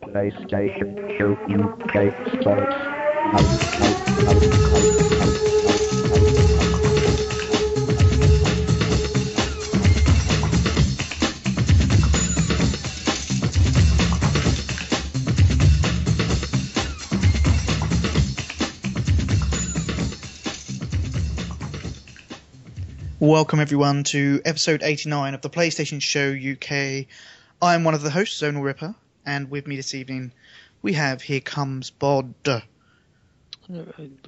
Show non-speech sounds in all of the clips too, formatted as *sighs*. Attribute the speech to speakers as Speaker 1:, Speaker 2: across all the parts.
Speaker 1: PlayStation 2 UK Sports.
Speaker 2: Welcome everyone to episode 89 of the PlayStation Show UK. I'm one of the hosts, Zonal Ripper, and with me this evening we have Here Comes Bod.
Speaker 3: Uh, uh,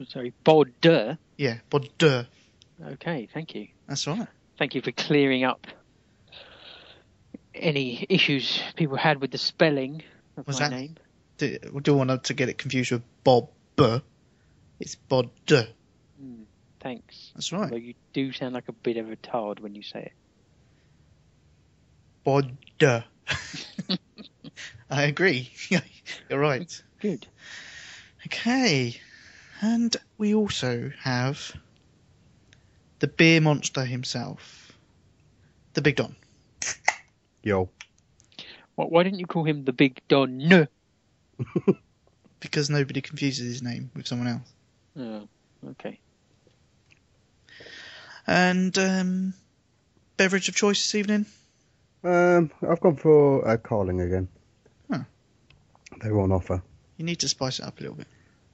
Speaker 3: Sorry, Bordeaux.
Speaker 2: Yeah, Bod.
Speaker 3: Okay, thank you.
Speaker 2: That's right.
Speaker 3: Thank you for clearing up any issues people had with the spelling of
Speaker 2: Was
Speaker 3: my
Speaker 2: that-
Speaker 3: name.
Speaker 2: Do, do want to get it confused with Bob. It's Bod. That's
Speaker 3: Thanks. Although
Speaker 2: right.
Speaker 3: you do sound like a bit of a tard when you say it.
Speaker 2: Bod. *laughs* I agree. *laughs* You're right.
Speaker 3: Good.
Speaker 2: Okay. And we also have the beer monster himself, the Big Don.
Speaker 1: Yo.
Speaker 3: Why, why didn't you call him the Big Don? No.
Speaker 2: because nobody confuses his name with someone else.
Speaker 3: Oh, okay.
Speaker 2: And um, beverage of choice this evening?
Speaker 1: *laughs* Um, I've gone for uh, Carling again.
Speaker 2: Huh.
Speaker 1: They're on offer.
Speaker 2: You need to spice it up a little bit.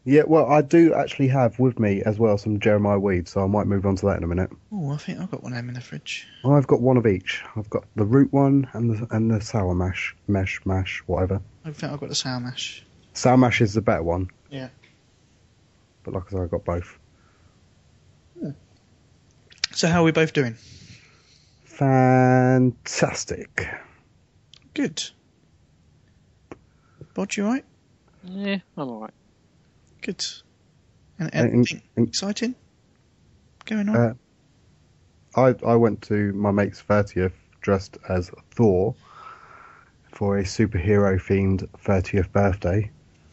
Speaker 1: Yeah, well, I do actually have with me as well some Jeremiah Weed, so I might move on to that in a minute.
Speaker 2: Oh, I think I've got one of them in the fridge.
Speaker 1: I've got one of each. I've got the root one and the and the sour mash, mesh, mash, whatever.
Speaker 2: I think I've got the sour mash.
Speaker 1: Sour mash is the better one.
Speaker 2: Yeah.
Speaker 1: But like I said, I've got both.
Speaker 2: So how are we both doing?
Speaker 1: Fantastic.
Speaker 2: Good. Bod, you alright?
Speaker 3: Yeah, I'm alright.
Speaker 2: Good. And
Speaker 1: And- and-
Speaker 2: anything
Speaker 1: and-
Speaker 2: exciting going on?
Speaker 1: Uh, I I went to my mate's thirtieth dressed as Thor for a superhero themed thirtieth birthday.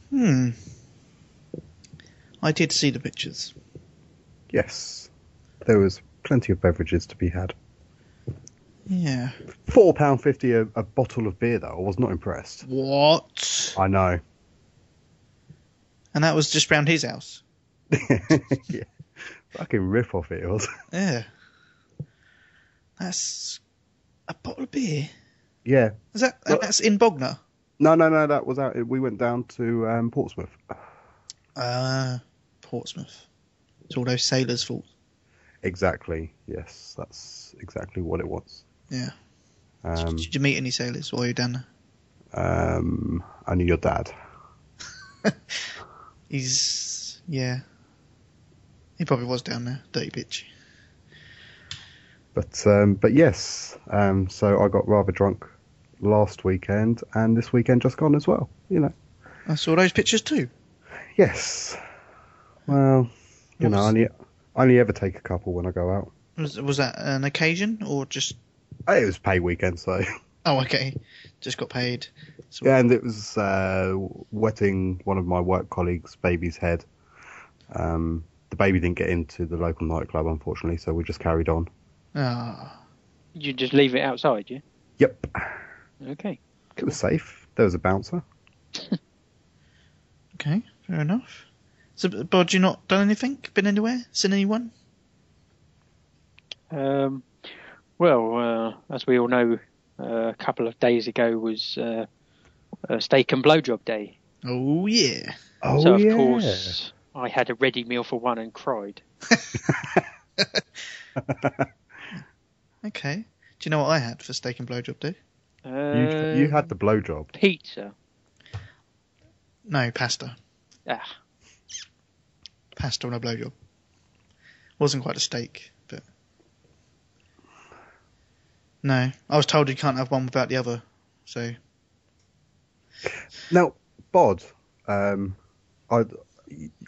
Speaker 2: hmm. I did see the pictures.
Speaker 1: Yes, there was plenty of beverages to be had.
Speaker 2: Yeah.
Speaker 1: Four pound fifty a, a bottle of beer though. I was not impressed.
Speaker 2: What?
Speaker 1: I know. *laughs*
Speaker 2: And that was just round his house.
Speaker 1: yeah. Fucking rip off it was.
Speaker 2: Yeah. That's a bottle of beer.
Speaker 1: yeah.
Speaker 2: Is that
Speaker 1: Well-
Speaker 2: that's in Bognor?
Speaker 1: No, no, no. That was out. We went down to um, Portsmouth.
Speaker 2: Ah, Portsmouth. It's all those sailors' fault.
Speaker 1: Exactly. Yes, that's exactly what it was.
Speaker 2: Yeah.
Speaker 1: Um,
Speaker 2: Did you meet any sailors while you were down there?
Speaker 1: um, only your dad.
Speaker 2: He's yeah. He probably was down there, dirty bitch.
Speaker 1: But um, but yes, um, so I got rather drunk last weekend and this weekend just gone as well. You know,
Speaker 2: I saw those pictures too.
Speaker 1: yes. Well, you know, I
Speaker 2: What's-
Speaker 1: only I only ever take a couple when I go out.
Speaker 2: Was was that an occasion or just?
Speaker 1: It was pay weekend, so *laughs*
Speaker 2: Oh, okay. Just got paid. So,
Speaker 1: and it was uh, wetting one of my work colleagues' baby's head. Um, the baby didn't get into the local nightclub, unfortunately, so we just carried on.
Speaker 2: Ah,
Speaker 3: You just leave it outside, yeah?
Speaker 1: Yep,
Speaker 3: Okay.
Speaker 1: it was safe. There was a bouncer.
Speaker 2: okay. Fair enough. So, Bod, you not done anything? Been anywhere? Seen anyone?
Speaker 3: Um, well, uh, as we all know, uh, a couple of days ago was uh, uh, Steak and Blowjob Day.
Speaker 2: Oh yeah.
Speaker 1: Oh
Speaker 3: so of
Speaker 1: yeah.
Speaker 3: course I had a ready meal for one and cried.
Speaker 2: Okay. Do you know what I had for steak and blowjob day?
Speaker 3: Uh,
Speaker 1: *laughs* you, you had the blowjob.
Speaker 3: pizza.
Speaker 2: No, pasta.
Speaker 3: Ah,
Speaker 2: Pasta and a blowjob. Wasn't quite a steak, but. No. I was told you can't have one without the other, so.
Speaker 1: Now, Bod, um, I,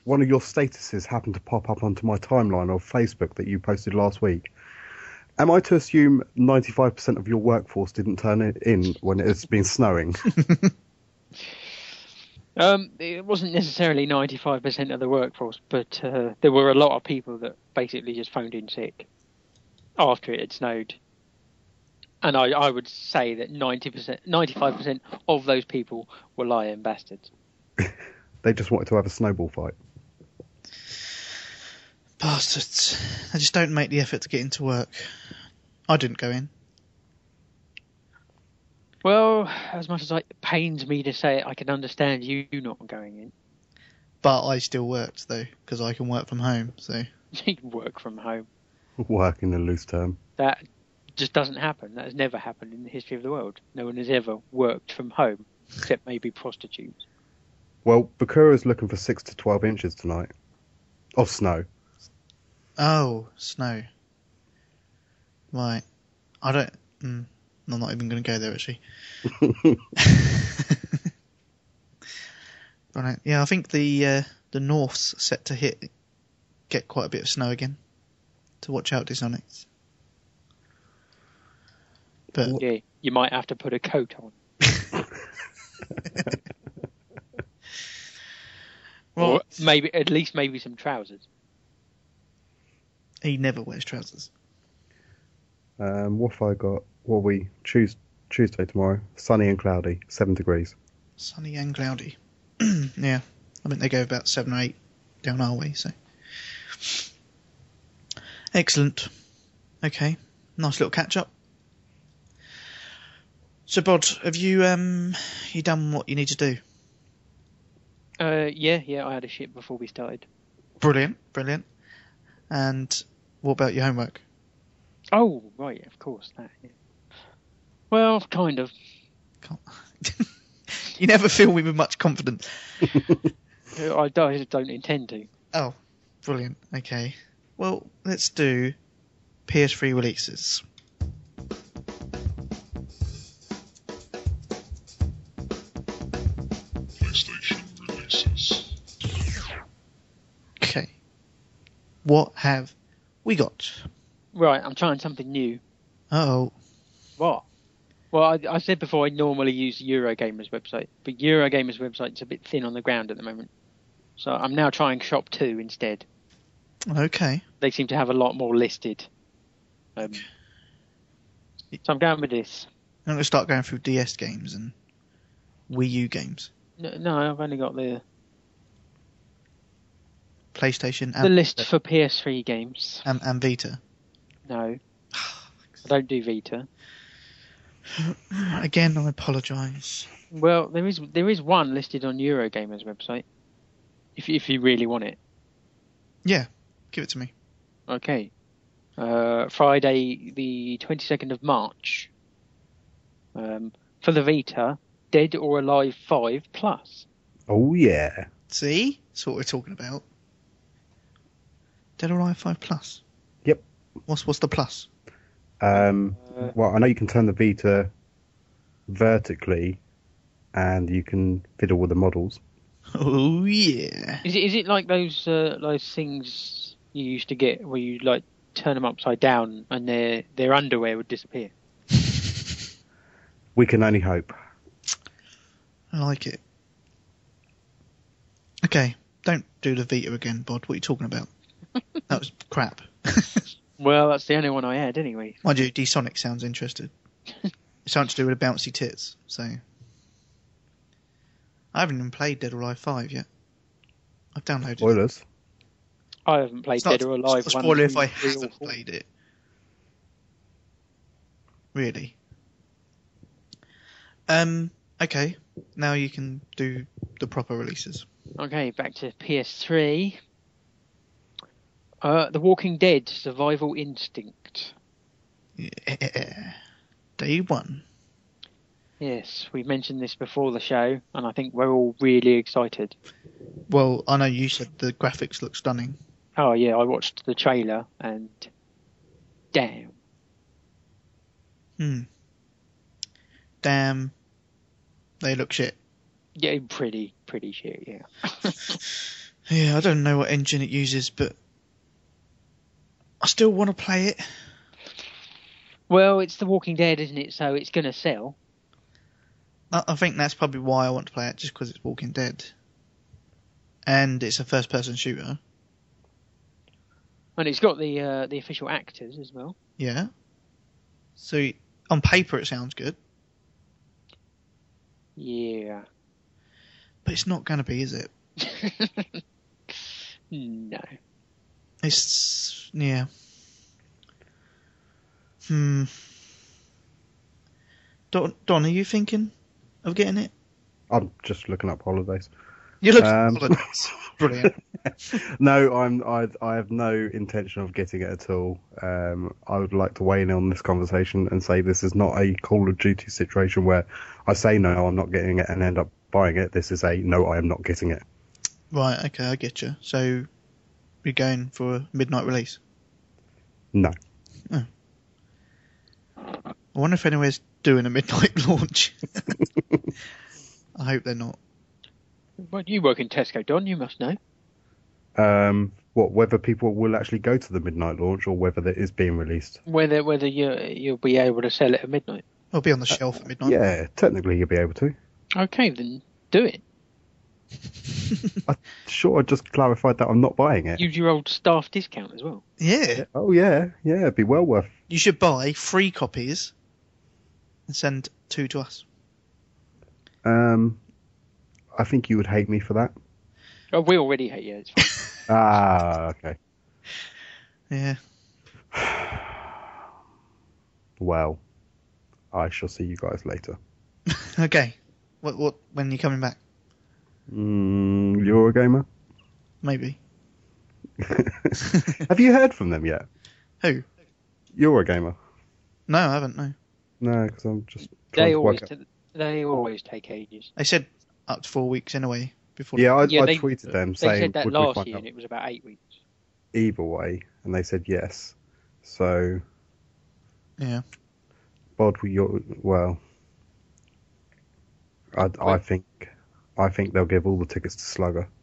Speaker 1: one of your statuses happened to pop up onto my timeline of Facebook that you posted last week. Am I to assume 95% of your workforce didn't turn it in when it's been snowing?
Speaker 3: um, it wasn't necessarily 95% of the workforce, but uh, there were a lot of people that basically just phoned in sick after it had snowed. and I, I would say that 90%, 95% of those people were lying bastards.
Speaker 1: They just wanted to have a snowball fight.
Speaker 2: Bastards. They just don't make the effort to get into work. I didn't go in.
Speaker 3: Well, as much as it pains me to say it, I can understand you not going in. *laughs*
Speaker 2: But I still worked, though, because I can work from home, so.
Speaker 3: You can work from home.
Speaker 1: Work in a loose term.
Speaker 3: That just doesn't happen. That has never happened in the history of the world. No one has ever worked from home, except maybe prostitutes.
Speaker 1: Well, Bakura's looking for 6 to 12 inches tonight of snow.
Speaker 2: Oh, snow. Right. I don't. Mm, I'm not even going to go there, actually. *laughs* right. Yeah, I think the uh, the North's set to hit get quite a bit of snow again. To watch out, Dishonics. But
Speaker 3: Yeah, you might have to put a coat on. Or
Speaker 2: well,
Speaker 3: maybe at least maybe some trousers.
Speaker 2: he never wears trousers.
Speaker 1: Um, what have I got? What we choose Tuesday tomorrow? Sunny and cloudy, seven degrees. *laughs*
Speaker 2: Sunny and cloudy. *clears throat* yeah, I think they go about seven or eight down our way. So excellent. Okay, nice little catch up. So Bod, have you um you done what you need to do?
Speaker 3: Uh, yeah, yeah, I had a shit before we started.
Speaker 2: Brilliant, brilliant. And what about your homework?
Speaker 3: Oh, right, of course, that. Yeah. Well, kind of.
Speaker 2: You never *laughs* film me with much confidence.
Speaker 3: I don't, I don't intend to.
Speaker 2: Oh, brilliant. Okay. Well, let's do PS3 releases.
Speaker 4: PlayStation releases.
Speaker 2: Okay. What have we got?
Speaker 3: Right, I'm trying something new.
Speaker 2: Oh,
Speaker 3: What? Well, I, I said before I normally use Eurogamer's website, but Eurogamer's website's a bit thin on the ground at the moment. So I'm now trying Shop 2 instead.
Speaker 2: okay.
Speaker 3: They seem to have a lot more listed. Um, so I'm going with this.
Speaker 2: I'm going to start going through DS games and Wii U games,
Speaker 3: No, no I've only got the,
Speaker 2: PlayStation,
Speaker 3: the
Speaker 2: and,
Speaker 3: list for PS3 games.
Speaker 2: and, and Vita.
Speaker 3: *sighs* No. I don't do Vita.
Speaker 2: Again, I apologise.
Speaker 3: Well, there is there is one listed on Eurogamer's website. If if you really want it,
Speaker 2: Give it to me.
Speaker 3: okay. Uh, Friday the twenty second of March. Um, for the Vita, Dead or Alive Five Plus.
Speaker 1: Oh yeah.
Speaker 2: See? That's what we're talking about. Dead or Alive 5 Plus.
Speaker 1: Yep.
Speaker 2: What's what's the plus? *laughs*
Speaker 1: Um,
Speaker 3: Uh,
Speaker 1: well, I know you can turn the Vita vertically, and you can fiddle with the models.
Speaker 2: Oh, yeah.
Speaker 3: Is it is it like those uh, those things you used to get where you like turn them upside down and their their underwear would disappear?
Speaker 1: We can only hope.
Speaker 2: I like it. Okay. Don't do the Vita again, Bod. What are you talking about? that was crap. *laughs*
Speaker 3: Well, that's the only one I had anyway.
Speaker 2: Mind you, D Sonic sounds interested. it's something to do with the bouncy tits, so. I haven't even played Dead or Alive 5 yet. I've downloaded it.
Speaker 1: Spoilers.
Speaker 3: I haven't played
Speaker 2: It's not,
Speaker 3: Dead or Alive.
Speaker 2: it's not
Speaker 3: one,
Speaker 2: a spoiler if
Speaker 3: two,
Speaker 2: I
Speaker 3: three, or
Speaker 2: haven't
Speaker 3: four.
Speaker 2: played it. Really? Um, okay. Now you can do the proper releases.
Speaker 3: Okay, back to PS3. Uh, the Walking Dead Survival Instinct.
Speaker 2: Yeah. Day one.
Speaker 3: Yes, we mentioned this before the show, and I think we're all really excited.
Speaker 2: Well, I know you said the graphics look stunning.
Speaker 3: Oh yeah, I watched the trailer, and damn,
Speaker 2: Hmm. Damn. They look shit.
Speaker 3: yeah, pretty, pretty shit. Yeah, *laughs*
Speaker 2: Yeah, I don't know what engine it uses, but I still want to play it.
Speaker 3: Well, it's The Walking Dead, isn't it? So it's gonna sell.
Speaker 2: I I think that's probably why I want to play it, just because it's Walking Dead, and it's a first-person shooter.
Speaker 3: And it's got the uh, the official actors as well.
Speaker 2: Yeah. So on paper it sounds good,
Speaker 3: Yeah.
Speaker 2: but it's not going to be, is it?
Speaker 3: *laughs* no.
Speaker 2: It's yeah. Hmm. Don, Don, are you thinking of getting it?
Speaker 1: I'm just looking up holidays.
Speaker 2: You look
Speaker 1: Um,
Speaker 2: brilliant.
Speaker 1: *laughs* No, I'm. I I have no intention of getting it at all. Um, I would like to weigh in on this conversation and say this is not a Call of Duty situation where I say no, I'm not getting it, and end up buying it. This is a no, I am not getting it.
Speaker 2: Right, okay, I get you. So you're going for a midnight release.
Speaker 1: No.
Speaker 2: Oh. I wonder if anywhere's doing a midnight *laughs* launch. I hope they're not.
Speaker 3: Well, you work in Tesco, Don. You must know.
Speaker 1: Um, what whether people will actually go to the midnight launch or whether that is being released.
Speaker 3: Whether whether you you'll be able to sell it at midnight.
Speaker 2: I'll be on the
Speaker 1: Uh,
Speaker 2: shelf at midnight.
Speaker 1: Yeah, technically you'll be able to.
Speaker 3: Okay, then do it.
Speaker 1: Sure, I just clarified that I'm not buying it.
Speaker 3: Use your old staff discount as well.
Speaker 2: *laughs* Yeah.
Speaker 1: Oh yeah, yeah, it'd be well worth.
Speaker 2: You should buy three copies and send two to us.
Speaker 1: Um, I think you would hate me for that.
Speaker 3: Oh, we already hate you. It's
Speaker 1: *laughs*
Speaker 3: fine.
Speaker 1: Ah, okay. *sighs*
Speaker 2: Yeah. *laughs*
Speaker 1: Well, I shall see you guys later.
Speaker 2: Okay. What what when are you coming back?
Speaker 1: Mm, you're a gamer. *laughs*
Speaker 2: Maybe.
Speaker 1: Have you heard from them yet?
Speaker 2: Who?
Speaker 1: You're a gamer.
Speaker 2: No, I haven't, no.
Speaker 1: No, because I'm just. Trying
Speaker 3: they
Speaker 1: to
Speaker 3: always
Speaker 1: work out.
Speaker 3: t- they always take ages.
Speaker 2: They said up to four weeks anyway before
Speaker 1: Yeah, I,
Speaker 3: Yeah,
Speaker 1: I
Speaker 3: they-
Speaker 1: tweeted them
Speaker 3: They
Speaker 1: saying
Speaker 3: said that
Speaker 1: would we
Speaker 3: last
Speaker 1: find
Speaker 3: year,
Speaker 1: out
Speaker 3: and it was about eight weeks.
Speaker 1: either way, and they said yes. So,
Speaker 2: Yeah.
Speaker 1: Bod, we your well. I, I
Speaker 3: Wait.
Speaker 1: think, I think they'll give all the tickets to Slugger. *laughs*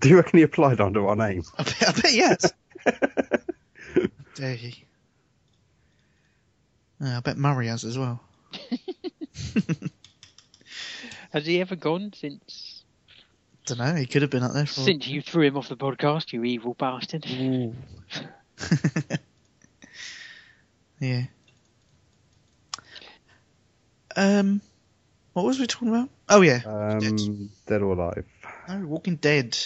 Speaker 1: Do you reckon he applied under our name?
Speaker 2: *laughs*
Speaker 1: *laughs*
Speaker 2: I bet, I bet yes. Dare he? Yeah, I bet Murray has as well.
Speaker 3: Has he ever gone since
Speaker 2: Don't know. He could have been up there for.
Speaker 3: since you threw him off the podcast? You evil bastard!
Speaker 1: Mm.
Speaker 2: *laughs* yeah. Um, what was we talking about? Oh yeah,
Speaker 1: Um, dead or alive?
Speaker 2: no, Walking Dead.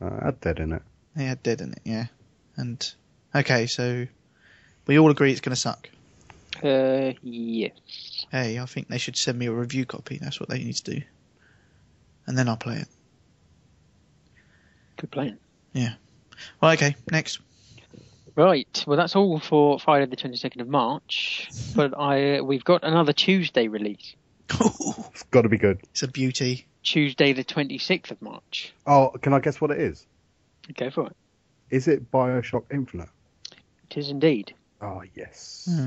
Speaker 1: Uh, add dead in it.
Speaker 2: They had Dead in it, yeah. And okay, so we all agree it's going to suck.
Speaker 3: Uh, yeah.
Speaker 2: Hey, I think they should send me a review copy. That's what they need to do, and then I'll play it.
Speaker 3: Good plan.
Speaker 2: Well, okay, next. *laughs*
Speaker 3: Right. Well, that's all for Friday the 22nd of March. But I uh, we've got another Tuesday release.
Speaker 1: It's got to be good.
Speaker 2: it's a beauty.
Speaker 3: Tuesday the 26th of March.
Speaker 1: Oh, can I guess what it is?
Speaker 3: Go for it.
Speaker 1: Is it Bioshock Infinite?
Speaker 3: It is indeed.
Speaker 1: Oh yes.
Speaker 2: Hmm.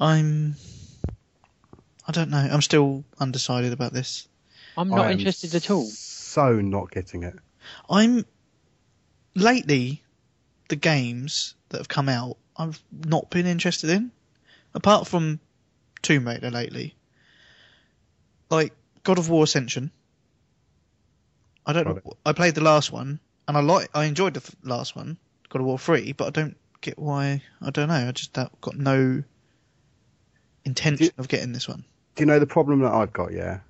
Speaker 2: I'm. I don't know. I'm still undecided about this.
Speaker 3: I'm not
Speaker 1: I am
Speaker 3: interested at all.
Speaker 1: So not getting it.
Speaker 2: I'm. Lately, the games that have come out, I've not been interested in. Apart from Tomb Raider lately. Like, God of War Ascension. I don't
Speaker 1: Got
Speaker 2: know. I played the last one, and I like. I enjoyed the f- last one, God of War 3, but I don't get why. I don't know. I just that got no intention of getting this one.
Speaker 1: Do you know the problem that I've got? Yeah,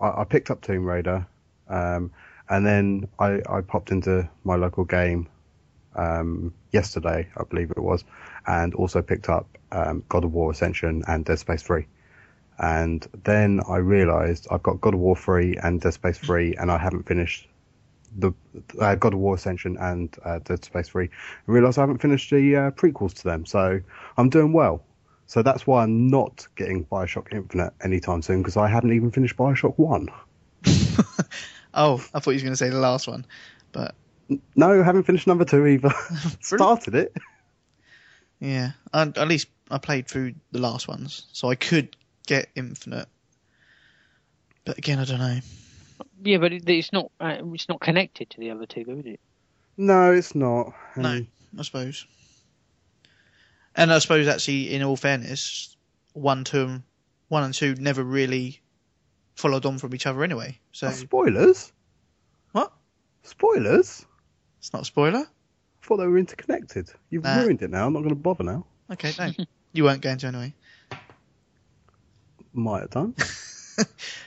Speaker 1: I, I picked up Tomb Raider, um, and then I, I popped into my local game um, yesterday, I believe it was, and also picked up um, God of War Ascension and Dead Space Three. And then I realised I've got God of War Three and Dead Space Three, and I haven't finished the uh, God of War Ascension and uh, Dead Space Three. I realised I haven't finished the uh, prequels to them, so I'm doing well. So that's why I'm not getting Bioshock Infinite anytime soon because I haven't even finished Bioshock 1.
Speaker 2: *laughs* Oh, I thought he was going to say the last one, but
Speaker 1: No, haven't finished number two either. *laughs* Started it.
Speaker 2: yeah. And at least I played through the last ones, so I could get Infinite. But again, I don't know.
Speaker 3: Yeah, but it, it's not uh, it's not connected to the other two, though, is it?
Speaker 1: No, it's not.
Speaker 2: No,
Speaker 1: Um,
Speaker 2: I suppose. And I suppose actually, in all fairness, one, two, one and two never really followed on from each other anyway. So
Speaker 1: Oh, Spoilers?
Speaker 2: What?
Speaker 1: Spoilers?
Speaker 2: it's not a spoiler.
Speaker 1: thought they were interconnected. You've
Speaker 2: Nah.
Speaker 1: ruined it now. I'm not going to bother now.
Speaker 2: Okay, no. you weren't going to anyway.
Speaker 1: Might have
Speaker 2: *laughs*
Speaker 1: done.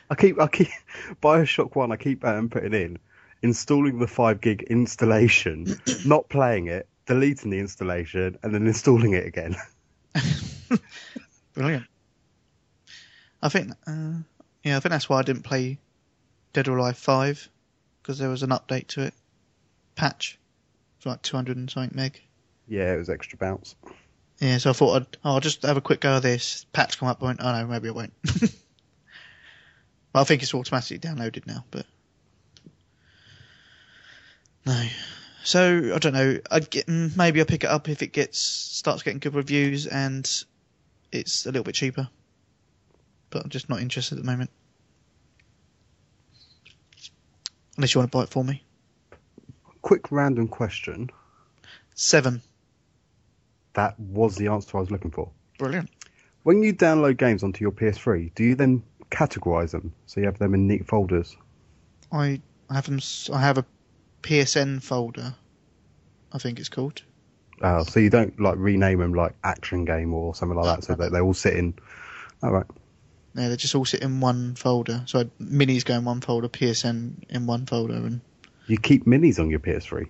Speaker 1: I keep, I keep *laughs* Bioshock One. I keep um, putting in installing the five gig
Speaker 2: *coughs*
Speaker 1: installation, not playing it, deleting the installation, and then installing it again. *laughs*
Speaker 2: *laughs* Brilliant. I think, uh, yeah, I think that's why I didn't play Dead or Alive 5 because there was an update to it. Patch. It's like 200 and something meg.
Speaker 1: yeah, it was extra bounce.
Speaker 2: Yeah, so I thought I'd, oh, I'll just have a quick go of this. Patch come up, I went, oh no, maybe I won't. *laughs* but I think it's automatically downloaded now, but. No. So, I don't know. I'd get, mm, maybe I'll pick it up if it gets, starts getting good reviews and it's a little bit cheaper. But I'm just not interested at the moment. Unless you want to buy it for me.
Speaker 1: Quick random question.
Speaker 2: Seven.
Speaker 1: That was the answer I was looking for.
Speaker 2: Brilliant.
Speaker 1: When you download games onto your PS3, do you then categorize them so you have them in neat folders?
Speaker 2: I have them. s- I have a PSN folder. I think it's called.
Speaker 1: Uh, so you don't like rename them like action game or something like that, so that they all sit in. All right.
Speaker 2: No, they just all sit in one folder. So I, minis go in one folder, PSN in one folder, and
Speaker 1: You keep minis on your PS3.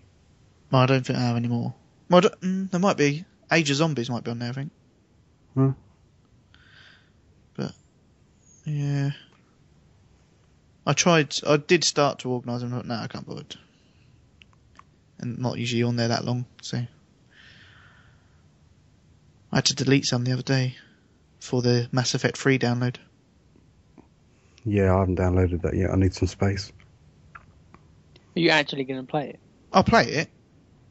Speaker 2: well, I don't think I have any more. Well, I don't- mm, there might be Age of Zombies might be on there. I think.
Speaker 1: Hmm.
Speaker 2: But yeah, I tried. I did start to organise them, but now I can't bother. And not usually on there that long, so I had to delete some the other day for the Mass Effect 3 download.
Speaker 1: Yeah, I haven't downloaded that yet. I need some space.
Speaker 3: Are you actually going to play it?
Speaker 2: I'll play it.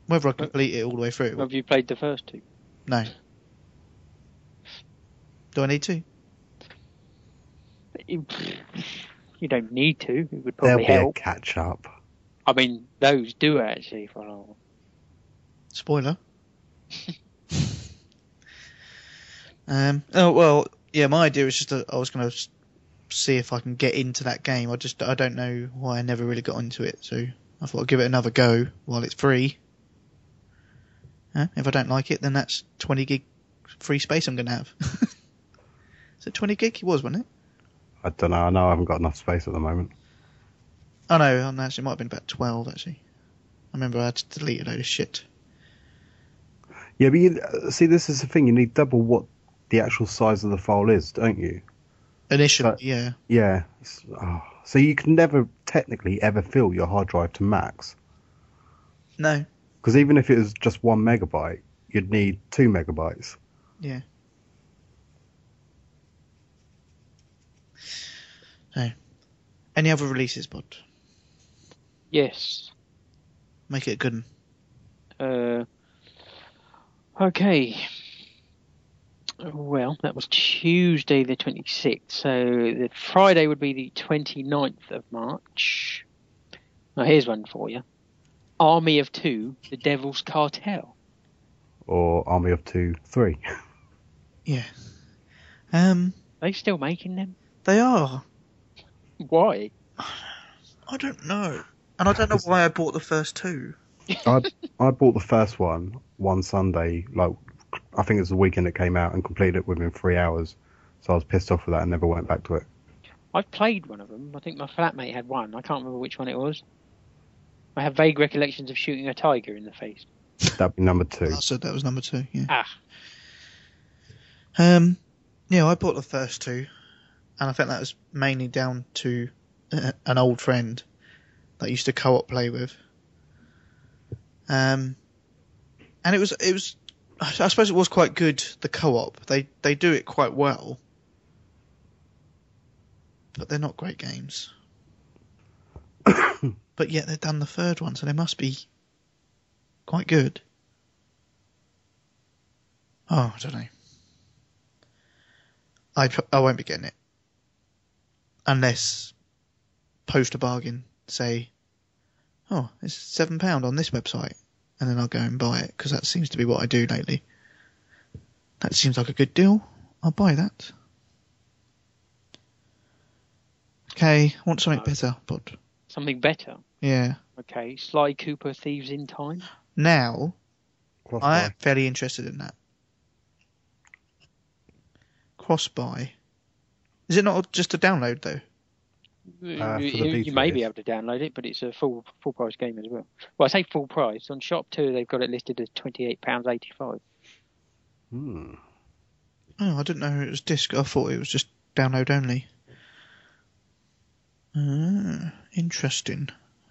Speaker 2: Whether I complete it all the way through,
Speaker 3: Or have you played the first two?
Speaker 2: No. Do I need to?
Speaker 3: You you don't need to. It would
Speaker 1: There'll
Speaker 3: probably
Speaker 1: be
Speaker 3: help.
Speaker 1: a catch up.
Speaker 3: I mean, those do actually follow.
Speaker 2: Spoiler. um. Oh well. Yeah. My idea was just that I was going to see if I can get into that game. I just I don't know why I never really got into it. So I thought I'd give it another go while it's free. Huh? If I don't like it, then that's twenty gig free space I'm going to have. *laughs* Is it twenty gig? It was, wasn't it?
Speaker 1: I don't know. I know I haven't got enough space at the moment.
Speaker 2: Oh no, um, actually, it might have been about 12, actually. I remember I had to delete a load of shit.
Speaker 1: Yeah, but you, uh, see, this is the thing. You need double what the actual size of the file is, don't you?
Speaker 2: Initially,
Speaker 1: But-
Speaker 2: yeah.
Speaker 1: Yeah. It's- oh. So you can never technically ever fill your hard drive to max.
Speaker 2: No,
Speaker 1: Because even if it was just one megabyte, you'd need two megabytes.
Speaker 2: yeah. No. Any other releases, bud?
Speaker 3: Yes.
Speaker 2: Make it a good one.
Speaker 3: Uh, okay. Well, that was Tuesday the 26th. So the Friday would be the 29th of March. Now, here's one for you Army of Two, The Devil's Cartel.
Speaker 1: Or Army of Two, Three.
Speaker 2: Yeah. Um,
Speaker 3: they still making them?
Speaker 2: they are.
Speaker 3: Why?
Speaker 2: I don't know. And I don't know why I bought the first two.
Speaker 1: I I bought the first one one Sunday, like I think it was the weekend it came out, and completed it within three hours. So I was pissed off with that and never went back to it.
Speaker 3: I've played one of them. I think my flatmate had one. I can't remember which one it was. I have vague recollections of shooting a tiger in the face.
Speaker 1: That'd be number two.
Speaker 2: I said that was number two, yeah.
Speaker 3: Ah,
Speaker 2: Um, yeah, I bought the first two, and I think that was mainly down to uh, an old friend that I used to co-op play with. Um, and it was it was I I suppose it was quite good the co-op. They they do it quite well, but they're not great games. but yet they've done the third one, so they must be quite good. Oh, I don't know. I pr- I won't be getting it unless post a bargain say, oh, it's seven pound on this website, and then I'll go and buy it because that seems to be what I do lately. That seems like a good deal. I'll buy that. Okay, I want something better, but
Speaker 3: something better.
Speaker 2: yeah.
Speaker 3: Okay, Sly Cooper, Thieves in Time.
Speaker 2: Now
Speaker 1: Cross
Speaker 2: I
Speaker 1: buy.
Speaker 2: am fairly interested in that. Cross buy. Is it not just a download though?
Speaker 1: Ah, for the
Speaker 3: Uh, you,
Speaker 1: beta
Speaker 3: you may be
Speaker 1: it
Speaker 3: able to download it, but it's a full full price game as well. Well, I say full price on Shop Two. They've got it listed as twenty eight pounds eighty five.
Speaker 1: Hmm.
Speaker 2: Oh, I didn't know it was disc. I thought it was just download only. Ah, interesting.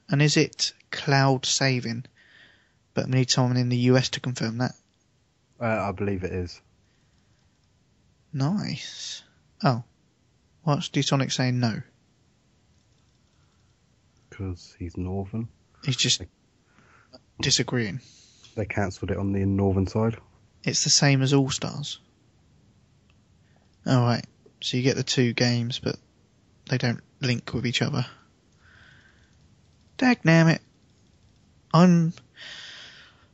Speaker 2: And is it cloud saving? But we need someone in the US to confirm that.
Speaker 1: Uh, I believe it is.
Speaker 2: Nice. Oh, what's Sonic saying? No,
Speaker 1: because he's northern.
Speaker 2: he's just disagreeing.
Speaker 1: They cancelled it on the northern side.
Speaker 2: It's the same as All Stars. All right. So you get the two games, but they don't link with each other. Dag it! I'm.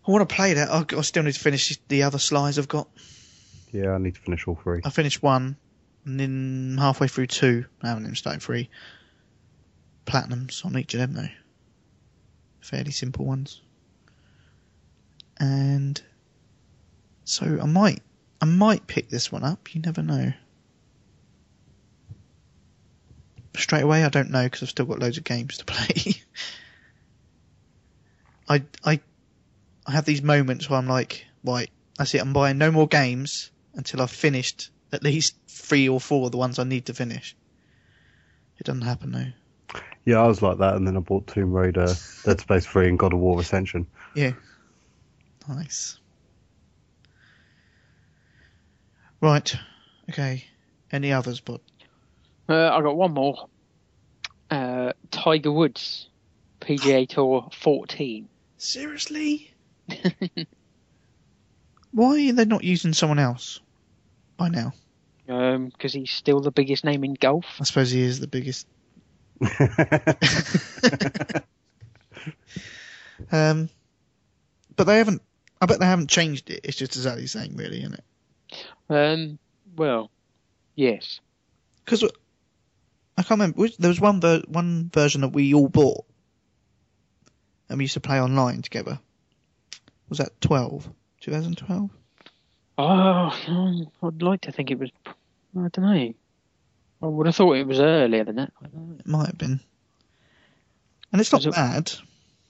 Speaker 2: I want to play that. I I still need to finish the other slides I've got.
Speaker 1: Yeah, I need to finish all three.
Speaker 2: I finished one, and then halfway through two, I haven't even started three. Platinums on each of them, though. Fairly simple ones. And so I might, I might pick this one up. You never know. Straight away, I don't know because I've still got loads of games to *laughs* play. I, I, I have these moments where I'm like, right, that's it. I'm buying no more games until I've finished at least three or four of the ones I need to finish. It doesn't happen though.
Speaker 1: Yeah, I was like that, and then I bought Tomb Raider, Dead Space 3, and God of War Ascension.
Speaker 2: Nice. Right. Okay. Any others, but
Speaker 3: Uh, I got one more. Uh, Tiger Woods, PGA Tour fourteen. *laughs*
Speaker 2: seriously? Why are they not using someone else by now?
Speaker 3: Because Um, he's still the biggest name in golf.
Speaker 2: I suppose he is the biggest. Um, but they haven't. I bet they haven't changed it. It's just exactly the same, really, isn't it?
Speaker 3: Um, well, yes.
Speaker 2: Because I can't remember. which- There was one ver- one version that we all bought, and we used to play online together. Was that 12? 2012?
Speaker 3: Oh, um, I'd like to think it was. I don't know. I would have thought it was earlier than that.
Speaker 2: It might have been. And it's not
Speaker 3: Was it-
Speaker 2: bad.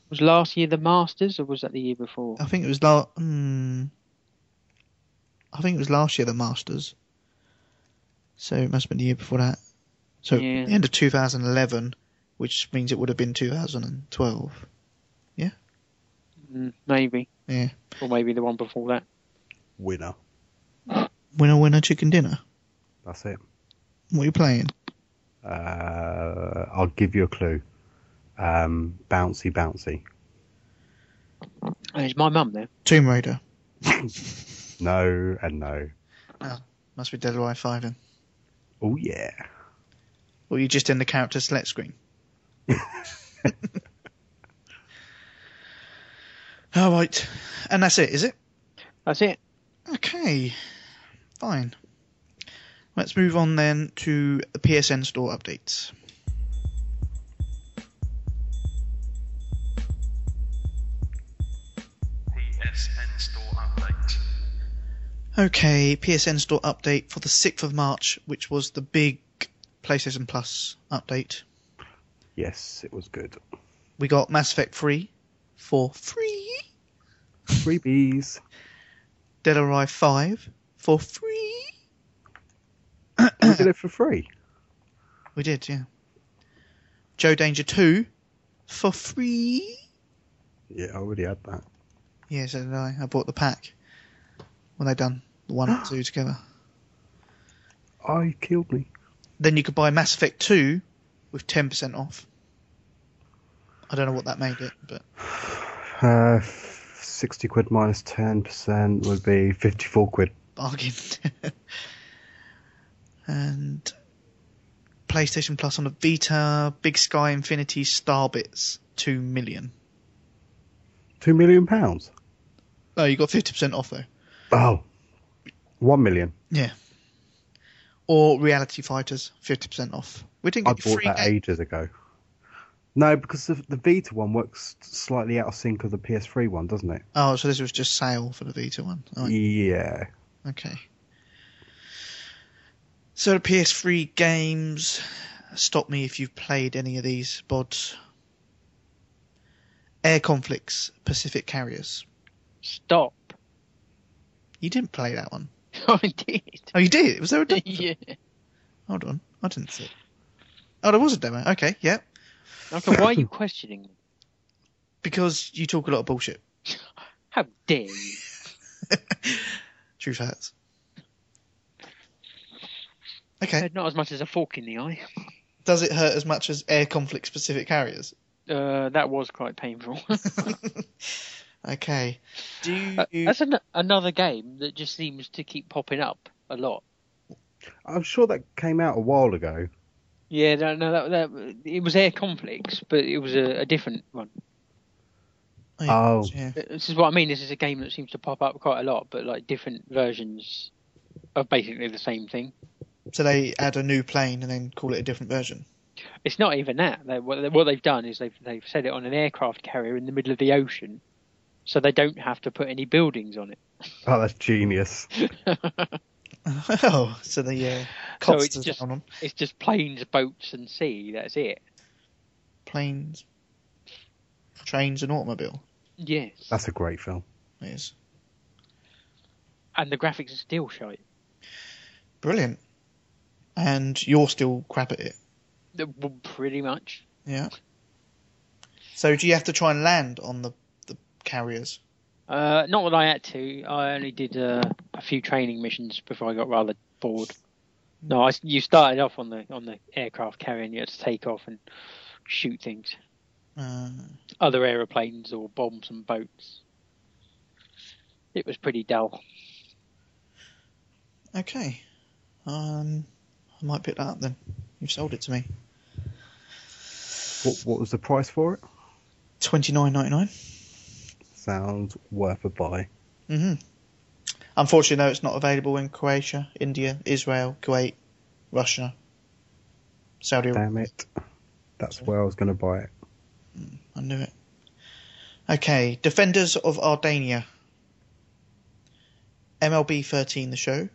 Speaker 3: Was last year the Masters, or was that the year before?
Speaker 2: I think it was last. Mm, I think it was last year the Masters. So it must have been the year before that. So
Speaker 3: Yeah.
Speaker 2: the end of 2011, which means it would have been 2012.
Speaker 3: Mm, maybe,
Speaker 2: Yeah.
Speaker 3: or maybe the one before that.
Speaker 1: Winner.
Speaker 2: Winner, winner, chicken dinner.
Speaker 1: That's it.
Speaker 2: What are you playing?
Speaker 1: Uh, I'll give you a clue. Um, bouncy, bouncy.
Speaker 3: Oh, it's my mum there.
Speaker 2: Tomb Raider.
Speaker 1: No and no.
Speaker 2: Must be Dead or Alive 5 then.
Speaker 1: Oh yeah.
Speaker 2: Or you just in the character select screen. All right. And that's it, is it?
Speaker 3: That's it.
Speaker 2: Okay, fine. Let's move on then to the PSN store updates.
Speaker 5: PSN store update.
Speaker 2: Okay, PSN store update for the 6th of March, which was the big PlayStation Plus update.
Speaker 1: Yes, it was good.
Speaker 2: We got Mass Effect 3 for free,
Speaker 1: Freebies.
Speaker 2: Dead or Alive 5 for free. *clears throat*
Speaker 1: we did it for free.
Speaker 2: We did, yeah. Joe Danger 2 for free.
Speaker 1: Yeah, I already had that.
Speaker 2: Yeah, so did I. I bought the pack when they done the
Speaker 1: *gasps*
Speaker 2: one and two together.
Speaker 1: I killed me.
Speaker 2: then you could buy Mass Effect 2 with 10% off. I don't know what that made it, but
Speaker 1: Uh, sixty quid minus ten percent would be fifty-four quid.
Speaker 2: bargain. *laughs* and PlayStation Plus on the Vita, Big Sky Infinity Starbits, 2 million.
Speaker 1: Two million pounds.
Speaker 2: Oh, you got 50% off though.
Speaker 1: Oh, one million.
Speaker 2: Or Reality Fighters, 50% off. We didn't
Speaker 1: I
Speaker 2: get your
Speaker 1: bought
Speaker 2: free
Speaker 1: that
Speaker 2: game.
Speaker 1: ages ago. No, because the, the Vita one works slightly out of sync of the PS3 one, doesn't it?
Speaker 2: Oh, so this was just sale for the Vita one. Oh,
Speaker 1: Yeah.
Speaker 2: Okay. So the PS3 games. Stop me if you've played any of these bods. Air Conflicts, Pacific Carriers.
Speaker 3: Stop. *laughs*
Speaker 2: You didn't play that one.
Speaker 3: I did.
Speaker 2: *laughs* Oh, you did. Was there a demo?
Speaker 3: yeah.
Speaker 2: Hold on, I didn't see. it. Oh, there was a demo. Okay, yeah.
Speaker 3: Okay, why
Speaker 2: *laughs*
Speaker 3: are you questioning me?
Speaker 2: Because you talk a lot of bullshit. *laughs*
Speaker 3: How dare you?
Speaker 2: True facts. Okay.
Speaker 3: Not as much as a fork in the eye.
Speaker 2: Does it hurt as much as air conflict specific carriers?
Speaker 3: Uh, that was
Speaker 2: *laughs*
Speaker 3: quite painful.
Speaker 2: Okay. Do
Speaker 3: Uh,
Speaker 2: you?
Speaker 3: That's an- another game that just seems to keep popping up a lot.
Speaker 1: I'm sure that came out a while ago. *laughs*
Speaker 3: Yeah, no, no, that, that it was Air Conflicts, but it was a, a different one. Uh,
Speaker 1: Oh.
Speaker 2: Yeah.
Speaker 3: This is what I mean. This is a game that seems to pop up quite a lot, but like different versions of basically the same thing.
Speaker 2: So they add a new plane and then call it a different version. *laughs*
Speaker 3: It's not even that. They, what, they, what they've done is they've they've set it on an aircraft carrier in the middle of the ocean, so they don't have to put any buildings on it.
Speaker 1: Oh, that's genius.
Speaker 2: oh, so the uh,
Speaker 3: So
Speaker 2: cost
Speaker 3: it's
Speaker 2: is
Speaker 3: just-
Speaker 2: down on
Speaker 3: *laughs* It's just planes, boats, and sea. That's it.
Speaker 2: planes, trains, and automobile.
Speaker 3: Yes.
Speaker 1: That's a great film.
Speaker 2: It is
Speaker 3: And the graphics are still shite.
Speaker 2: brilliant. And you're still crap at it.
Speaker 3: The- well, Pretty much.
Speaker 2: Yeah. So do you have to try and land on the the carriers?
Speaker 3: Uh, not that I had to. I only did uh, a few training missions before I got rather bored. No, I s you started off on the on the aircraft carrier, and you had to take off and shoot things,
Speaker 2: Uh,
Speaker 3: other aeroplanes or bombs and boats. It was pretty dull.
Speaker 2: okay. Um, I might pick that up then. You've sold it to me.
Speaker 1: What, what was the price for it?
Speaker 2: Twenty nine ninety nine.
Speaker 1: Sounds worth a buy.
Speaker 2: Mm-hmm. Unfortunately, no, it's not available in Croatia, India, Israel, Kuwait, Russia, Saudi Arabia.
Speaker 1: Damn it. That's where I was going to buy it.
Speaker 2: I knew it. Okay, Defenders of Ardania. MLB 13, the show.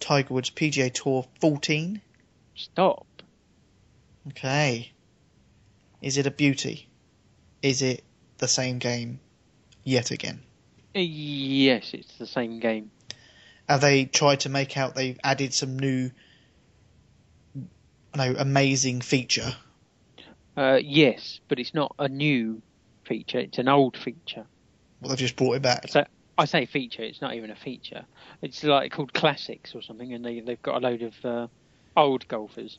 Speaker 2: Tiger Woods PGA Tour 14.
Speaker 3: Stop.
Speaker 2: Okay. Is it a beauty? Is it the same game yet again?
Speaker 3: Yes, it's the same game.
Speaker 2: Have Uh, they tried to make out they've added some new, I know, amazing feature?
Speaker 3: Uh, yes, but it's not a new feature. It's an old feature.
Speaker 2: Well, they've just brought it back.
Speaker 3: So I say feature. It's not even a feature. It's like called classics or something, and they they've got a load of uh, old golfers,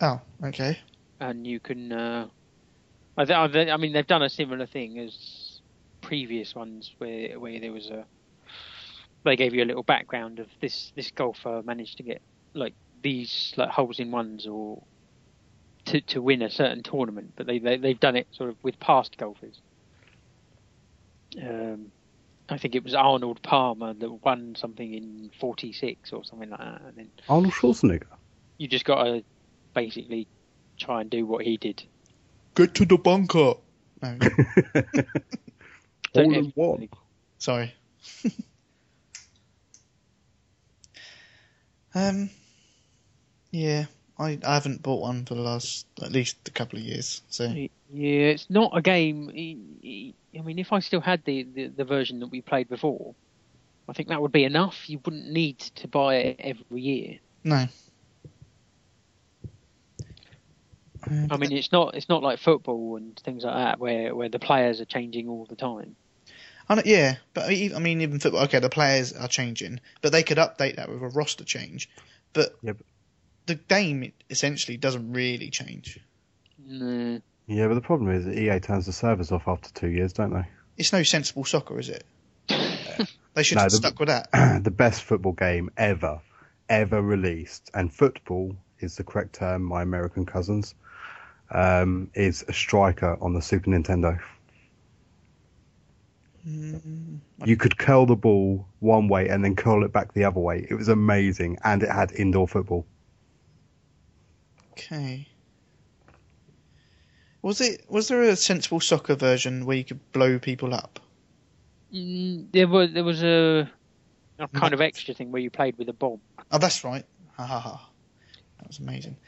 Speaker 2: Oh, okay.
Speaker 3: and you can. Uh, I, th- I, th- I mean, they've done a similar thing as previous ones, where where there was a. They gave you a little background of this this golfer managed to get like these like holes in ones or. To, to win a certain tournament, but they, they they've done it sort of with past golfers. Um, I think it was Arnold Palmer that won something in '46 or something like that, and then
Speaker 1: Arnold Schwarzenegger. *laughs*
Speaker 3: you just got to basically try and do what he did.
Speaker 2: Get to the bunker. *laughs* No,
Speaker 1: All
Speaker 3: Don't
Speaker 1: in one.
Speaker 2: sorry. *laughs* um, yeah, I, I haven't bought one for the last at least a couple of years. So
Speaker 3: Yeah, it's not a game. I mean, if I still had the, the, the version that we played before, I think that would be enough. You wouldn't need to buy it every year.
Speaker 2: no. Um,
Speaker 3: I mean, it's not it's not like football and things like that where, where the players are changing all the time.
Speaker 2: I don't- yeah, but e- I mean, even football. Okay, the players are changing, but they could update that with a roster change. But
Speaker 1: Yeah, but-
Speaker 2: the game essentially doesn't really change.
Speaker 3: No.
Speaker 1: Yeah, but the problem is that EA turns the servers off after two years, don't they?
Speaker 2: It's no sensible soccer, is it? they should
Speaker 1: No,
Speaker 2: have
Speaker 1: the-
Speaker 2: stuck with
Speaker 1: *clears throat*
Speaker 2: that.
Speaker 1: the best football game ever, ever released, and football is the correct term, my American cousins, um, is a striker on the Super Nintendo. You could curl the ball one way and then curl it back the other way. It was amazing, and it had indoor football.
Speaker 2: Okay. Was it? Was there a sensible soccer version where you could blow people up?
Speaker 3: Mm, there was there was a, a kind of extra thing where you played with a bomb.
Speaker 2: Oh, that's right. Ha ha ha. That was amazing.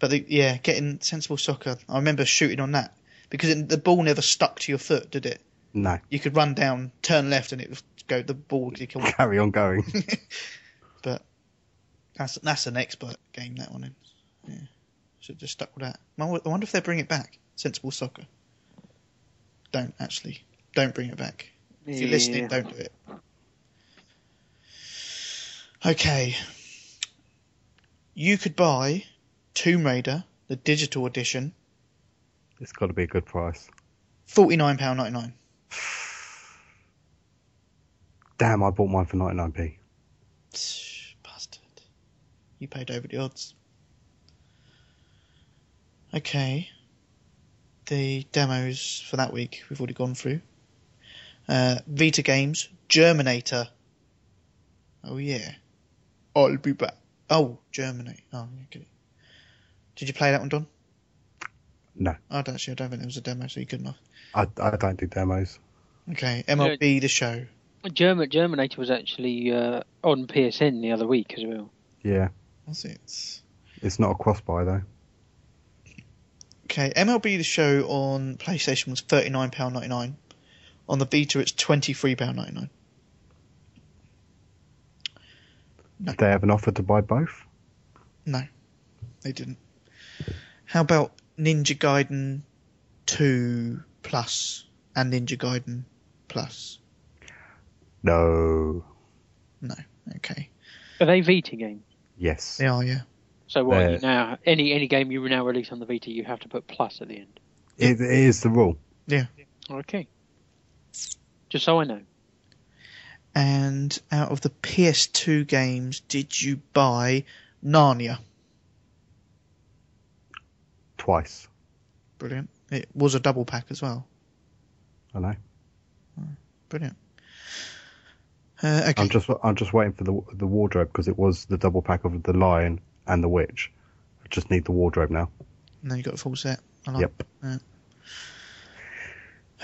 Speaker 2: But the, yeah, getting sensible soccer. I remember shooting on that because it, the ball never stuck to your foot, did it?
Speaker 1: No,
Speaker 2: You could run down, turn left, and it would go. The ball
Speaker 1: *laughs*
Speaker 2: would
Speaker 1: *laughs*
Speaker 2: come.
Speaker 1: carry on going.
Speaker 2: But that's that's an expert game that one. Is. Yeah, should have just stuck with that. I wo- I wonder if they bring it back. Sensible soccer. Don't actually. Don't bring it back. If you're listening,
Speaker 3: Yeah.
Speaker 2: don't do it. Okay. You could buy Tomb Raider, the digital edition,
Speaker 1: it's got to be a good price.
Speaker 2: forty nine pound ninety nine.
Speaker 1: Damn, I bought mine for 99p.
Speaker 2: Bastard. You paid over the odds. Okay. The demos for that week we've already gone through. Uh, Vita Games, Germinator. Oh yeah. I'll be back. Oh, Germinate. Oh, okay. Did you play that one, Don?
Speaker 1: No.
Speaker 2: I don't actually. I don't think there was a demo, so you couldn't. have.
Speaker 1: I, I don't do demos.
Speaker 2: Okay, MLB the show.
Speaker 3: German Germinator was actually uh, on PSN the other week as well.
Speaker 1: Yeah,
Speaker 2: What's it?
Speaker 1: it's not a cross buy though.
Speaker 2: Okay, MLB the show on PlayStation was thirty nine pound ninety nine. On the Vita, it's twenty three pound ninety nine.
Speaker 1: Did they have an offer to buy both?
Speaker 2: They didn't. How about Ninja Gaiden two plus and Ninja Gaiden plus?
Speaker 1: No.
Speaker 2: Okay,
Speaker 3: Are they Vita games?
Speaker 1: Yes.
Speaker 2: they are yeah.
Speaker 3: So what are
Speaker 1: They're-
Speaker 3: you now any any game you now release on the Vita, you have to put plus at the end.
Speaker 1: It, it is the rule.
Speaker 3: Okay. Just so I know.
Speaker 2: And out of the PS2 games, did you buy Narnia?
Speaker 1: Twice.
Speaker 2: Brilliant. It was a double pack as well.
Speaker 1: I know.
Speaker 2: Brilliant. Uh, okay.
Speaker 1: I'm just I'm just waiting for the the wardrobe because it was the double pack of the lion and the witch. I just need the wardrobe now.
Speaker 2: And then you got a full set. I
Speaker 3: Oh.
Speaker 2: like
Speaker 1: Yep.
Speaker 2: that.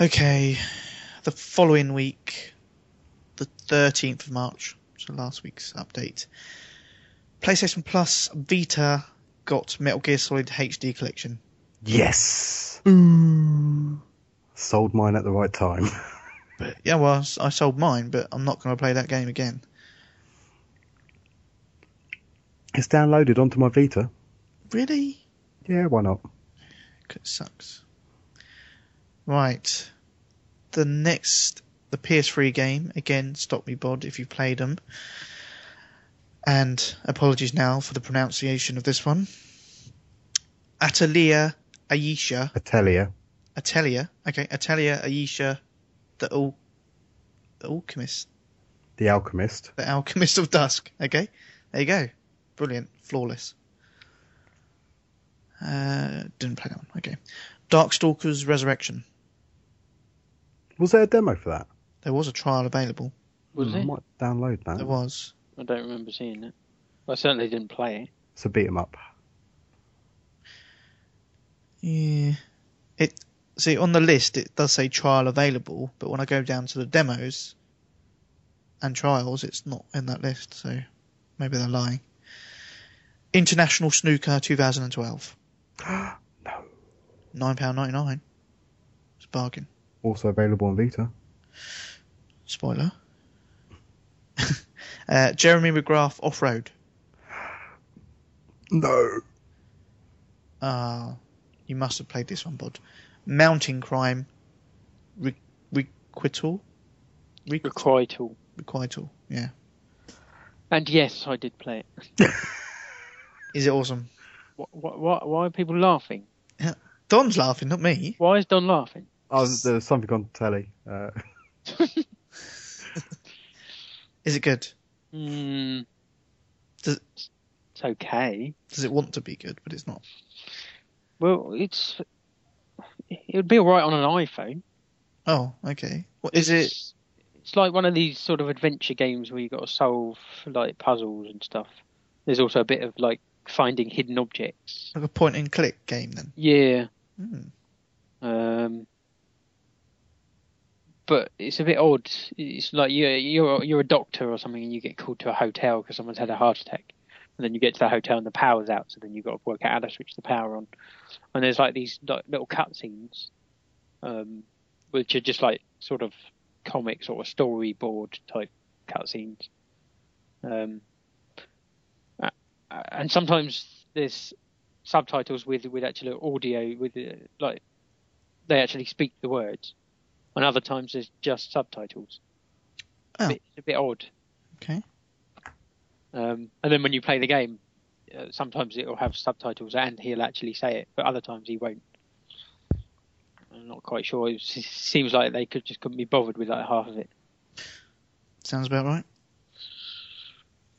Speaker 2: Okay. The following week, the 13th of March, so last week's update, PlayStation Plus Vita got Metal Gear Solid HD Collection.
Speaker 1: Yes. Sold mine at the right time. *laughs*
Speaker 2: But yeah, well, I s- I sold mine, but I'm not going to play that game again.
Speaker 1: It's downloaded onto my Vita.
Speaker 2: Really?
Speaker 1: Yeah, why not?
Speaker 2: 'Cause It sucks. Right. The next, the PS3 game, again, Stop Me Bod if you've played them. And apologies now for the pronunciation of this one. Atalia Aisha.
Speaker 1: Atelier.
Speaker 2: Atalia. Okay, Atalia Aisha, the, al- the alchemist.
Speaker 1: The Alchemist.
Speaker 2: The alchemist of dusk. Okay, there you go. Brilliant. Flawless. Uh, didn't play that one. Okay. Darkstalkers Resurrection.
Speaker 1: Was there a demo for that?
Speaker 2: There was a trial available.
Speaker 3: Was
Speaker 1: I
Speaker 3: it?
Speaker 1: might download
Speaker 2: There
Speaker 1: that.
Speaker 2: was.
Speaker 3: I don't remember seeing that. I certainly didn't play it.
Speaker 1: It's a beat 'em up.
Speaker 2: Yeah. It see on the list it does say trial available, but when I go down to the demos and trials, it's not in that list. So maybe they're lying. International Snooker 2012.
Speaker 1: No.
Speaker 2: Nine pound ninety nine. It's a bargain.
Speaker 1: Also available on Vita.
Speaker 2: Spoiler. *laughs* uh, Jeremy McGrath off road.
Speaker 1: No.
Speaker 2: Ah, you must have played this one, Bod. Mountain Crime Re- Requital? Requital.
Speaker 3: Requital.
Speaker 2: Requital, yeah.
Speaker 3: And yes, I did play it.
Speaker 2: Is it awesome?
Speaker 3: Why, why, why are people laughing?
Speaker 2: Don's laughing, not me.
Speaker 3: Why is Don laughing?
Speaker 1: Oh, there's something on telly. Uh, *laughs*
Speaker 2: Is it good?
Speaker 3: Hmm.
Speaker 2: Does-
Speaker 3: it's okay.
Speaker 2: Does it want to be good, but it's not?
Speaker 3: Well, it's it would be alright on an iPhone.
Speaker 2: Oh, okay. What, is it?
Speaker 3: It's, it's like one of these sort of adventure games where you got to solve like puzzles and stuff. There's also a bit of like finding hidden objects.
Speaker 2: Like a point and click game then?
Speaker 3: Yeah,
Speaker 2: Hmm.
Speaker 3: Um, but it's a bit odd. It's like you're you're you're a doctor or something, and you get called to a hotel because someone's had a heart attack, and then you get to the hotel and the power's out, so then you've got to work out how to switch the power on. And there's like these like, little cutscenes, um, which are just like sort of comic sort of storyboard type cutscenes. Um, a- a- and sometimes there's subtitles with with actual audio with uh, like they actually speak the words and other times there's just subtitles
Speaker 2: Oh.
Speaker 3: Bit- it's a bit odd
Speaker 2: Okay.
Speaker 3: um, and then when you play the game uh, sometimes it'll have subtitles and he'll actually say it but other times he won't I'm not quite sure. It *laughs* s- seems like they could just couldn't be bothered with like half of it.
Speaker 2: Sounds about right.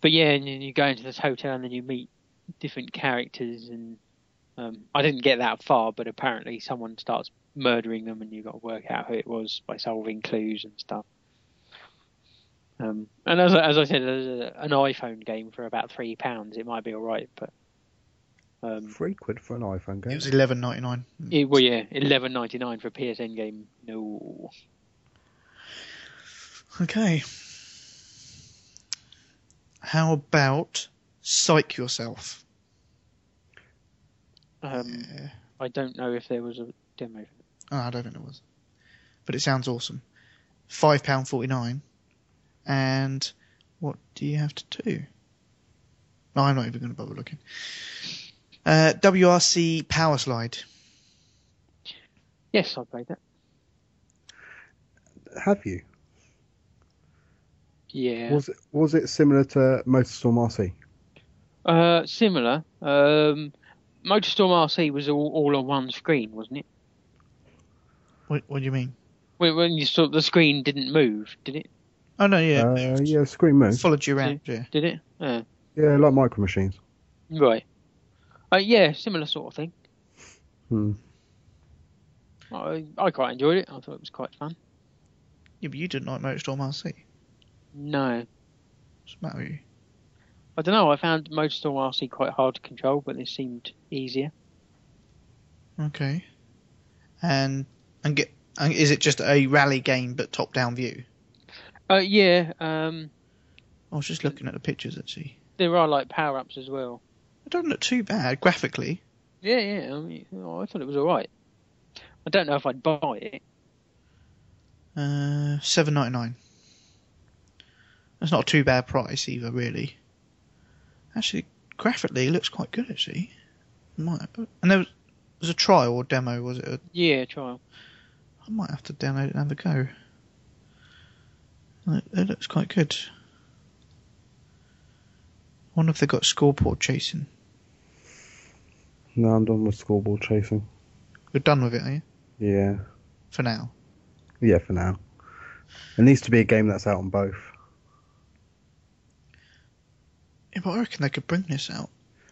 Speaker 3: But yeah, and then you go into this hotel and then you meet different characters, and um, I didn't get that far, but apparently someone starts murdering them, and you got to work out who it was by solving clues and stuff. Um, and as, I- as I said, as a, an iPhone game for about three pounds, it might be all right, but um,
Speaker 1: Three quid for an iPhone
Speaker 2: It
Speaker 1: game.
Speaker 2: was eleven Hmm. ninety nine.
Speaker 3: it, well, yeah, eleven ninety nine for a PSN game, no.
Speaker 2: Okay. How about psych yourself?
Speaker 3: Um,
Speaker 2: Yeah.
Speaker 3: I don't know if there was a demo.
Speaker 2: Oh, I don't think it was, but it sounds awesome. Five pound forty nine, and what do you have to do? No, I'm not even going to bother looking. Uh, WRC Power Slide.
Speaker 3: Yes, I played that.
Speaker 1: Have you?
Speaker 3: Yeah.
Speaker 1: Was it was it similar to Motorstorm RC?
Speaker 3: Uh, similar. Um, Motorstorm RC was all, all on one screen, wasn't it?
Speaker 2: What, what do you mean?
Speaker 3: When, when you saw the screen didn't move, did it?
Speaker 2: Oh no, yeah,
Speaker 1: Uh, yeah, Screen Moon.
Speaker 2: followed you around. Yeah.
Speaker 3: Did it? Uh,
Speaker 1: Yeah, like Micro Machines.
Speaker 3: right. Uh, yeah, similar sort of thing.
Speaker 1: Hmm.
Speaker 3: I, I quite enjoyed it. I thought it was quite fun.
Speaker 2: yeah, but you didn't like Motorstorm RC.
Speaker 3: No,
Speaker 2: What's the matter with you?
Speaker 3: I don't know. I found Motorstorm RC quite hard to control, but this seemed easier.
Speaker 2: Okay. And and get and is it just a rally game but top down view?
Speaker 3: Uh, yeah. Um,
Speaker 2: I was just looking at the pictures actually.
Speaker 3: there are like power ups as well.
Speaker 2: It doesn't look too bad graphically.
Speaker 3: Yeah, yeah. I mean, oh, I thought it was all right. I don't know if I'd buy it.
Speaker 2: Uh, seven ninety nine. That's not a too bad price either, really. Actually, graphically, it looks quite good actually. Might and there was, was a trial or demo, was it?
Speaker 3: Yeah, trial.
Speaker 2: I might have to download it and have a go. It, it looks quite good. wonder if they got scoreboard chasing.
Speaker 1: No, I'm done with scoreboard chasing.
Speaker 2: You're done with it, are you?
Speaker 1: Yeah,
Speaker 2: For now.
Speaker 1: yeah, for now. It needs to be a game that's out on both.
Speaker 2: Yeah, but I reckon they could bring this out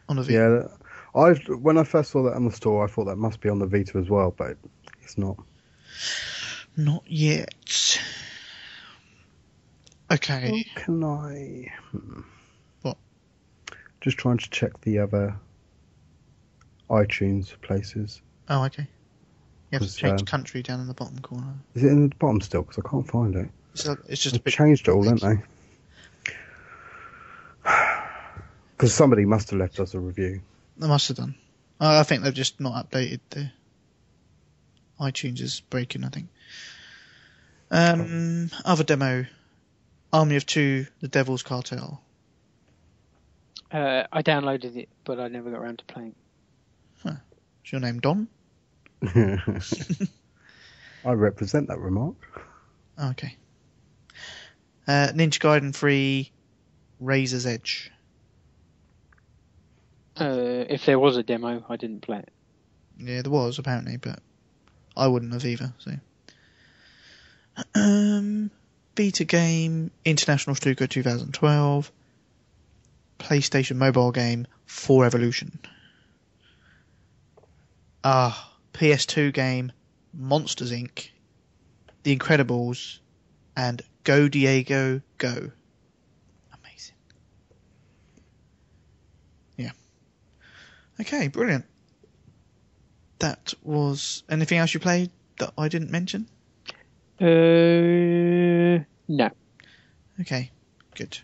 Speaker 2: on a Vita.
Speaker 1: Yeah, that- I when I first saw that in the store, I thought that must be on the Vita as well, but it's not.
Speaker 2: Not yet. Okay.
Speaker 1: Can I? hmm.
Speaker 2: What?
Speaker 1: Just trying to check the other iTunes places.
Speaker 2: Oh, okay. You have to
Speaker 1: Was,
Speaker 2: change
Speaker 1: um,
Speaker 2: country down in the bottom corner.
Speaker 1: Is it in the bottom still? Because I can't find it.
Speaker 2: It's, a- it's just a
Speaker 1: They've
Speaker 2: bit.
Speaker 1: changed it all, haven't they? *sighs* Because somebody must have left us a review.
Speaker 2: They must have done. I I think they've just not updated the iTunes is breaking. I think. Um, other demo, Army of Two, The Devil's Cartel.
Speaker 3: Uh, I downloaded it, but I never got around to playing.
Speaker 2: Is your
Speaker 1: *laughs*
Speaker 2: name Don?
Speaker 1: I represent that remark.
Speaker 2: Oh, okay. Uh, Ninja Gaiden Three, Razor's Edge.
Speaker 3: Uh, if there was a demo, I didn't play it.
Speaker 2: Yeah, there was apparently, but I wouldn't have either. So, um, beta game International Stuka 2012, PlayStation mobile game For Evolution. Ah, PS2 game Monsters Inc. The Incredibles, and Go Diego Go. Amazing. Yeah. Okay, brilliant that was anything else you played that I didn't mention.
Speaker 3: Uh, no.
Speaker 2: Okay, good.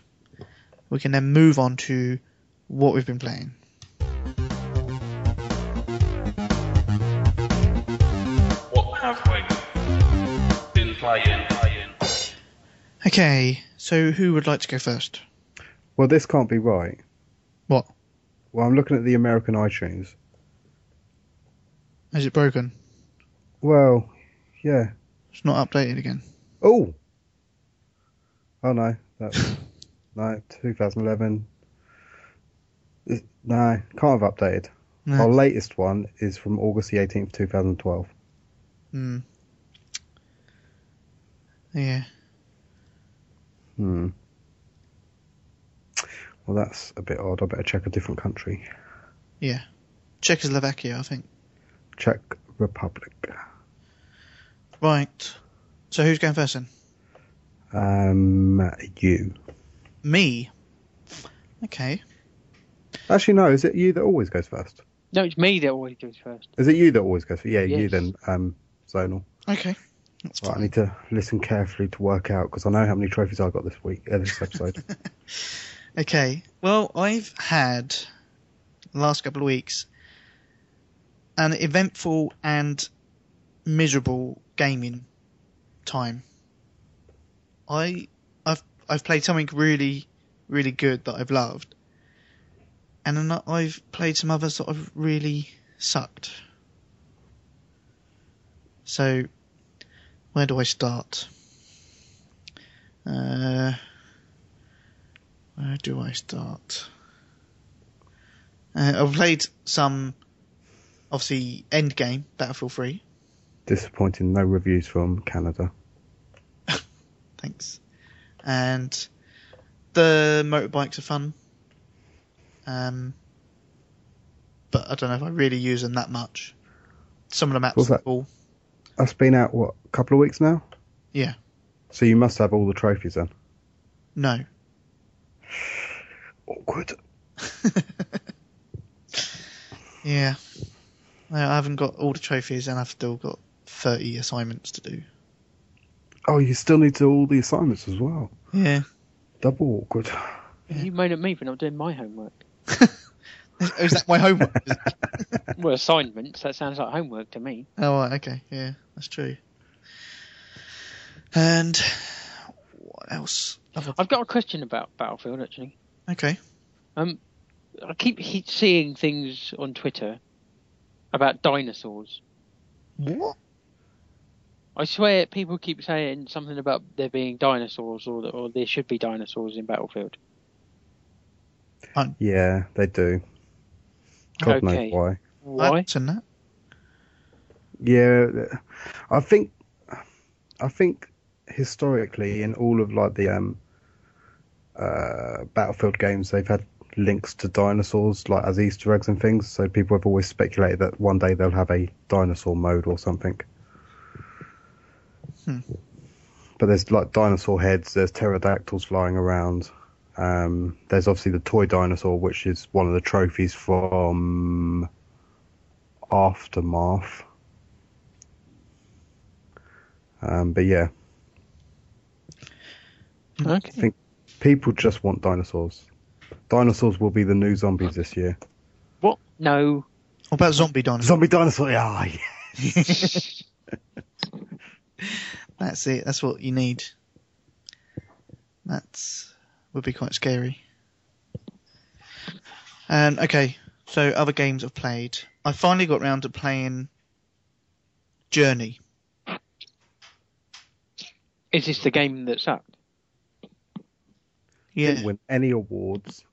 Speaker 2: We can then move on to what we've been playing.
Speaker 5: What have we been playing? playing?
Speaker 2: Okay, so who would like to go first?
Speaker 1: Well, this can't be right.
Speaker 2: What?
Speaker 1: Well, I'm looking at the American iTunes.
Speaker 2: Is it broken?
Speaker 1: Well, yeah.
Speaker 2: It's not updated again.
Speaker 1: Oh. Oh no,
Speaker 2: *laughs*
Speaker 1: that no 2011. It- No, can't have updated.
Speaker 2: No.
Speaker 1: Our latest one is from August the 18th, 2012.
Speaker 2: Hmm. Yeah.
Speaker 1: Hmm. Well, that's a bit odd. I better check a different country.
Speaker 2: Czechoslovakia, I think.
Speaker 1: Czech Republic.
Speaker 2: Right. So who's going first then?
Speaker 1: Um, you.
Speaker 2: Me. Okay.
Speaker 1: Actually, no. Is it you that always goes first?
Speaker 3: No, it's me that always goes first.
Speaker 1: Is it you that always goes first? Yeah, you
Speaker 3: Yes.
Speaker 1: then. Um, zonal.
Speaker 2: Okay. That's
Speaker 1: Right, I
Speaker 2: fine.
Speaker 1: need to listen carefully to work out because I know how many trophies I got this week. Uh, this
Speaker 3: *laughs*
Speaker 1: episode.
Speaker 2: Okay. Well, I've had the last couple of weeks an eventful and miserable gaming time. I I've I've played something really really good that I've loved. And then I've played some others that I've really sucked. So where do I start? Uh where do I start? Uh, I've played some, obviously, Endgame, Battlefield 3.
Speaker 1: Disappointing. No reviews from Canada.
Speaker 2: Thanks. And the motorbikes are fun. Um, but I don't know if I really use them that much. Some of the maps
Speaker 1: What's
Speaker 2: are
Speaker 1: that?
Speaker 2: cool.
Speaker 1: That's been out what a couple of weeks now.
Speaker 2: Yeah.
Speaker 1: So you must have all the trophies then.
Speaker 2: No. *laughs*
Speaker 1: Awkward.
Speaker 2: Yeah. No, I haven't got all the trophies and I've still got 30 assignments to do.
Speaker 1: Oh, you still need to do all the assignments as well.
Speaker 2: Yeah.
Speaker 1: Double
Speaker 3: *laughs*
Speaker 1: awkward. *laughs*
Speaker 3: You moan at me for not doing my homework.
Speaker 2: *laughs* Is that my homework?
Speaker 1: *laughs*
Speaker 2: Is it?
Speaker 3: well, assignments. That sounds like homework to me.
Speaker 2: Oh, right, okay, yeah, that's true. And what else? Other-
Speaker 3: I've got a question about Battlefield actually.
Speaker 2: Okay,
Speaker 3: I keep he- seeing things on Twitter about dinosaurs.
Speaker 2: what?
Speaker 3: I swear people keep saying something about there being dinosaurs or or there should be dinosaurs in Battlefield.
Speaker 1: Yeah, they do. God
Speaker 3: Okay.
Speaker 1: knows why.
Speaker 3: Why?
Speaker 2: That's in that.
Speaker 1: Yeah, I think, I think historically in all of like the um, uh, Battlefield games, they've had links to dinosaurs like as Easter eggs and things. So people have always speculated that one day they'll have a dinosaur mode or something.
Speaker 2: Hmm.
Speaker 1: But there's like dinosaur heads. There's pterodactyls flying around. Um, there's obviously the toy dinosaur, which is one of the trophies from Aftermath. Um, but yeah,
Speaker 3: Okay.
Speaker 1: Think- people just want dinosaurs. Dinosaurs will be the new zombies this year.
Speaker 3: What? No. *laughs*
Speaker 2: What about zombie dinosaurs?
Speaker 1: Zombie dinosaur, yeah. *laughs* yeah.
Speaker 2: That's it. That's what you need. That's would be quite scary. Um, okay, so other games I've played. I finally got round to playing Journey.
Speaker 3: Is this the game that sucked?
Speaker 2: Yeah,
Speaker 1: Didn't win any awards.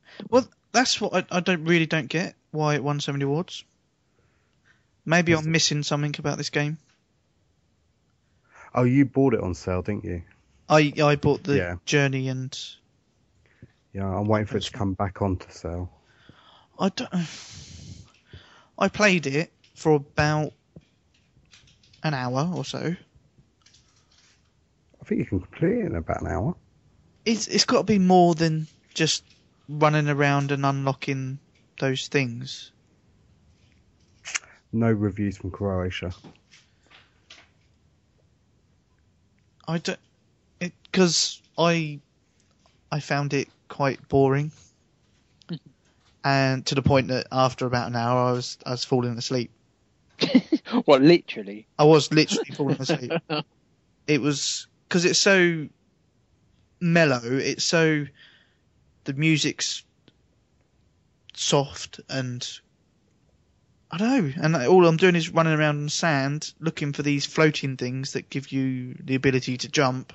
Speaker 2: that's what I, I don't really don't get why it won so many awards. Maybe I'm missing something about this game.
Speaker 1: Oh, you bought it on sale, didn't you?
Speaker 2: I I bought the
Speaker 1: Yeah.
Speaker 2: Journey and
Speaker 1: Yeah, I'm waiting for it to come back onto sale.
Speaker 2: I don't. *sighs* I played it for about an hour or so.
Speaker 1: I think you can complete it in about an hour.
Speaker 2: It's it's got to be more than just running around and unlocking those things.
Speaker 1: No reviews from Croatia. *laughs*
Speaker 2: I don't because I I found it quite boring, and to the point that after about an hour, I was I was falling asleep.
Speaker 3: *laughs* well, literally.
Speaker 2: I was literally falling asleep. It was because it's so mellow. It's so the music's soft and I don't know. And I- all I'm doing is running around on sand looking for these floating things that give you the ability to jump,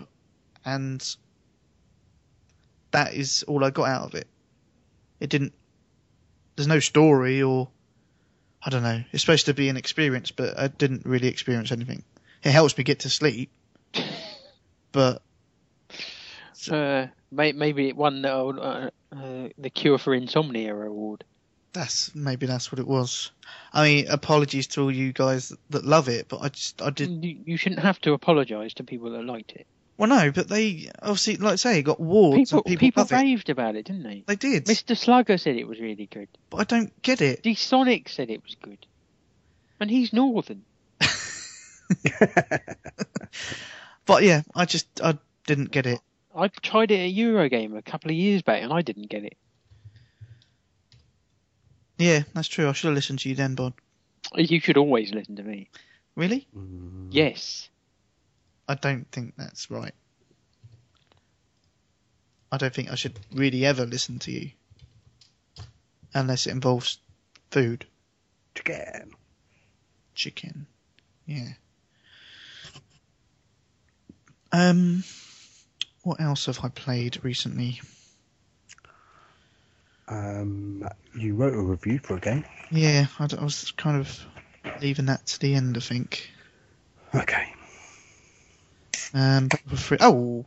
Speaker 2: and that is all I got out of it. It didn't. There's no story or I don't know. It's supposed to be an experience, but I didn't really experience anything. It helps me get to sleep, but
Speaker 3: *laughs* Uh, may, maybe it won the, uh, uh, the Cure for Insomnia award.
Speaker 2: That's maybe that's what it was. I mean, apologies to all you guys that love it, but I just I did.
Speaker 3: You, you shouldn't have to apologise to people that liked it.
Speaker 2: Well, no, but they obviously, like I say, got wards
Speaker 3: People,
Speaker 2: and people,
Speaker 3: people,
Speaker 2: love it.
Speaker 3: raved about it, didn't they?
Speaker 2: They did,
Speaker 3: Mr. Slugger said it was really good.
Speaker 2: but I don't get it.
Speaker 3: D Sonic said it was good. And he's northern.
Speaker 2: But yeah, I just I didn't get it.
Speaker 3: I tried it at Eurogame a couple of years back and I didn't get it.
Speaker 2: Yeah, that's true. I should have listened to you then, Bod.
Speaker 3: You should always listen to me.
Speaker 2: Really? Mm.
Speaker 3: Yes.
Speaker 2: I don't think that's right. I don't think I should really ever listen to you, unless it involves food,
Speaker 1: Again.
Speaker 2: chicken. Yeah. Um, what else have I played recently?
Speaker 1: Um, you wrote a review for a game.
Speaker 2: Yeah, I, d- I was kind of leaving that to the end, I think.
Speaker 1: Okay.
Speaker 2: Um, Battlefield 3. Oh!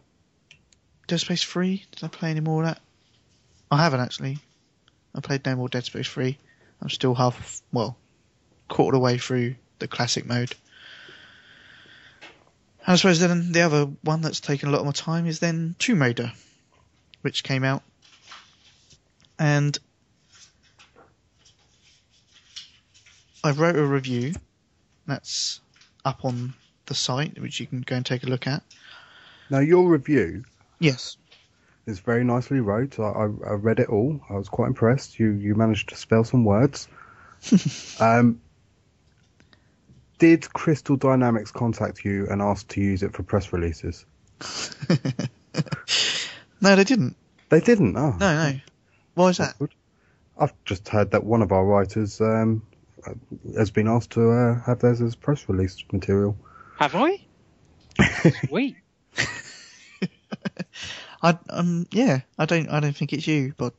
Speaker 2: Dead Space 3? Did I play any more of that? I haven't actually. I played no more Dead Space 3. I'm still half, well, quarter of the way through the classic mode. And I suppose then the other one that's taken a lot of my time is then Tomb Raider, which came out. And I wrote a review that's up on the site, which you can go and take a look at.
Speaker 1: Now your review
Speaker 2: Yes. *laughs*
Speaker 1: is very nicely wrote. I, I, I read it all. I was quite impressed. You you managed to spell some words. um, did Crystal Dynamics contact you and ask to use it for press releases?
Speaker 2: No, they didn't.
Speaker 1: They didn't. Oh,
Speaker 2: No, no. Why is that?
Speaker 1: I've just heard that one of our writers um, has been asked to uh, have theirs as press release material.
Speaker 2: *laughs*
Speaker 3: Have I? Sweet.
Speaker 2: I um yeah, I don't I don't think it's you, but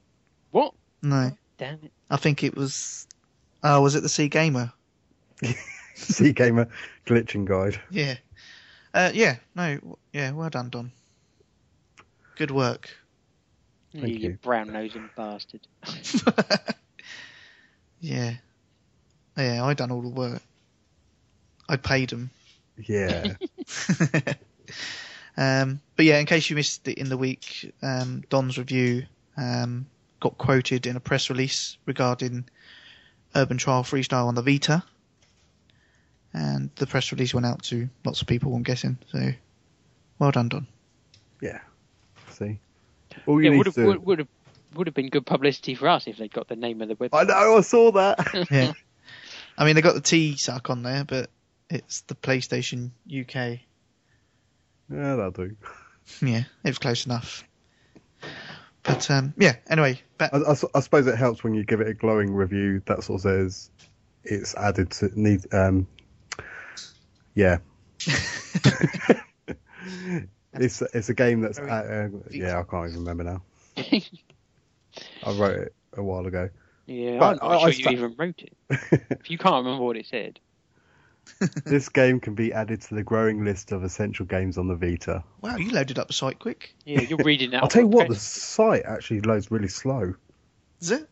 Speaker 3: What?
Speaker 2: no,
Speaker 3: Damn it.
Speaker 2: I think it was. Oh, was it the Sea Gamer?
Speaker 1: Sea Gamer glitching guide.
Speaker 2: Yeah. Uh, yeah. No. w- Yeah. Well done, Don. Good work. *laughs*
Speaker 1: Thank
Speaker 3: you,
Speaker 1: you.
Speaker 3: brown nosing bastard.
Speaker 2: yeah. Yeah. I done all the work. I paid them.
Speaker 1: Yeah.
Speaker 2: *laughs* um, but yeah, in case you missed it in the week, um, Don's review um, got quoted in a press release regarding Urban Trial Freestyle on the Vita, and the press release went out to lots of people. I'm guessing. So, well done, Don.
Speaker 1: See, all you
Speaker 3: Yeah,
Speaker 1: need
Speaker 3: would
Speaker 1: to
Speaker 3: have,
Speaker 1: do.
Speaker 3: would, would have would have been good publicity for us if they'd got the name of the website.
Speaker 1: I know. I saw that.
Speaker 2: Yeah. I mean, they got the T suck on there, but it's the PlayStation UK.
Speaker 1: yeah, that'll do.
Speaker 2: Yeah, it was close enough. But um, yeah. Anyway, back.
Speaker 1: I, I s- I suppose it helps when you give it a glowing review that sort of says it's added to need. Um, yeah. *laughs* it's it's a game that's uh, uh, yeah I can't even remember now. I wrote it a while ago.
Speaker 3: *laughs*
Speaker 1: *laughs*
Speaker 3: yeah,
Speaker 1: But
Speaker 3: I'm not
Speaker 1: I- I
Speaker 3: sure
Speaker 1: sta-
Speaker 3: you even wrote it. if you can't remember what it said,
Speaker 1: this game can be added to the growing list of essential games on the Vita.
Speaker 2: Wow, you loaded up the site quick.
Speaker 1: *laughs*
Speaker 3: yeah, you're reading that.
Speaker 1: I'll tell you
Speaker 3: off
Speaker 1: what, the
Speaker 3: press.
Speaker 1: site actually loads really slow.
Speaker 2: Is it?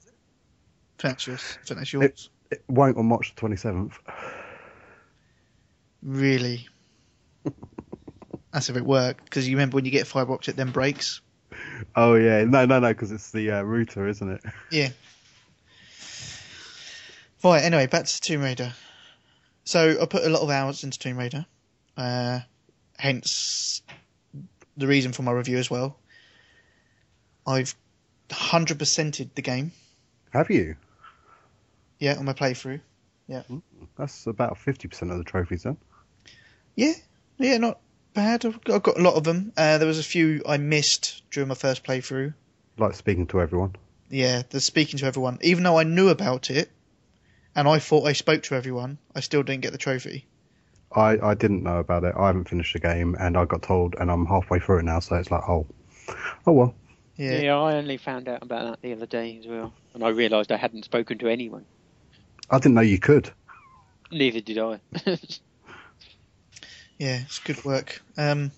Speaker 2: That's yours. I think that's yours.
Speaker 1: It won't on March the twenty seventh.
Speaker 2: Really? That's if it worked, because you remember when you get fibre optic, then breaks.
Speaker 1: Oh yeah, no, no, no, because it's the uh, router, isn't it?
Speaker 2: Right, anyway, back to Tomb Raider. So I put a lot of hours into Tomb Raider, uh, hence the reason for my review as well. I've hundred percented the game,
Speaker 1: Have you?
Speaker 2: yeah, on my playthrough.
Speaker 1: That's about 50% of the trophies then.
Speaker 2: Yeah, yeah, not bad. I've got I've got a lot of them. Uh, there was a few I missed during my first playthrough.
Speaker 1: Like speaking to everyone.
Speaker 2: Yeah, the speaking to everyone. Even though I knew about it, and I thought I spoke to everyone, I still didn't get the trophy.
Speaker 1: I, I didn't know about it. I haven't finished the game and I got told and I'm halfway through it now, so it's like, oh, oh well.
Speaker 3: Yeah.
Speaker 2: Yeah,
Speaker 3: I only found out about that the other day as well, and I realised I hadn't spoken to anyone.
Speaker 1: I didn't know you could.
Speaker 3: Neither did I. *laughs*
Speaker 2: yeah, it's good work. Um,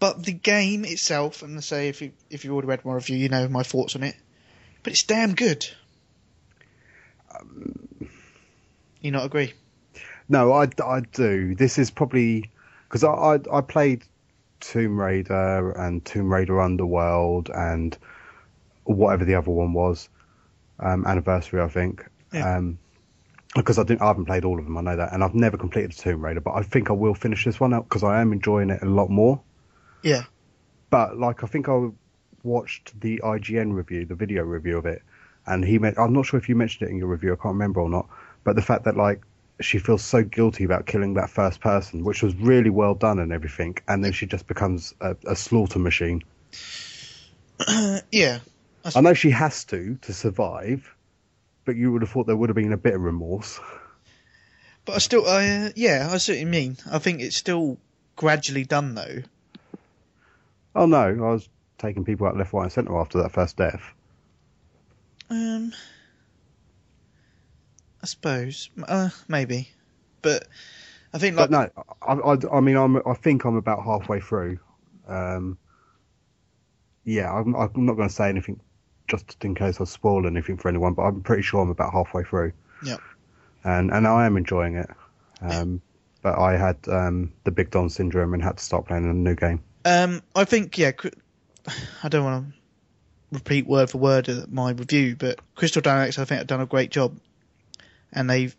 Speaker 2: but the game itself, and I say if you if you already read my review, you know my thoughts on it. But it's damn good. you not agree?
Speaker 1: No, I, I do. This is probably because I, I I played Tomb Raider and Tomb Raider Underworld and whatever the other one was, um, Anniversary, I think.
Speaker 2: Yeah.
Speaker 1: Um, because I didn't, I haven't played all of them. I know that, and I've never completed Tomb Raider, but I think I will finish this one out because I am enjoying it a lot more.
Speaker 2: Yeah.
Speaker 1: But like, I think I watched the IGN review, the video review of it, and he. meant I'm not sure if you mentioned it in your review. I can't remember or not. But the fact that like she feels so guilty about killing that first person, which was really well done and everything, and then she just becomes a, a slaughter machine.
Speaker 2: Yeah.
Speaker 1: I know she has to to survive, but you would have thought there would have been a bit of remorse.
Speaker 2: But I still, I, uh, yeah, I see what you mean. I think it's still gradually done though.
Speaker 1: Oh no, I was taking people out left, right, and centre after that first death.
Speaker 2: Um, I suppose, M- uh, maybe, but I think like
Speaker 1: But no, I, I, I mean, I'm, I think I'm about halfway through. Um, yeah, I'm, I'm not going to say anything just in case I spoil anything for anyone, but I'm pretty sure I'm about halfway through.
Speaker 2: Yeah.
Speaker 1: And and I am enjoying it. Um, but I had um, the Big Don syndrome and had to start playing a new game.
Speaker 2: um, I think yeah, cri- I don't want to repeat word for word of my review, but Crystal Dynamics I think have done a great job, and they've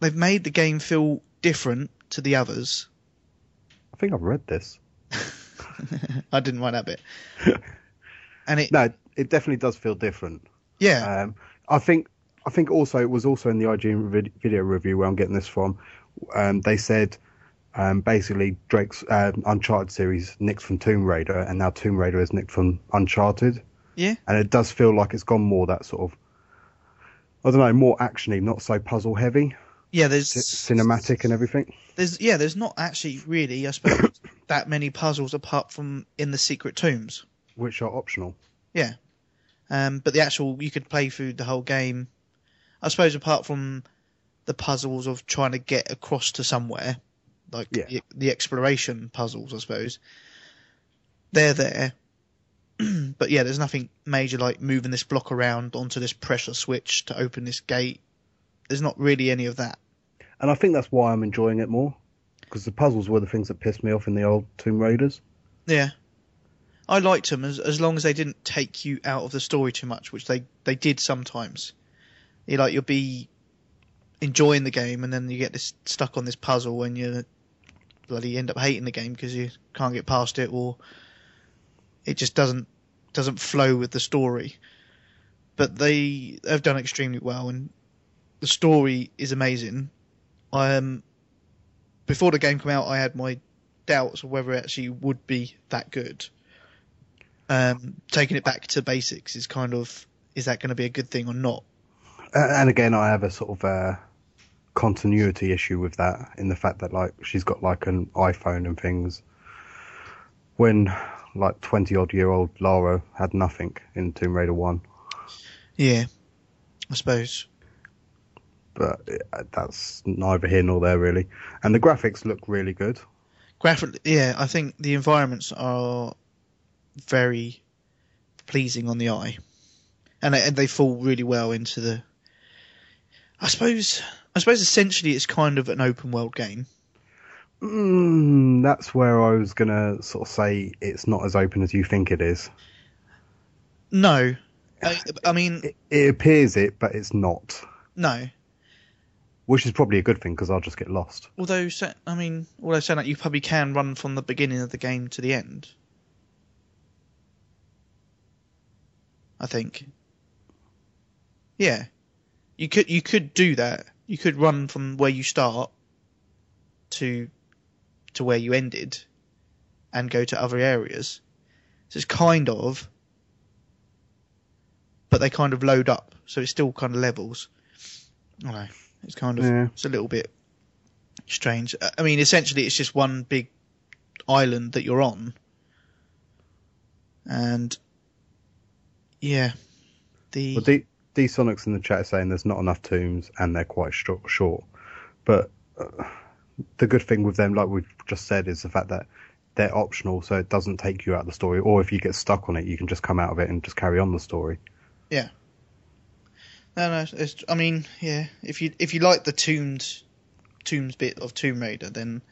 Speaker 2: they've made the game feel different to the others. *laughs*
Speaker 1: I think I've read this.
Speaker 2: I didn't write
Speaker 1: *laughs*
Speaker 2: that bit, and it
Speaker 1: No, it- it definitely does feel different.
Speaker 2: yeah
Speaker 1: Um, I think I think also it was also in the IGN vid- video review where I'm getting this from. Um, they said um, basically Drake's uh, Uncharted series nicked from Tomb Raider, and now Tomb Raider is nicked from Uncharted.
Speaker 2: Yeah.
Speaker 1: and it does feel like it's gone more that sort of I don't know, more actiony, not so puzzle heavy,
Speaker 2: yeah there's
Speaker 1: c- cinematic and everything.
Speaker 2: There's yeah, there's not actually really, I suppose, that many puzzles apart from in the secret tombs.
Speaker 1: Which are optional.
Speaker 2: Um, but the actual you could play through the whole game. I suppose apart from the puzzles of trying to get across to somewhere, like
Speaker 1: Yeah.
Speaker 2: the, the exploration puzzles, I suppose. They're there. *clears throat* but yeah, there's nothing major like moving this block around onto this pressure switch to open this gate. There's not really any of that.
Speaker 1: And I think that's why I'm enjoying it more, because the puzzles were the things that pissed me off in the old Tomb Raiders.
Speaker 2: Yeah. I liked them as as long as they didn't take you out of the story too much, which they they did sometimes. You like you'll be enjoying the game and then you get this stuck on this puzzle and you bloody end up hating the game because you can't get past it or it just doesn't doesn't flow with the story. But they have done extremely well and the story is amazing. Um before the game came out I had my doubts of whether it actually would be that good. Um, taking it back to basics is kind of is that going to be a good thing or not?
Speaker 1: A- and again, I have a sort of uh, continuity issue with that in the fact that like she's got like an iPhone and things. When like twenty odd year old Lara had nothing in Tomb Raider One,
Speaker 2: Yeah, I suppose.
Speaker 1: but uh, that's neither here nor there really. And the graphics look really good.
Speaker 2: Graphic, yeah, I think the environments are very pleasing on the eye, and they, and they fall really well into the. I suppose. I suppose essentially it's kind of an open world game.
Speaker 1: Mm, that's where I was gonna sort of say it's not as open as you think it is.
Speaker 2: No, I, I mean
Speaker 1: It, it appears it, but it's not.
Speaker 2: No.
Speaker 1: which is probably a good thing because I'll just get lost.
Speaker 2: Although, sa- I mean, although saying that you probably can run from the beginning of the game to the end. I think. Yeah, you could you could do that. You could run from where you start to to where you ended, and go to other areas. So it's kind of, but they kind of load up, so it still kind of levels. I know it's kind of
Speaker 1: Yeah.
Speaker 2: it's a little bit strange. I- I mean, essentially, it's just one big island that you're on, and yeah, the
Speaker 1: But D, D Sonics in the chat is saying there's not enough tombs and they're quite short. short. But uh, the good thing with them, like we've just said, is the fact that they're optional, so it doesn't take you out of the story. Or if you get stuck on it, you can just come out of it and just carry on the story.
Speaker 2: No, no. It's, I mean, yeah. If you if you like the tombed, tombs bit of Tomb Raider, then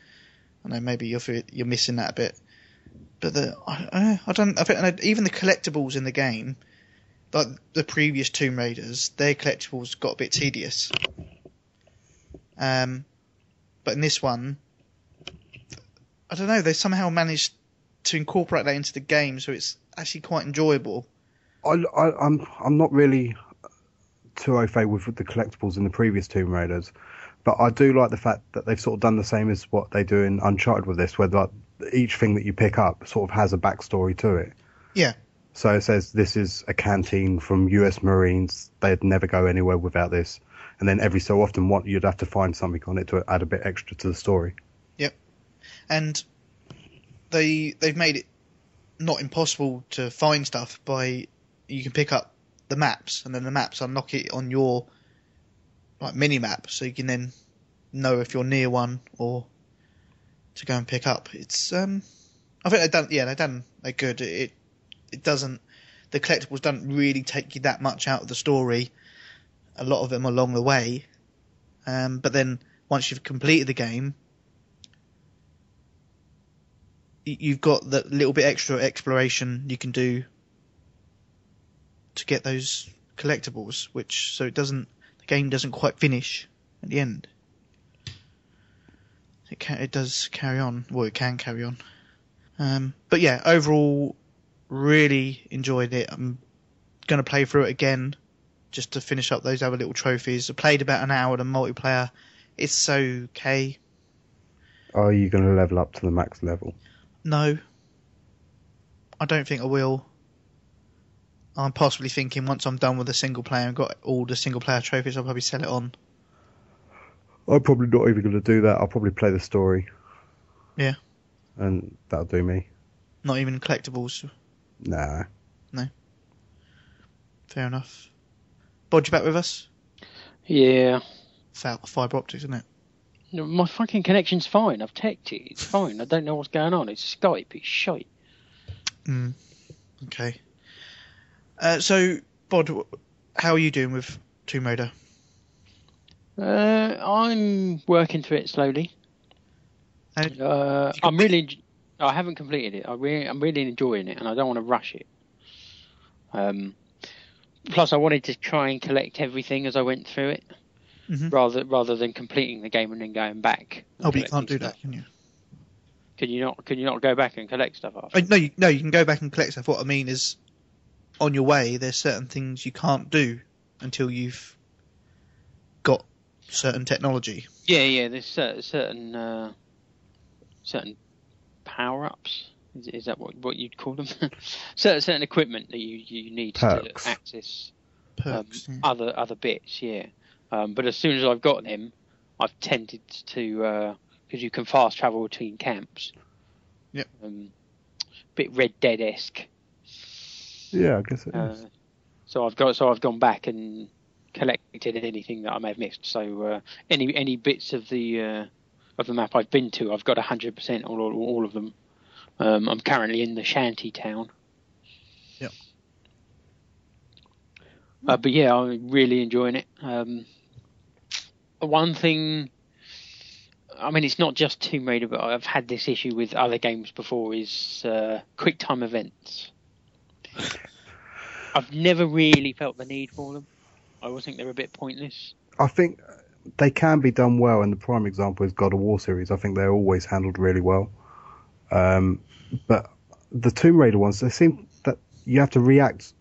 Speaker 2: I know maybe you're fi- you're missing that bit. But the I, I don't- I don't. I think I know, even the collectibles in the game, like the previous Tomb Raiders, their collectibles got a bit tedious. Um, but in this one, I don't know. They somehow managed to incorporate that into the game, so it's actually quite enjoyable.
Speaker 1: I, I, I'm I'm not really too au fait with the collectibles in the previous Tomb Raiders, but I do like the fact that they've sort of done the same as what they do in Uncharted with this, where like each thing that you pick up sort of has a backstory to it.
Speaker 2: Yeah.
Speaker 1: So it says this is a canteen from U.S. Marines. They'd never go anywhere without this. And then every so often, what you'd have to find something on it to add a bit extra to the story.
Speaker 2: and they they've made it not impossible to find stuff by you can pick up the maps and then the maps unlock it on your like mini map so you can then know if you're near one or to go and pick up it's um i think they've done yeah they've done they good it it doesn't the collectibles don't really take you that much out of the story a lot of them along the way um but then once you've completed the game y- you've got that little bit extra exploration you can do to get those collectibles, which so it doesn't the game doesn't quite finish at the end. It can, it does carry on. Well, it can carry on. Um, but yeah, overall, really enjoyed it. I'm gonna play through it again just to finish up those other little trophies. I played about an hour. The multiplayer, it's okay.
Speaker 1: Are you going to level up to the max level?
Speaker 2: No. I don't think I will. I'm possibly thinking once I'm done with the single player and got all the single player trophies, I'll probably sell it on.
Speaker 1: I'm probably not even going to do that. I'll probably play the story.
Speaker 2: Yeah.
Speaker 1: And that'll do me.
Speaker 2: Not even collectibles.
Speaker 1: Nah.
Speaker 2: Fair enough. Bodge, you back with us?
Speaker 3: Yeah.
Speaker 2: Fi- Fibre optics, isn't it?
Speaker 3: No, My fucking connection's fine. I've teched it. It's fine. I don't know what's going on. It's Skype. It's shite.
Speaker 2: Mm. Okay. Uh, so, Bod, wh- how are you doing with Tomb Raider?
Speaker 3: Uh, I'm working through it slowly.
Speaker 2: And-
Speaker 3: Uh,
Speaker 2: you
Speaker 3: I'm
Speaker 2: complete-
Speaker 3: really. en- I haven't completed it. I really, I'm really enjoying it, and I don't want to rush it. Um, plus, I wanted to try and collect everything as I went through it,
Speaker 2: Mhm.
Speaker 3: rather rather than completing the game and then going back. and
Speaker 2: Oh, but you can't do
Speaker 3: collecting
Speaker 2: that, can
Speaker 3: stuff.
Speaker 2: you?
Speaker 3: Can you not? Can you not go back and collect stuff after?
Speaker 2: Uh, no, you, no, you can go back and collect stuff. What I mean is, on your way, there's certain things you can't do until you've got certain technology.
Speaker 3: Yeah, yeah. There's cer- certain uh, certain power ups. Is, is that what, what you'd call them? *laughs* certain, certain equipment that you, you need
Speaker 1: Perks.
Speaker 3: to access um,
Speaker 2: Perks. yeah.
Speaker 3: other other bits. Yeah. Um, but as soon as I've got them, I've tended to because you can fast travel between camps.
Speaker 2: Yep.
Speaker 3: Um, bit Red Dead esque.
Speaker 1: Yeah, I guess it
Speaker 3: Uh,
Speaker 1: is.
Speaker 3: so I've got so I've gone back and collected anything that I may have missed. So uh, any any bits of the uh, of the map I've been to, I've got hundred percent all, all all of them. Um, I'm currently in the shanty town.
Speaker 2: Yep.
Speaker 3: Uh, but yeah, I'm really enjoying it. Um, one thing, I mean, it's not just Tomb Raider, but I've had this issue with other games before. Is uh, quick time events. I've never really felt the need for them. I always think they're a bit pointless.
Speaker 1: I think they can be done well, and the prime example is God of War series. I think they're always handled really well. Um, but the Tomb Raider ones, they seem that you have to react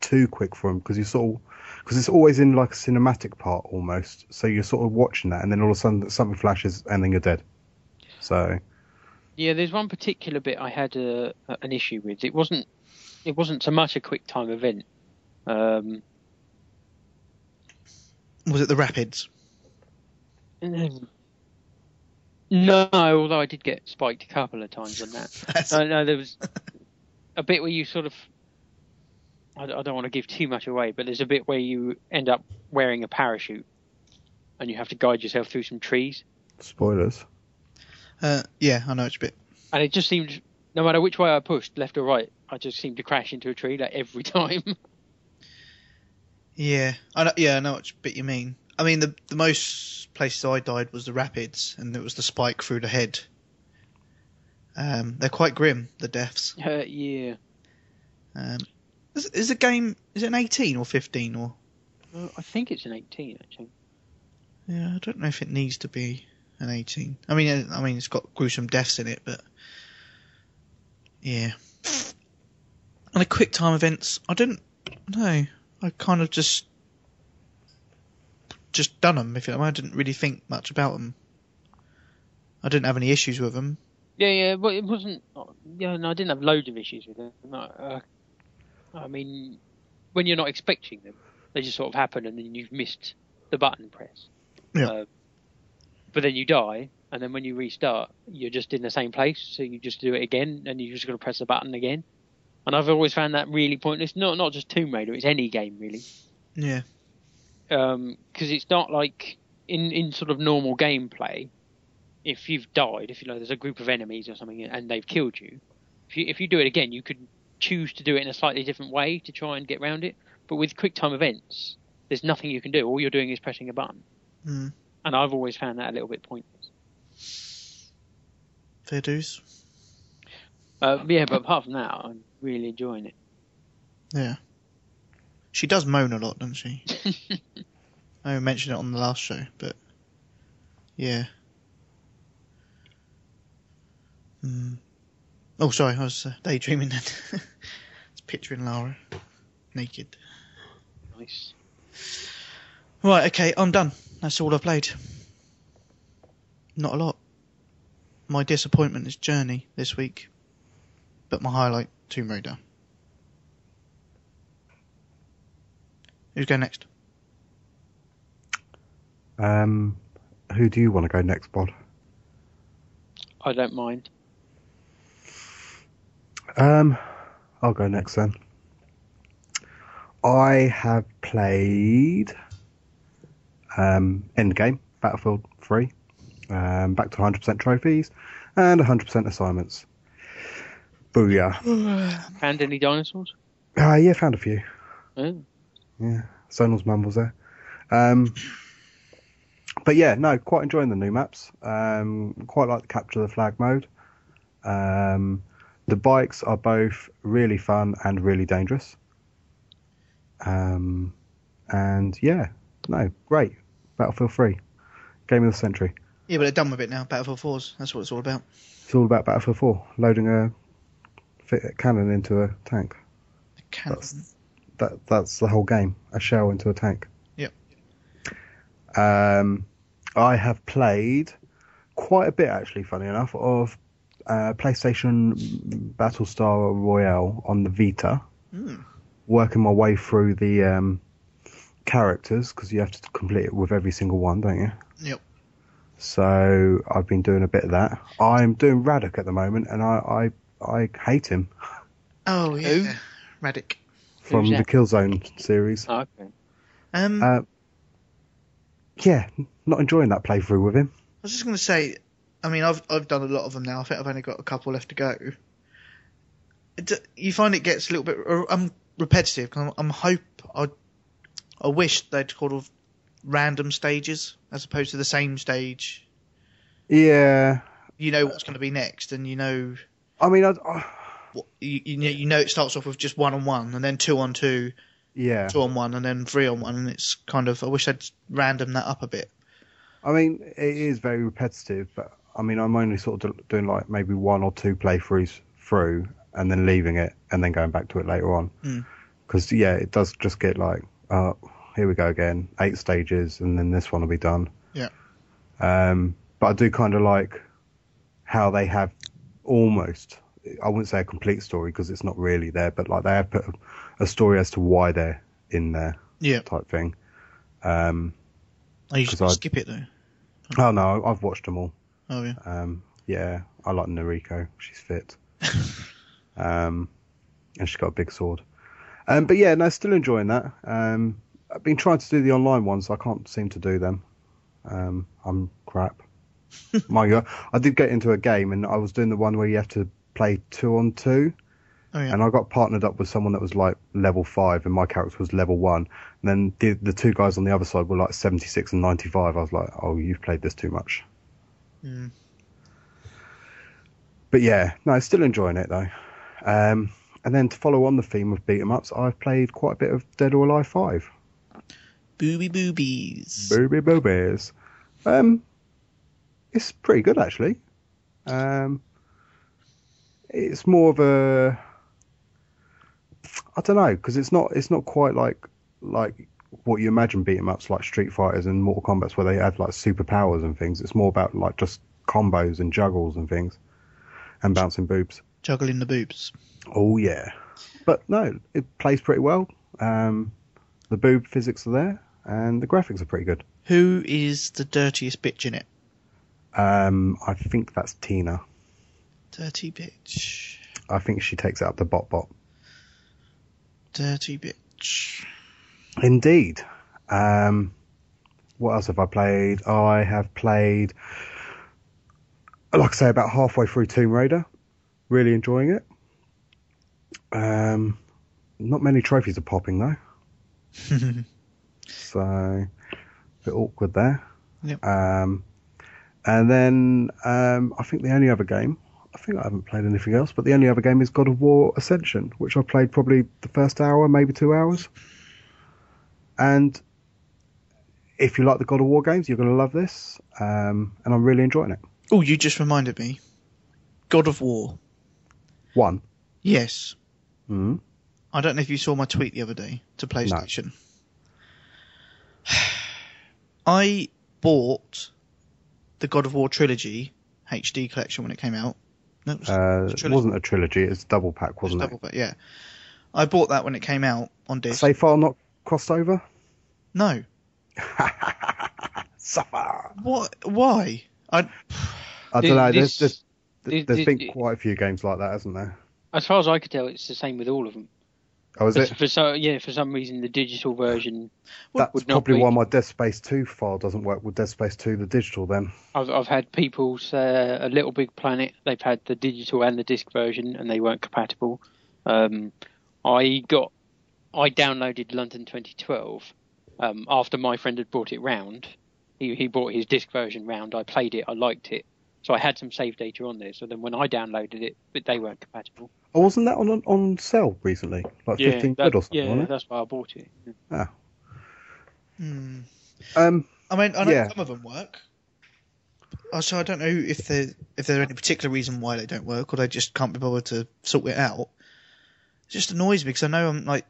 Speaker 1: too quick for them because you sort of because it's always in like a cinematic part almost. So you're sort of watching that, and then all of a sudden something flashes, and then you're dead. So
Speaker 3: Yeah, there's one particular bit I had uh, an issue with. It wasn't it wasn't so much a quick time event. Um,
Speaker 2: Was it the Rapids?
Speaker 3: no, although I did get spiked a couple of times on that.
Speaker 2: That's-
Speaker 3: No, no, there was a bit where you sort of. I, I don't want to give too much away, but there's a bit where you end up wearing a parachute, and you have to guide yourself through some trees.
Speaker 1: spoilers.
Speaker 2: Uh, yeah, I know it's a bit.
Speaker 3: and it just seemed no matter which way I pushed, left or right, I just seemed to crash into a tree like every *laughs* time.
Speaker 2: Yeah, I know, yeah, I know which bit you mean. I mean, the the most places I died was the rapids, and it was the spike through the head. Um, they're quite grim, the deaths.
Speaker 3: uh, yeah,
Speaker 2: Um, is, is the game is it an eighteen or fifteen or?
Speaker 3: Uh, I think it's an eighteen actually.
Speaker 2: Yeah, I don't know if it needs to be an eighteen. I mean, uh, I mean, it's got gruesome deaths in it, but yeah. And the quick time events, I didn't know. I kind of just just done them. If you know, I didn't really think much about them. I didn't have any issues with them.
Speaker 3: Yeah, yeah, but it wasn't. uh, Yeah, no, I didn't have loads of issues with them. Uh, I mean, when you're not expecting them, they just sort of happen, and then you've missed the button press.
Speaker 2: Yeah.
Speaker 3: Uh, but then you die, and then when you restart, you're just in the same place, so you just do it again, and you're just going to press the button again. And I've always found that really pointless. Not not just Tomb Raider; it's any game really
Speaker 2: Yeah,
Speaker 3: because um, it's not like in in sort of normal gameplay. If you've died, if you know there's a group of enemies or something and they've killed you, if you if you do it again, you could choose to do it in a slightly different way to try and get around it. But with quick time events, there's nothing you can do. All you're doing is pressing a button,
Speaker 1: Hmm.
Speaker 2: Mm.
Speaker 3: and I've always found that a little bit pointless.
Speaker 2: fair dues.
Speaker 3: Uh, yeah, but apart from that, I'm really enjoying it.
Speaker 2: Yeah. She does moan a lot, doesn't she? I mentioned it on the last show, but yeah. Hmm. Oh, sorry, I was uh, daydreaming then. *laughs* It's picturing Lara naked.
Speaker 3: *laughs* Nice.
Speaker 2: Right, okay, I'm done. That's all I played. Not a lot. My disappointment is Journey this week, but my highlight, Tomb Raider. Who's going next?
Speaker 1: Um, who do you want to go next, Bod?
Speaker 3: I don't mind.
Speaker 1: Um, I'll go next then. I have played um, Endgame, Battlefield 3, um, back to 100% trophies and 100% assignments. Booyah.
Speaker 3: Found any dinosaurs?
Speaker 1: Uh, yeah, found a few.
Speaker 3: Oh.
Speaker 1: Yeah, Sonal's mum was there. Um, but yeah, no, quite enjoying the new maps. Um, quite like the capture the flag mode. Um, the bikes are both really fun and really dangerous. Um, and yeah, no, great. Battlefield 3, game of the century.
Speaker 2: Yeah, but they're done with it now. Battlefield 4s. That's what it's all about.
Speaker 1: It's all about Battlefield 4, loading a fi- cannon into a tank.
Speaker 2: The cannon.
Speaker 1: That's- that that's the whole game. A shell into a tank.
Speaker 2: Yep.
Speaker 1: Um, I have played quite a bit, actually. Funny enough, of uh, PlayStation Battlestar Royale on the Vita.
Speaker 2: Hmm.
Speaker 1: Working my way through the um, characters because you have to complete it with every single one, don't you?
Speaker 2: Yep.
Speaker 1: So I've been doing a bit of that. I'm doing Radok at the moment, and I I, I hate him
Speaker 2: Oh, yeah. Radic.
Speaker 1: from
Speaker 3: Who's
Speaker 1: the
Speaker 3: that?
Speaker 1: Killzone series.
Speaker 3: Oh, okay.
Speaker 2: Um,
Speaker 1: Uh, yeah, not enjoying that playthrough with him.
Speaker 2: I was just going to say, I mean, I've I've done a lot of them now. I think I've only got a couple left to go. It, d- you find it gets a little bit uh, um, repetitive. 'cause I'm, I'm hope I I wish they'd sort of random stages as opposed to the same stage.
Speaker 1: Yeah,
Speaker 2: You know what's going to be next, and you know
Speaker 1: I mean, I, I,
Speaker 2: what you you know, you know it starts off with just one on one, and then two on two,
Speaker 1: yeah,
Speaker 2: two on one, and then three on one, and it's kind of I wish I'd random that up a bit.
Speaker 1: I mean, it is very repetitive, but I mean, I'm only sort of do- doing like maybe one or two playthroughs through and then leaving it and then going back to it later on.
Speaker 2: Mm.
Speaker 1: Because, yeah, it does just get like, uh, here we go again, eight stages, and then this one will be done.
Speaker 2: Yeah.
Speaker 1: Um, but I do kind of like how they have almost, I wouldn't say a complete story because it's not really there, but like they have put a, a story as to why they're in there
Speaker 2: Yeah.
Speaker 1: type thing. Um,
Speaker 2: I usually
Speaker 1: 'Cause I-
Speaker 2: skip it though.
Speaker 1: oh no, I've watched them all.
Speaker 2: Oh yeah.
Speaker 1: Um, yeah, I like Noriko. She's
Speaker 2: *laughs*
Speaker 1: fit. um, and she's got a big sword. Um, but yeah, no, still enjoying that. Um, I've been trying to do the online ones. I can't seem to do them. Um, I'm
Speaker 2: *laughs*
Speaker 1: crap. Mind you, I did get into a game and I was doing the one where you have to play two on two.
Speaker 2: Oh yeah.
Speaker 1: And I got partnered up with someone that was like level five, and my character was level one. And then the the two guys on the other side were like seventy six and ninety five. I was like, oh, you've played this too much.
Speaker 2: Mm.
Speaker 1: But yeah, no, still enjoying it though. Um, and then to follow on the theme of beat 'em ups, I've played quite a bit of Dead or Alive Five.
Speaker 2: Booby boobies.
Speaker 1: Booby boobies. Um, it's pretty good actually. Um, it's more of a I don't know because it's not it's not quite like like what you imagine beat 'em ups like Street Fighters and Mortal Kombat's where they have like superpowers and things. It's more about like just combos and juggles and things and bouncing boobs.
Speaker 2: Juggling the boobs.
Speaker 1: Oh yeah, but no, it plays pretty well. Um, the boob physics are there, and the graphics are pretty good.
Speaker 2: Who is the dirtiest bitch in it?
Speaker 1: Um, I think that's Tina.
Speaker 2: Dirty bitch.
Speaker 1: I think she takes out the bot bot.
Speaker 2: Dirty bitch. *laughs*
Speaker 1: Indeed. Um, what else have I played? I have played, like I say, about halfway through Tomb Raider. Really enjoying it. Um, not many trophies are popping though. So a bit awkward there.
Speaker 2: Yep.
Speaker 1: Um, and then um, I think the only other game, I think I haven't played anything else, but the only other game is God of War Ascension, which I played probably the first hour, maybe two hours. And if you like the God of War games, you're going to love this. Um, and I'm really enjoying it.
Speaker 2: oh, you just reminded me. God of War.
Speaker 1: One.
Speaker 2: Yes.
Speaker 1: Mm.
Speaker 2: I don't know if you saw my tweet the other day to PlayStation. *sighs* I bought the God of War trilogy HD collection when it came out. No, it was,
Speaker 1: Uh,
Speaker 2: it's a
Speaker 1: it wasn't a trilogy, it's a double pack,
Speaker 2: it was
Speaker 1: wasn't
Speaker 2: double, but yeah, I bought that when it came out on
Speaker 1: it?
Speaker 2: disc.
Speaker 1: Say far not crossed over? *laughs*
Speaker 2: No,
Speaker 1: Suffer!
Speaker 2: what? Why? I
Speaker 1: I don't know. There's, there's,
Speaker 3: This-
Speaker 1: there's,
Speaker 3: this-
Speaker 1: there's been
Speaker 3: this-
Speaker 1: quite a few games like that, hasn't there?
Speaker 3: As far as I could tell, it's the same with all of them.
Speaker 1: Oh, is
Speaker 3: But
Speaker 1: it?
Speaker 3: for so yeah, for some reason the digital version.
Speaker 1: That's
Speaker 3: would not
Speaker 1: probably
Speaker 3: be-
Speaker 1: why my Dead Space 2 file doesn't work with Dead Space 2, the digital, then.
Speaker 3: I've I've had people say uh, a Little Big Planet. They've had the digital and the disc version, and they weren't compatible. Um, I got I downloaded London 2012 um, after my friend had brought it round. He he bought his disc version round. I played it. I liked it. So I had some save data on there. So then when I downloaded it, but they weren't compatible.
Speaker 1: Oh, wasn't that on on, on sale recently? Like 15 quid
Speaker 3: that-
Speaker 1: or something,
Speaker 3: yeah,
Speaker 1: wasn't it?
Speaker 3: that's why I bought it.
Speaker 2: hmm.
Speaker 1: Um,
Speaker 2: I mean, I know
Speaker 1: Yeah.
Speaker 2: some of them work. Oh, So I don't know if there if there's any particular reason why they don't work, or they just can't be bothered to sort it out. It just annoys me because I know I'm like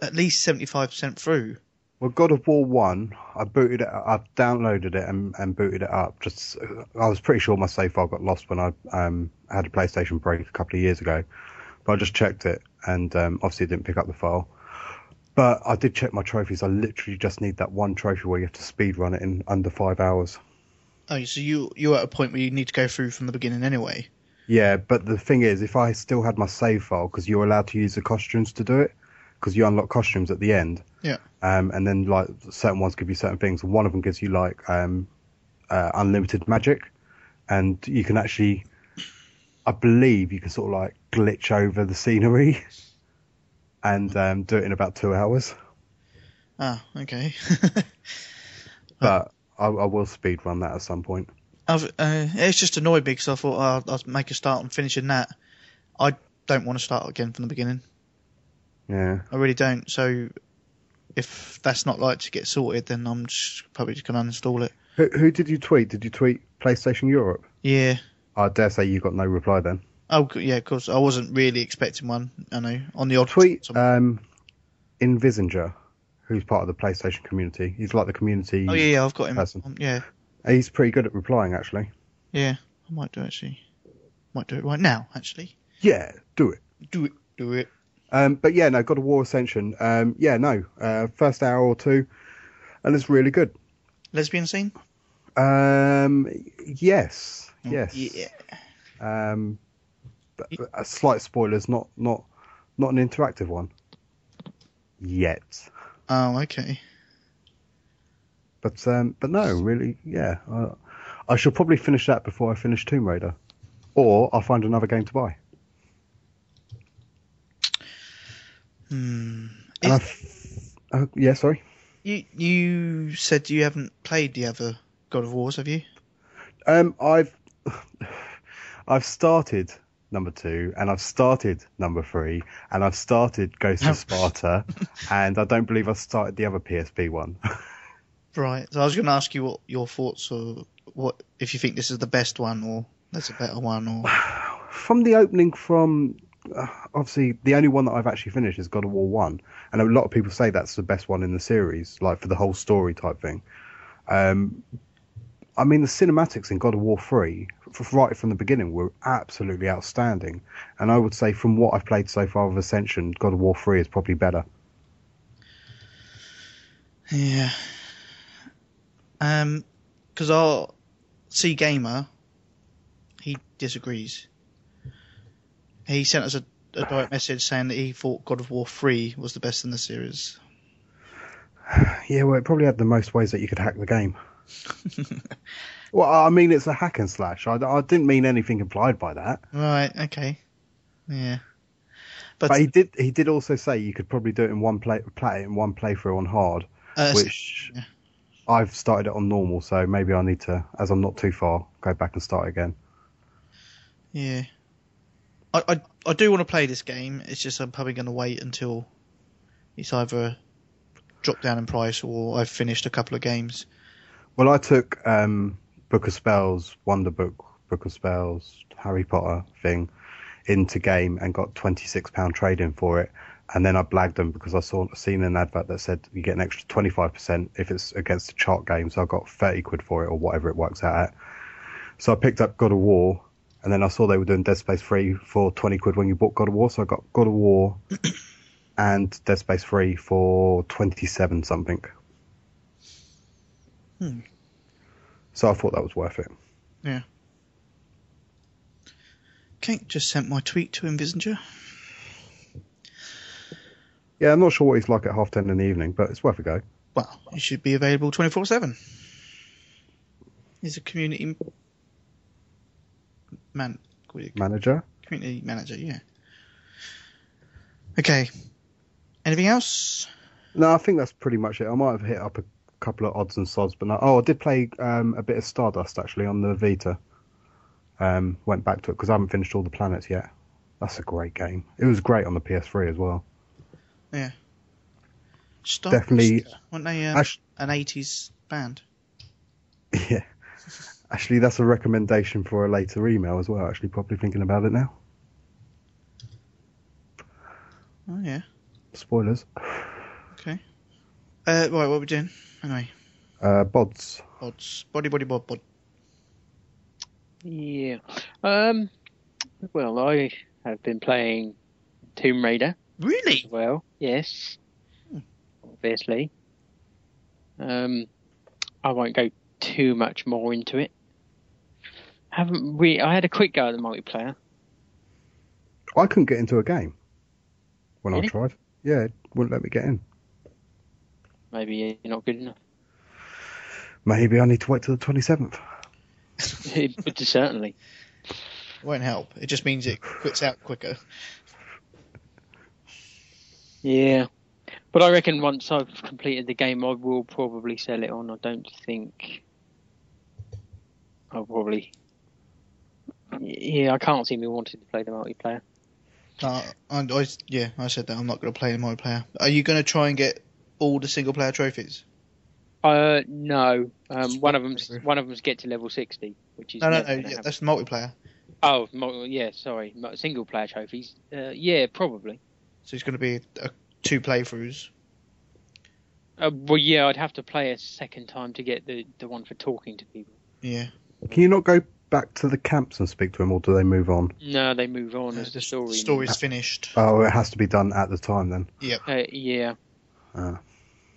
Speaker 2: at least seventy five percent through.
Speaker 1: well, God of War 1, I booted it, I've downloaded it and, and booted it up. Just, I was pretty sure my save file got lost when I um, had a PlayStation break a couple of years ago. But I just checked it and um, obviously didn't pick up the file. But I did check my trophies. I literally just need that one trophy where you have to speed run it in under five hours.
Speaker 2: Oh, so you you're at a point where you need to go through from the beginning anyway.
Speaker 1: Yeah, but the thing is, if I still had my save file, because you're allowed to use the costumes to do it, because you unlock costumes at the end.
Speaker 2: Yeah.
Speaker 1: Um, and then like certain ones give you certain things. One of them gives you like um, uh, unlimited magic, and you can actually, I believe, you can sort of like glitch over the scenery, *laughs* and um, do it in about two hours.
Speaker 2: Ah, okay. *laughs*
Speaker 1: But I, I will speed run that at some point.
Speaker 2: I've, uh, it's just annoyed me because I thought oh, I'll, I'll make a start and finish in that. I don't want to start again from the beginning.
Speaker 1: Yeah.
Speaker 2: I really don't. So if that's not like to get sorted, then I'm just probably just gonna uninstall it.
Speaker 1: Who, who did you tweet? Did you tweet PlayStation Europe?
Speaker 2: Yeah.
Speaker 1: I dare say you got no reply then.
Speaker 2: Oh g- yeah, of course. I wasn't really expecting one. I know on the odd
Speaker 1: Tweet
Speaker 2: some-
Speaker 1: um, Invisinger, who's part of the PlayStation community. He's like the community.
Speaker 2: oh yeah, yeah, I've got him.
Speaker 1: person.
Speaker 2: Um, yeah,
Speaker 1: He's pretty good at replying, actually.
Speaker 2: yeah. I might do it, actually. Might do it right now. Actually,
Speaker 1: Yeah, do it.
Speaker 2: do it. Do it.
Speaker 1: Um, but yeah, no, God of War Ascension. Um, yeah, no, uh, first hour or two, and it's really good.
Speaker 2: Lesbian scene.
Speaker 1: Um, yes, yes.
Speaker 2: Oh, Yeah.
Speaker 1: Um, but, but a slight spoilers, not not not an interactive one yet.
Speaker 2: Oh, okay.
Speaker 1: But um, but no, really, yeah. I, I should probably finish that before I finish Tomb Raider, or I'll find another game to buy.
Speaker 2: Hmm.
Speaker 1: And I
Speaker 2: Is-
Speaker 1: f- uh, yeah, sorry.
Speaker 2: You you said you haven't played the other God of Wars, have you?
Speaker 1: Um, I've *sighs* I've started number two, and I've started number three, and I've started Ghost of Sparta, and I don't believe I started the other PSP one.
Speaker 2: Right. So I was going to ask you what your thoughts or what if you think this is the best one or there's a better one or
Speaker 1: from the opening from uh, obviously the only one that I've actually finished is God of War One, and a lot of people say that's the best one in the series, like for the whole story type thing. Um, I mean, the cinematics in God of War Three, f- right from the beginning, were absolutely outstanding, and I would say from what I've played so far of Ascension, God of War Three is probably better.
Speaker 2: yeah. Um, because our C gamer, he disagrees. He sent us a, a direct message saying that he thought God of War Three was the best in the series.
Speaker 1: Yeah, well, it probably had the most ways that you could hack the game. well, I mean, it's a hack and slash. I, I didn't mean anything implied by that.
Speaker 2: Right. Okay. Yeah. But,
Speaker 1: But he did. He did also say you could probably do it in one play, play it in one playthrough on hard,
Speaker 2: uh,
Speaker 1: which
Speaker 2: yeah.
Speaker 1: I've started it on normal. So maybe I need to, as I'm not too far, go back and start again.
Speaker 2: Yeah. I, I, I do want to play this game. It's just I'm probably going to wait until it's either dropped down in price or I've finished a couple of games.
Speaker 1: Well, I took um, Book of Spells, Wonder Book, Book of Spells, Harry Potter thing into game and got twenty six pound trade in for it. And then I blagged them because I saw seen an advert that said you get an extra twenty five percent if it's against a chart game. So I got thirty quid for it or whatever it works out at. So I picked up God of War, and then I saw they were doing Dead Space Three for twenty quid when you bought God of War. So I got God of War and Dead Space Three for twenty seven something.
Speaker 2: Hmm.
Speaker 1: So I thought that was worth it.
Speaker 2: Kate just sent my tweet to Invisinger.
Speaker 1: Yeah, I'm not sure what he's like at half ten in the evening, but it's worth a go.
Speaker 2: Well, it should be available 24 7. He's a community man.
Speaker 1: Manager.
Speaker 2: Community manager, yeah. Okay. Anything else?
Speaker 1: No, I think that's pretty much it. I might have hit up a couple of odds and sods, but no. Oh, I did play um, a bit of Stardust actually on the Vita. Um, went back to it because I haven't finished all the planets yet. That's a great game. It was great on the PS3 as well.
Speaker 2: Stop.
Speaker 1: Definitely- *laughs*
Speaker 2: Weren't they um,
Speaker 1: Ash-
Speaker 2: an 80s band?
Speaker 1: yeah. Actually, that's a recommendation for a later email as well. Actually, probably thinking about it now.
Speaker 2: Oh, yeah.
Speaker 1: Spoilers.
Speaker 2: Uh, right, what are we doing? Anyway,
Speaker 1: Uh, bods.
Speaker 2: odds. Body, body, bod, bod.
Speaker 3: Yeah. Um, well, I have been playing Tomb Raider
Speaker 2: Really?
Speaker 3: as well. Yes. Obviously. Um, I won't go too much more into it. Haven't we? I had a quick go at the multiplayer.
Speaker 1: I couldn't get into a game when
Speaker 3: Really?
Speaker 1: I tried. Yeah, it wouldn't let me get in.
Speaker 3: Maybe you're not good enough. *laughs*
Speaker 1: Maybe I need to wait till the 27th.
Speaker 3: But certainly.
Speaker 2: Won't help. It just means it quits out quicker.
Speaker 3: Yeah. But I reckon once I've completed the game, I will probably sell it on. I don't think. I'll probably. Yeah, I can't see me wanting to play the multiplayer.
Speaker 2: Uh, and I, yeah, I said that I'm not going to play the multiplayer. Are you going to try and get all the single player trophies?
Speaker 3: Uh, no. Um, one of them's
Speaker 2: whatever.
Speaker 3: one of them's get to level sixty, which is
Speaker 2: No, no,
Speaker 3: never
Speaker 2: no.
Speaker 3: gonna
Speaker 2: Yeah,
Speaker 3: happen.
Speaker 2: that's the multiplayer.
Speaker 3: oh, mo- yeah. Sorry, mo- single player trophies. Uh, yeah, probably.
Speaker 2: So it's going to be uh two playthroughs.
Speaker 3: Uh, well, yeah, I'd have to play a second time to get the the one for talking to people.
Speaker 2: Yeah.
Speaker 1: Can you not go back to the camps and speak to him, or do they move on?
Speaker 3: No, they move on
Speaker 2: Uh,
Speaker 3: as the story.
Speaker 2: The story's finished. *laughs*
Speaker 1: Oh, it has to be done at the time
Speaker 3: *laughs*
Speaker 1: then.
Speaker 3: Uh, yeah.
Speaker 1: Ah.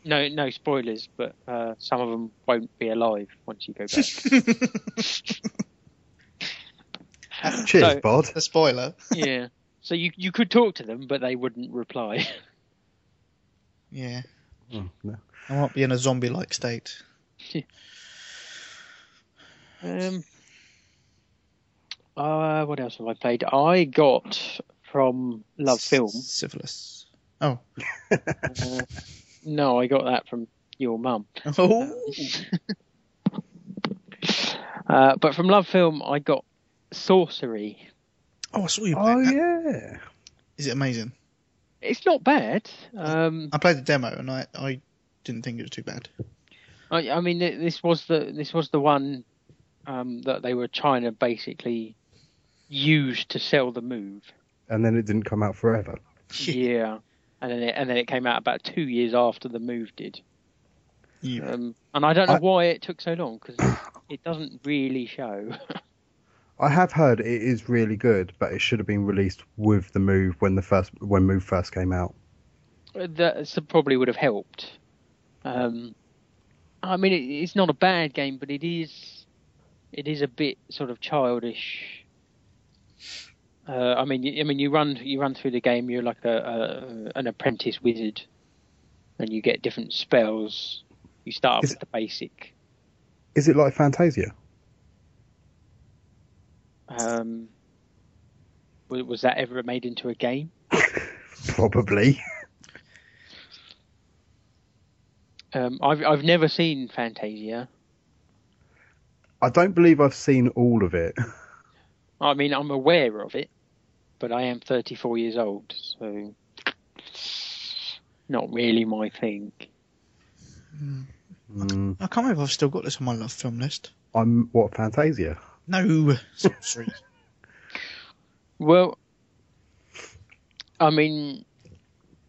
Speaker 3: No, no spoilers, but uh, some of them won't be alive once you go back.
Speaker 1: *laughs* Cheers,
Speaker 3: So- *laughs*
Speaker 1: Bod.
Speaker 2: a spoiler.
Speaker 3: yeah. So you you could talk to them, but they wouldn't reply. *laughs*
Speaker 2: Yeah.
Speaker 1: Mm, no.
Speaker 2: I might be in a zombie-like state.
Speaker 3: Um, uh, what else have I played? I got from Love Film. *laughs*
Speaker 2: Syphilis. Oh.
Speaker 3: Uh, no, I got that from your mum.
Speaker 2: Oh.
Speaker 3: Uh, but from Love Film, I got Sorcery.
Speaker 2: Oh, I saw you. Play
Speaker 1: *laughs* Oh
Speaker 2: that.
Speaker 1: yeah.
Speaker 2: Is it amazing?
Speaker 3: It's not bad. Um,
Speaker 2: I played the demo and I, I didn't think it was too bad.
Speaker 3: I, I mean, th- this was the this was the one um, that they were trying to basically use to sell the move.
Speaker 1: And then it didn't come out forever.
Speaker 3: *laughs* yeah. And then, it, and then it came out about two years after the move did.
Speaker 2: You,
Speaker 3: Um, and I don't know
Speaker 1: I-
Speaker 3: why it took so long because it doesn't really show.
Speaker 1: I have heard it is really good, but it should have been released with the move when the first when move first came out.
Speaker 3: that s- probably would have helped. Um, I mean, it, it's not a bad game, but it is it is a bit sort of childish. Uh, I mean, y- I mean, you run you run through the game. You're like a, a an apprentice wizard, and you get different spells. You start
Speaker 1: Is-
Speaker 3: with the basic.
Speaker 1: Is it like Fantasia? *laughs*
Speaker 3: Um, wa- was that ever made into a game?
Speaker 1: Probably.
Speaker 3: Um, I've I've never seen Fantasia.
Speaker 1: I don't believe I've seen all of
Speaker 3: *laughs*
Speaker 1: it.
Speaker 3: I mean, I'm aware of it, but I am 34 years old, so not really my thing.
Speaker 1: Mm,
Speaker 2: I can't remember if I've still got this on my love film list.
Speaker 1: I'm what Fantasia?
Speaker 2: No. *laughs* Sorry.
Speaker 3: Well, I mean,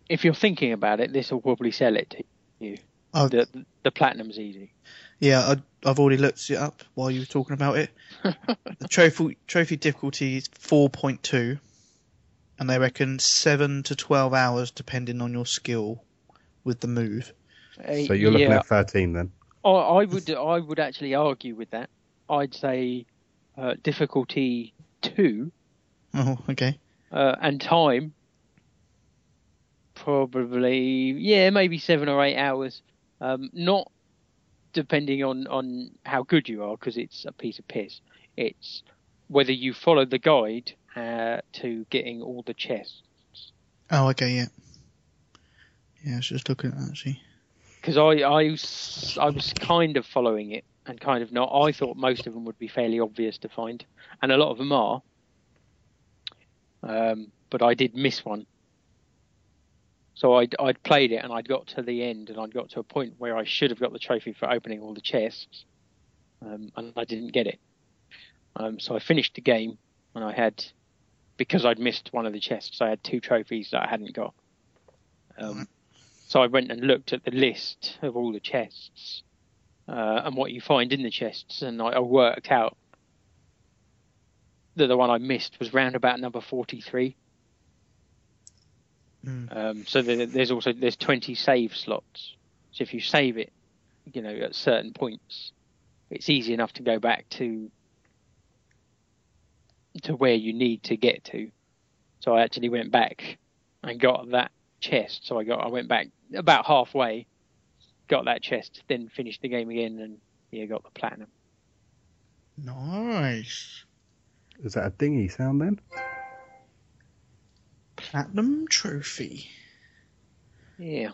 Speaker 3: if you're thinking about it, this will probably sell it to you.
Speaker 2: Oh,
Speaker 3: The the platinum's easy.
Speaker 2: yeah, I, I've already looked it up while you were talking about it. the trophy trophy difficulty is 4.2, and they reckon 7 to 12 hours depending on your skill with the move.
Speaker 1: So you're looking
Speaker 3: Uh, yeah,
Speaker 1: at thirteen then?
Speaker 3: I, I would I would actually argue with that. I'd say uh, difficulty two
Speaker 2: Oh, okay.
Speaker 3: uh, and time probably yeah maybe seven or eight hours um, not depending on on how good you are because it's a piece of piss it's whether you follow the guide uh, to getting all the chests
Speaker 2: Oh, okay, yeah. Yeah, I was just looking at that, actually.
Speaker 3: because I, I s- I was kind of following it and kind of not i thought most of them would be fairly obvious to find and a lot of them are um, but i did miss one So I'd, I'd played it and I'd got to the end and I'd got to a point where I should have got the trophy for opening all the chests, um, and I didn't get it. Um, so I finished the game and I had, because I'd missed one of the chests, I had two trophies that I hadn't got. Um, so I went and looked at the list of all the chests uh, and what you find in the chests, and I, I worked out that the one I missed was round about number 43.
Speaker 2: Mm.
Speaker 3: Um, so there, there's also there's 20 save slots. So if you save it, you know at certain points, it's easy enough to go back to to where you need to get to. So I actually went back and got that chest. So I got I went back about halfway, got that chest, then finished the game again, and yeah, got the platinum.
Speaker 2: Nice.
Speaker 1: Is that a dingy sound then?
Speaker 2: Platinum trophy.
Speaker 3: Yeah,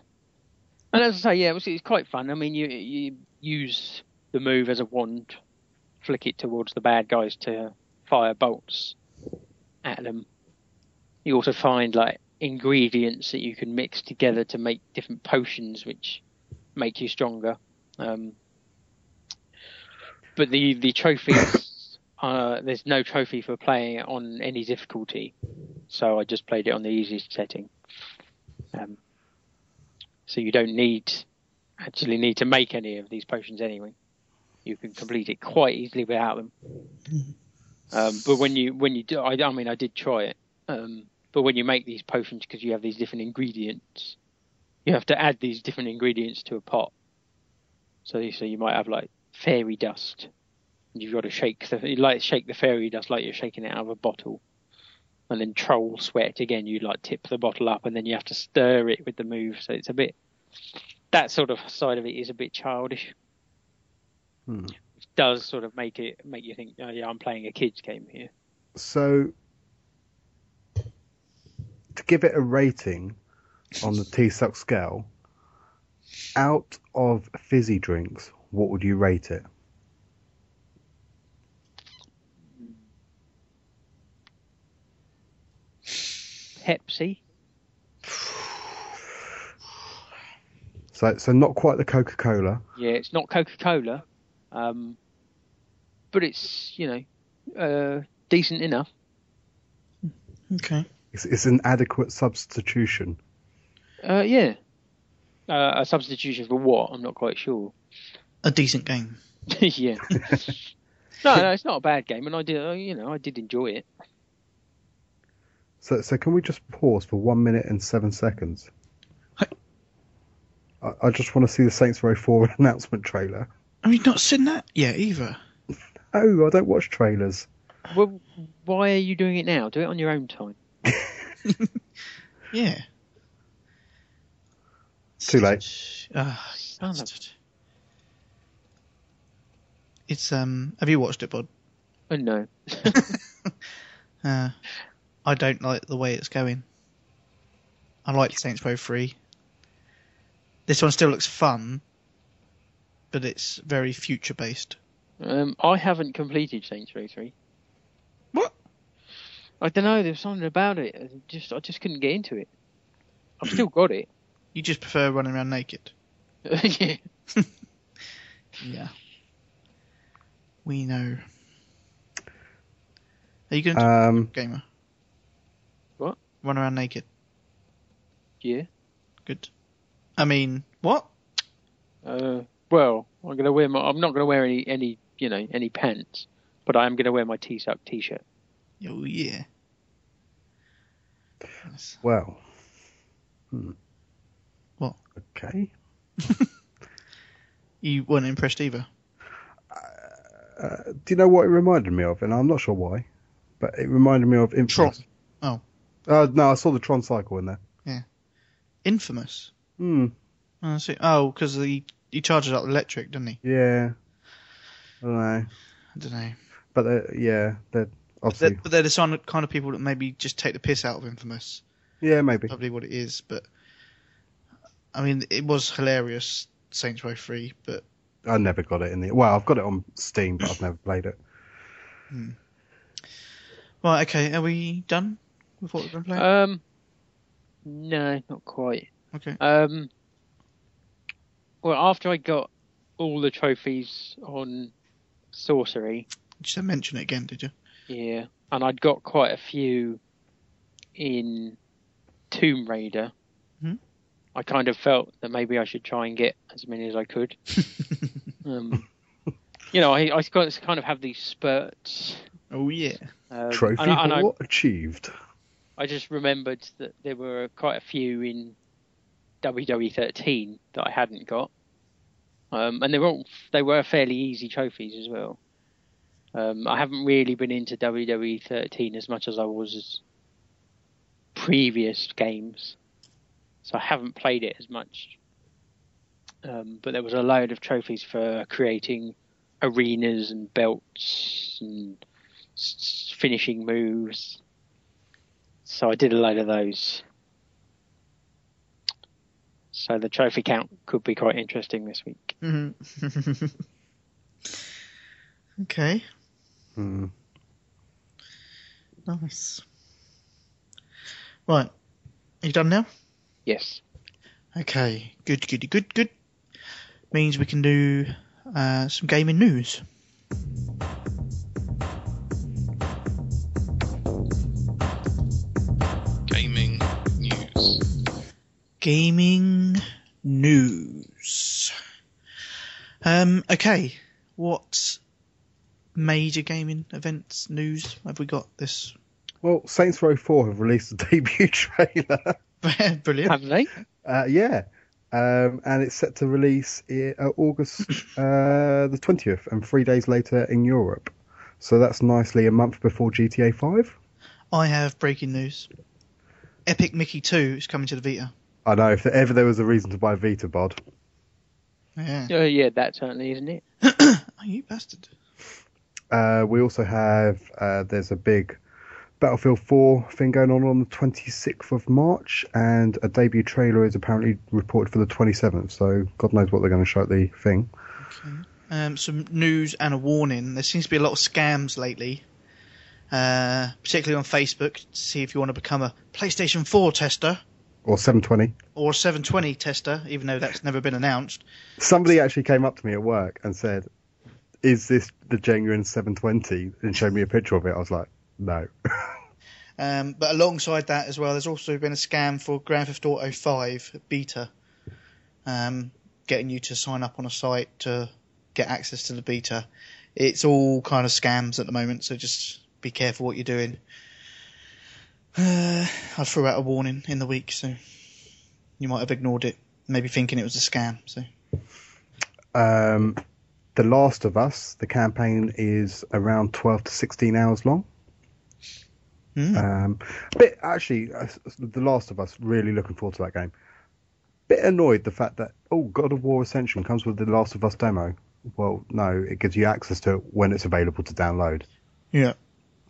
Speaker 3: and as I say, yeah, it was, it's quite fun. I mean, you you use the move as a wand, flick it towards the bad guys to fire bolts at them. You also find like ingredients that you can mix together to make different potions, which make you stronger. Um, but the the trophies, *laughs* uh, there's no trophy for playing it on any difficulty, so I just played it on the easiest setting. Um, so you don't need actually need to make any of these potions anyway. You can complete it quite easily without them. Um, but when you when you do, I, I mean, I did try it. Um, but when you make these potions, because you have these different ingredients, you have to add these different ingredients to a pot. So so you might have like fairy dust. And you've got to shake the you like shake the fairy dust like you're shaking it out of a bottle. And then troll sweat again. You like tip the bottle up, and then you have to stir it with the move. So it's a bit that sort of side of it is a bit childish.
Speaker 1: Hmm.
Speaker 3: It does sort of make it make you think, oh yeah, I'm playing a kids game here.
Speaker 1: So, to give it a rating on the T Suck scale, out of fizzy drinks, what would you rate it?
Speaker 3: Pepsi.
Speaker 1: So, so not quite the Coca Cola.
Speaker 3: Yeah, it's not Coca Cola, um, but it's you know uh, decent enough.
Speaker 2: Okay.
Speaker 1: It's, it's an adequate substitution. *laughs*
Speaker 3: Uh, yeah, uh, a substitution for what? I'm not quite sure. *laughs*
Speaker 2: A decent game.
Speaker 3: yeah. no, no, it's not a bad game, and I did, uh, you know, I did enjoy it.
Speaker 1: So, so can we just pause for one minute and seven seconds?
Speaker 2: Hey.
Speaker 1: I, I just want to see the Saints Row 4 *laughs* announcement trailer.
Speaker 2: Have you not seen that yet either?
Speaker 1: Oh, I don't watch trailers.
Speaker 3: Well, why are you doing it now? Do it on your own time.
Speaker 2: Yeah.
Speaker 1: Too late.
Speaker 2: Ah,
Speaker 3: Son of-
Speaker 2: bastard. It's um. Have you watched it, Bod? *laughs*
Speaker 3: Oh, no.
Speaker 2: Uh, I don't like the way it's going. I like Saints Row 3. This one still looks fun, but it's very future based.
Speaker 3: Um, I haven't completed Saints Row Three.
Speaker 2: What?
Speaker 3: I don't know. There's something about it. I just I just couldn't get into it. I've still got it. *laughs*
Speaker 2: You just prefer running around naked.
Speaker 3: yeah.
Speaker 2: Yeah. We know. Are you going to
Speaker 1: Um,
Speaker 2: gamer?
Speaker 3: What?
Speaker 2: Run around naked.
Speaker 3: Yeah.
Speaker 2: Good. I mean, what?
Speaker 3: Uh, well, I'm gonna wear my. I'm not gonna wear any any you know any pants, but I am gonna wear my T-suck T-shirt.
Speaker 2: Oh yeah. Yes.
Speaker 1: well. Hmm.
Speaker 2: What?
Speaker 1: Okay.
Speaker 2: You weren't impressed either.
Speaker 1: Do you know what it reminded me of? And I'm not sure why, but it reminded me of Infamous.
Speaker 2: Tron.
Speaker 3: Oh.
Speaker 1: Uh, no, I saw the Tron cycle in there.
Speaker 2: Infamous.
Speaker 1: Hmm.
Speaker 2: Oh, I see. Oh, because he he charges up electric, doesn't he?
Speaker 1: Yeah. I don't know.
Speaker 2: I don't know.
Speaker 1: But they're, yeah, they're
Speaker 2: They're,
Speaker 1: obviously.
Speaker 2: but they're the son- kind of people that maybe just take the piss out of Infamous.
Speaker 1: yeah, maybe.
Speaker 2: Probably what it is. But I mean, it was hilarious. Saints Row Three, but
Speaker 1: I never got it in the. Well, I've got it on Steam, but I've never played it.
Speaker 2: right. Okay, are we done with what we've been playing?
Speaker 3: Um, no, not quite.
Speaker 2: okay.
Speaker 3: Um, well, after I got all the trophies on sorcery,
Speaker 2: Just to mention it again, did you?
Speaker 3: Yeah, and I'd got quite a few in Tomb Raider.
Speaker 2: Mhm.
Speaker 3: I kind of felt that maybe I should try and get as many as I could. um, you know, I, I kind of- kind of have these spurts.
Speaker 2: *laughs* Oh yeah.
Speaker 3: Um,
Speaker 1: Trophy
Speaker 3: and, I, and I,
Speaker 1: what achieved?
Speaker 3: I just remembered that there were quite a few in WWE 13 that I hadn't got, um, and they were all, they were fairly easy trophies as well. Um, I haven't really been into WWE 13 as much as I was previous games, so I haven't played it as much. Um, but there was a load of trophies for creating arenas and belts and s- s- finishing moves so I did a load of those. So the trophy count could be quite interesting this week.
Speaker 2: Mhm. *laughs* okay.
Speaker 1: Hmm.
Speaker 2: Nice. Right. Are you done now?
Speaker 3: Yes.
Speaker 2: Okay, good, good, good, good. Means we can do uh, some gaming news.
Speaker 6: Gaming news.
Speaker 2: Gaming news. Um, okay, what major gaming events news have we got this? *laughs*
Speaker 1: Well, Saints Row 4 have released a *laughs* debut trailer.
Speaker 2: Brilliant.
Speaker 3: Have they?
Speaker 1: Uh, yeah. Um, and it's set to release i uh, August uh, the 20th and three days later in Europe. So that's nicely a month before GTA 5.
Speaker 2: I have breaking news. Epic Mickey 2 is coming to the Vita.
Speaker 1: I know, if ever there was a reason to buy Vita, Bod.
Speaker 2: Yeah.
Speaker 3: Oh, yeah, that certainly isn't it.
Speaker 2: Oh, you bastard.
Speaker 1: Uh, we also have, uh, there's a big Battlefield 4 thing going on on the 26th of March, and a debut trailer is apparently reported for the 27th, so God knows what they're going to show at the thing.
Speaker 2: Um, some news and a warning. There seems to be a lot of scams lately, uh, particularly on Facebook. To see if you want to become a PlayStation 4 tester
Speaker 1: Or 720.
Speaker 2: or a 720 tester, even though that's never been announced.
Speaker 1: Somebody actually came up to me at work and said, Is this the genuine 720? And showed me a picture of it. I was like, No.
Speaker 2: Um, but alongside that as well, there's also been a scam for Grand Theft Auto 5 beta, um, getting you to sign up on a site to get access to the beta. It's all kind of scams at the moment, so just be careful what you're doing. Uh, I threw out a warning in the week, so you might have ignored it, maybe thinking it was a scam. So
Speaker 1: Um, the Last of Us, the campaign is around 12 to 16 hours long.
Speaker 2: Hmm.
Speaker 1: Um, but actually, uh, The Last of Us, really looking forward to that game. Bit annoyed the fact that, oh, God of War Ascension comes with The Last of Us demo. Well, no, it gives you access to it when it's available to download.
Speaker 2: yeah,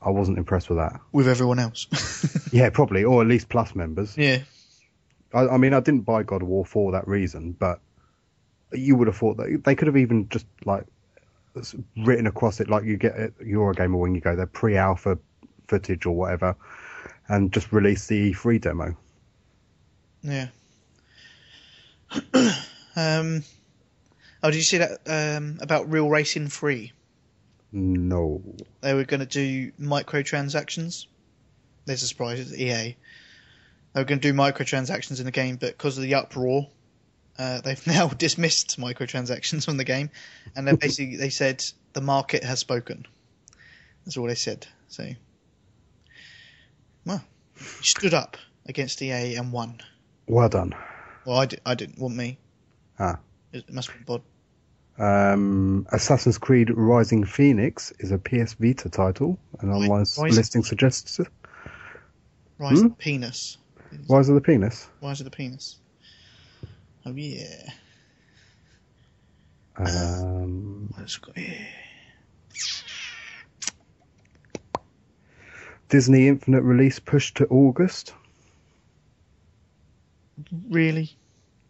Speaker 1: I wasn't impressed with that.
Speaker 2: with everyone else. *laughs*
Speaker 1: Yeah, probably, or at least Plus members.
Speaker 2: yeah,
Speaker 1: I, I mean, I didn't buy God of War for that reason, but you would have thought that they could have even just like s- written across it like you get at Eurogamer when you go there, pre-alpha footage or whatever, and just release the E3 demo.
Speaker 2: Yeah. *clears throat* um, oh, did you see that um, about Real Racing Free?
Speaker 1: No,
Speaker 2: They were going to do microtransactions. There's a surprise, it's EA. They were going to do microtransactions in the game, but because of the uproar, uh, they've *laughs* now dismissed microtransactions from the game, and they basically they said the market has spoken. That's all they said. So, well, stood up against EA and won.
Speaker 1: well done.
Speaker 2: Well, I, di- I didn't want me.
Speaker 1: Ah.
Speaker 2: It must be bod.
Speaker 1: Um, Assassin's Creed Rising Phoenix is a PS Vita title, and online s-
Speaker 2: Rising-
Speaker 1: listing suggests
Speaker 2: Rise
Speaker 1: Hmm?
Speaker 2: of the penis.
Speaker 1: Rise of the Penis.
Speaker 2: Rise of the penis. Oh yeah.
Speaker 1: Um,
Speaker 2: What has it got here?
Speaker 1: Disney Infinite release pushed to August.
Speaker 2: Really?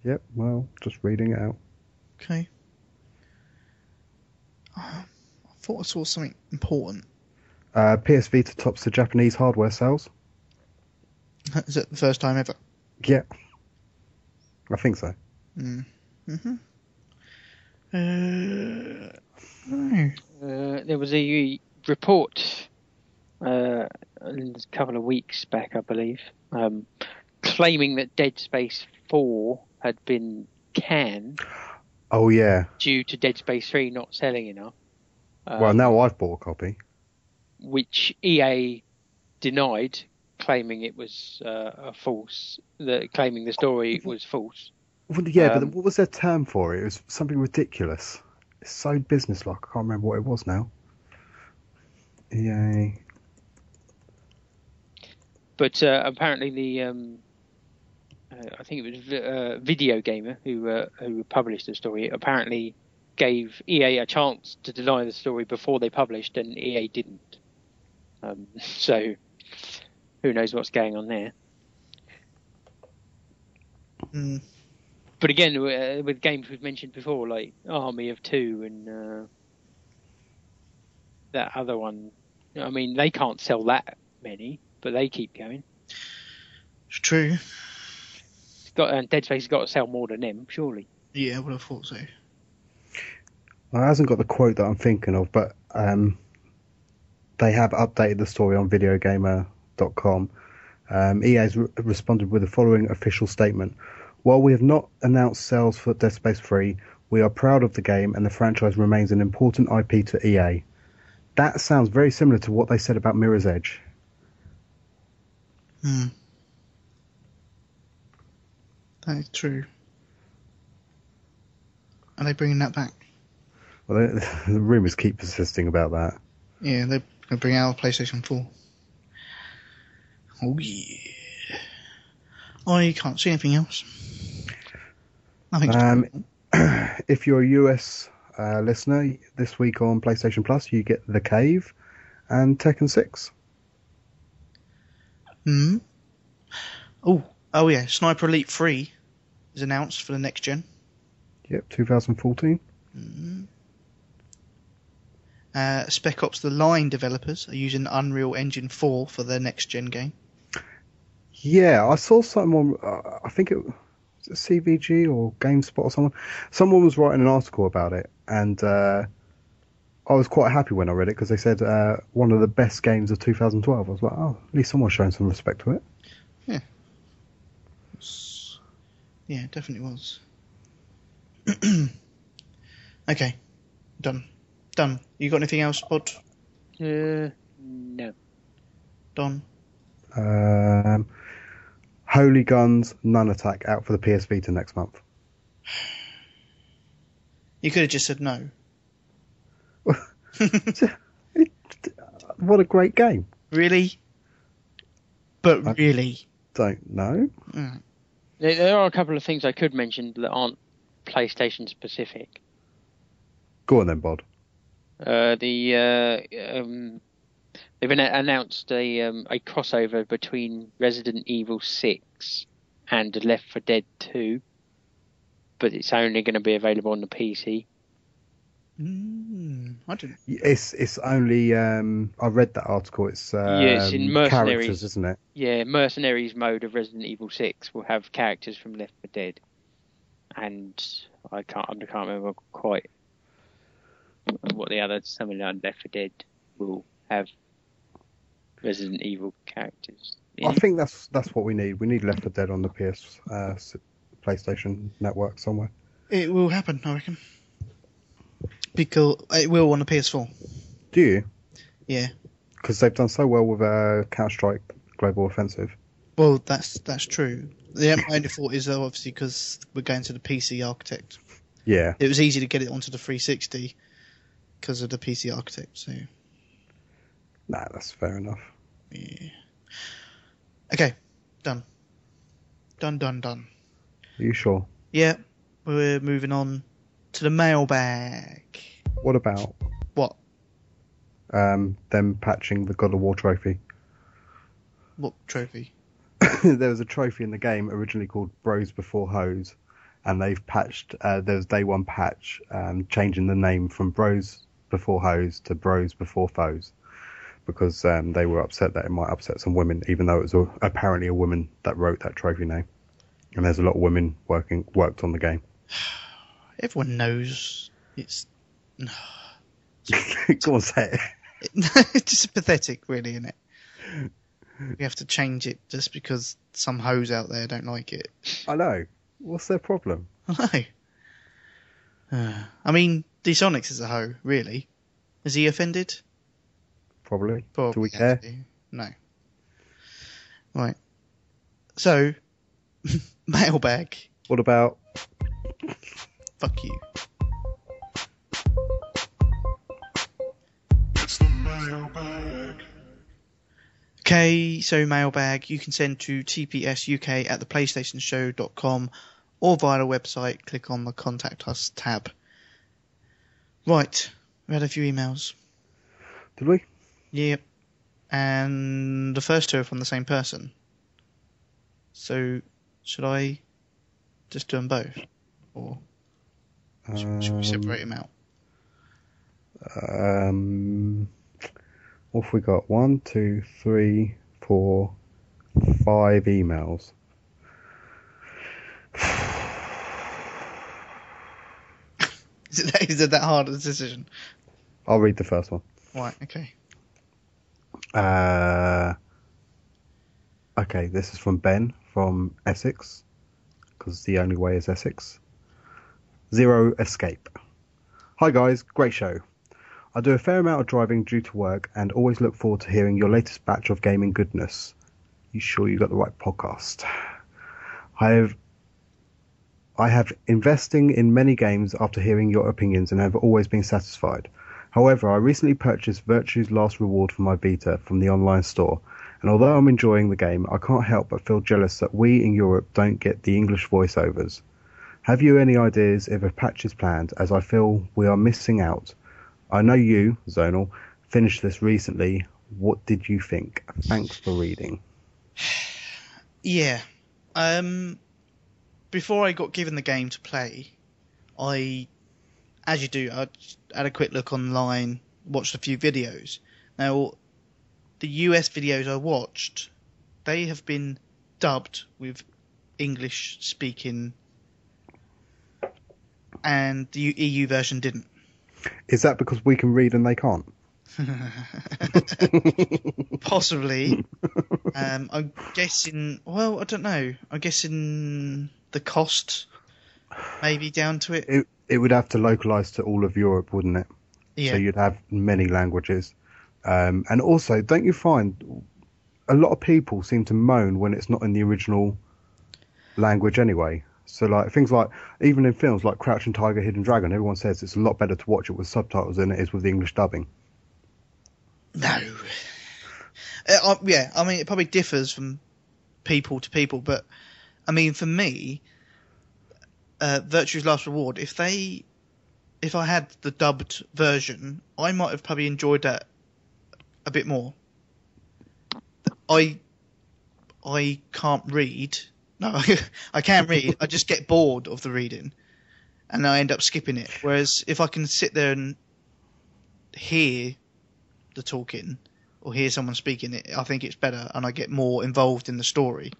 Speaker 1: Yep, well, just reading it out.
Speaker 2: Okay. Oh, I thought I saw something important. *laughs*
Speaker 1: Uh, PS Vita tops the Japanese hardware sales.
Speaker 2: Is it the first time ever?
Speaker 1: Yeah, I think so.
Speaker 2: Uh, no.
Speaker 3: Uh, there was a report uh, a couple of weeks back, I believe, um, claiming that Dead Space 4 had been canned
Speaker 1: Oh yeah.
Speaker 3: due to Dead Space 3 not selling enough. Um,
Speaker 1: Well, now I've bought a copy.
Speaker 3: Which EA denied, claiming it was uh, a false, the, claiming the story was false.
Speaker 1: Well, yeah,
Speaker 3: Um,
Speaker 1: but what was their term for it? It was something ridiculous. It's so businesslike. I can't remember what it was now. E EA.
Speaker 3: But uh, apparently, the um, uh, I think it was Vi- uh, Video Gamer who uh, who published the story. Apparently, gave EA a chance to deny the story before they published, and EA didn't. Um, *laughs* so, who knows what's going on there?
Speaker 2: Mm,
Speaker 3: But again, w- uh, with games we've mentioned before, like Army of Two and uh, that other one, I mean, they can't sell that many, but they keep going.
Speaker 2: it's true.
Speaker 3: got uh, Dead Space has got to sell more than them, surely.
Speaker 2: Yeah, I would have thought so.
Speaker 1: Well, it hasn't got the quote that I'm thinking of, but um, they have updated the story on videogamer.com. Um, EA has re- responded with the following official statement While we have not announced sales for Dead Space 3, we are proud of the game and the franchise remains an important IP to EA. That sounds very similar to what they said about Mirror's Edge.
Speaker 2: Hmm. That is true. Are they bringing that back?
Speaker 1: Well, *laughs* the, the rumours keep persisting about that.
Speaker 2: Yeah, they're going to bring out PlayStation 4. Oh, yeah. I can't see anything else. Nothing's
Speaker 1: Um, *clears throat*
Speaker 2: um,
Speaker 1: if you're a US uh, listener, this week on PlayStation Plus, you get The Cave and Tekken 6.
Speaker 2: Hmm. Oh, oh yeah. Sniper Elite 3 is announced for the next gen.
Speaker 1: Yep, 2014.
Speaker 2: Uh, Spec Ops The Line developers are using Unreal Engine 4 for their next gen game.
Speaker 1: Yeah, I saw someone. Uh, I think it was it CVG or GameSpot or someone. Someone was writing an article about it, and uh, I was quite happy when I read it because they said uh, one of the best games of 2012. I was like, oh, at least someone's showing some respect to it.
Speaker 2: Yeah, it definitely was. *clears throat* okay. Done. Done. You got anything else, Bod?
Speaker 3: Uh, no.
Speaker 2: Don?
Speaker 1: Um, Holy Guns Nun Attack out for the PS Vita next month.
Speaker 2: You could have just said no. *laughs*
Speaker 1: What a great game!
Speaker 2: Really? But
Speaker 1: I-
Speaker 2: really?
Speaker 1: Don't know.
Speaker 3: There, there are a couple of things I could mention that aren't PlayStation specific.
Speaker 1: Go on then, Bod.
Speaker 3: Uh, the uh, um, they've an- announced a um, a crossover between Resident Evil Six and Left for Dead Two, but it's only going to be available on the PC.
Speaker 2: Mm, I didn't.
Speaker 1: It's it's only um, I read that article. It's um,
Speaker 3: Yeah, it's in Mercenaries.
Speaker 1: characters, isn't it?
Speaker 3: Yeah, Mercenaries mode of Resident Evil Six will have characters from Left for Dead, and I can't I can't remember quite what the other something like Left for Dead will have Resident Evil characters.
Speaker 1: I think that's that's what we need. We need Left 4 Dead on the PS, uh, s- PlayStation Network somewhere.
Speaker 2: It will happen, I reckon. Because it will on the PS4.
Speaker 1: Do you?
Speaker 2: Yeah.
Speaker 1: Because they've done so well with uh, Counter Strike Global Offensive.
Speaker 2: Well, that's that's true. The my only thought is though, obviously, because we're going to the PC architect.
Speaker 1: Yeah,
Speaker 2: It was easy to get it onto the 360 because of the PC architect. So
Speaker 1: nah, that's fair enough.
Speaker 2: yeah. Okay, done, done, done, done.
Speaker 1: Are you sure?
Speaker 2: Yeah, we're moving on to the mailbag.
Speaker 1: What about
Speaker 2: What?
Speaker 1: um, them patching the God of War trophy?
Speaker 2: What trophy?
Speaker 1: *coughs* there was a trophy in the game originally called Bros Before Hoes, and they've patched. Uh, there's day one patch um, changing the name from Bros Before Hoes to Bros Before Foes, because um, they were upset that it might upset some women, even though it was a, apparently a woman that wrote that trophy name. And there's a lot of women working worked on the game. *laughs*
Speaker 2: Everyone knows it's *laughs*
Speaker 1: Go on, say it.
Speaker 2: it's just pathetic, really, isn't it? We have to change it just because some hoes out there don't like it. *laughs*
Speaker 1: I know. What's their problem?
Speaker 2: I know. Uh, I mean, Dsonics is a hoe, really. Is he offended?
Speaker 1: Probably.
Speaker 2: Probably,
Speaker 1: Do we care?
Speaker 2: actually. No. Right. So, *laughs* mailbag.
Speaker 1: What about?
Speaker 2: Fuck you.
Speaker 4: It's the mailbag.
Speaker 2: Okay, so mailbag you can send to tpsuk at theplaystationshow.com or via the website, click on the contact us tab. Right, we had a few emails.
Speaker 1: Did we?
Speaker 2: Yep. And the first two are from the same person. So, should I just do them both? Or should, should we separate them out?
Speaker 1: Um, what have we got? One, two, three, four, five emails.
Speaker 2: *laughs* Is it that, is it that hard a decision?
Speaker 1: I'll read the first one.
Speaker 2: Right, okay.
Speaker 1: Uh, okay, this is from Ben from Essex, because the only way is Essex. Zero Escape. Hi guys, great show. I do a fair amount of driving due to work and always look forward to hearing your latest batch of gaming goodness. You sure you got the right podcast? I have I have investing in many games after hearing your opinions and have always been satisfied. However, I recently purchased Virtue's Last Reward for my beta from the online store, and although I'm enjoying the game, I can't help but feel jealous that we in Europe don't get the English voiceovers. Have you any ideas if a patch is planned, as I feel we are missing out? I know you, Zonal, finished this recently. What did you think? Thanks for reading.
Speaker 2: Yeah. Um, before I got given the game to play, I, as you do, I had a quick look online, watched a few videos. Now, the US videos I watched, they have been dubbed with English speaking, and the EU version didn't. *laughs*
Speaker 1: Is that because we can read and they can't? *laughs*
Speaker 2: Possibly. um, I'm guessing. Well, I don't know. I'm guessing the cost, maybe down to it.
Speaker 1: It it would have to localize to all of Europe, wouldn't it?
Speaker 2: Yeah.
Speaker 1: So you'd have many languages. Um, and also, don't you find a lot of people seem to moan when it's not in the original language anyway? So like things like even in films like Crouching Tiger, Hidden Dragon, everyone says it's a lot better to watch it with subtitles than it is with the English dubbing.
Speaker 2: No. Uh, I, yeah, I mean, it probably differs from people to people, but I mean, for me, uh, Virtue's Last Reward, if they, if I had the dubbed version, I might have probably enjoyed that a bit more. I, I can't read. No, *laughs* I can read. I just get bored of the reading, and I end up skipping it. Whereas if I can sit there and hear the talking or hear someone speaking it, I think it's better and I get more involved in the story.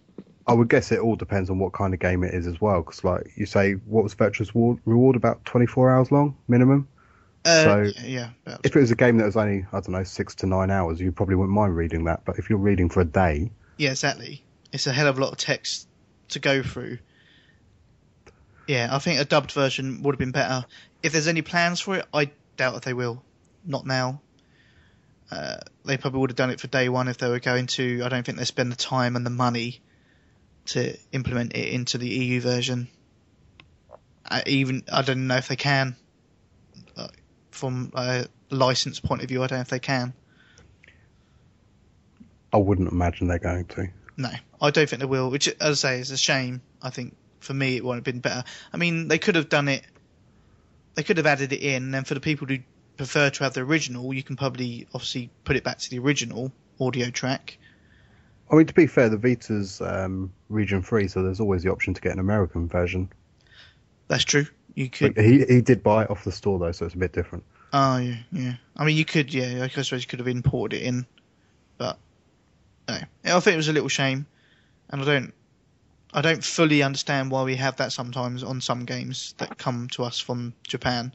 Speaker 1: I would guess it all depends on what kind of game it is as well. Because like you say, what was Virtuous War- Reward about twenty four hours long minimum?
Speaker 2: Uh,
Speaker 1: So-
Speaker 2: yeah, yeah, that was-
Speaker 1: If it was a game that was only I don't know six to nine hours, you probably wouldn't mind reading that. But if you're reading for a day,
Speaker 2: yeah, exactly. It's a hell of a lot of text to go through. Yeah, I think a dubbed version would have been better. If there's any plans for it, I doubt if they will. Not now. Uh, they probably would have done it for day one if they were going to. I don't think they spend the time and the money to implement it into the EU version. I even I don't know if they can. Uh, from a license point of view, I don't know if they can.
Speaker 1: I wouldn't imagine they're going to.
Speaker 2: No, I don't think they will. Which, as I say, is a shame. I think for me, it would have been better. I mean, they could have done it. They could have added it in, and then for the people who prefer to have the original, you can probably obviously put it back to the original audio track.
Speaker 1: I mean, to be fair, the Vita's um, region free, so there's always the option to get an American version.
Speaker 2: That's true. You could.
Speaker 1: He he did buy it off the store though, so it's a bit different.
Speaker 2: Oh yeah, yeah. I mean, you could. Yeah, I suppose you could have imported it in, but no. Yeah, I think it was a little shame, and I don't. I don't fully understand why we have that sometimes on some games that come to us from Japan.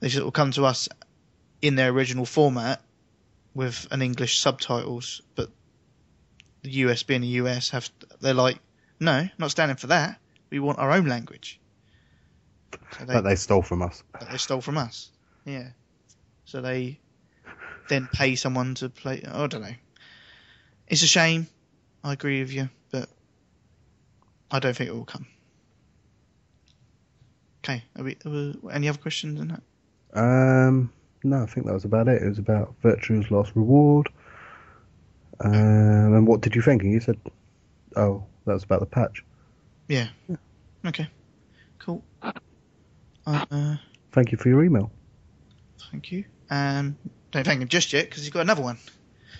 Speaker 2: They sort of come to us in their original format with an English subtitles, but the US being the US have they're like, no, not standing for that. We want our own language. So
Speaker 1: That they stole from us.
Speaker 2: that they stole from us. Yeah. So they then pay someone to play. I don't know. It's a shame. I agree with you, but I don't think it will come. Okay. Are we, are we- any other questions on that?
Speaker 1: Um, no, I think that was about it. It was about Virtue's Last Reward. Um, and what did you think? And you said, oh, that was about the patch.
Speaker 2: Yeah. Okay. Cool. Uh,
Speaker 1: Thank you for your email.
Speaker 2: thank you. Um, don't thank him just yet because he's got another one.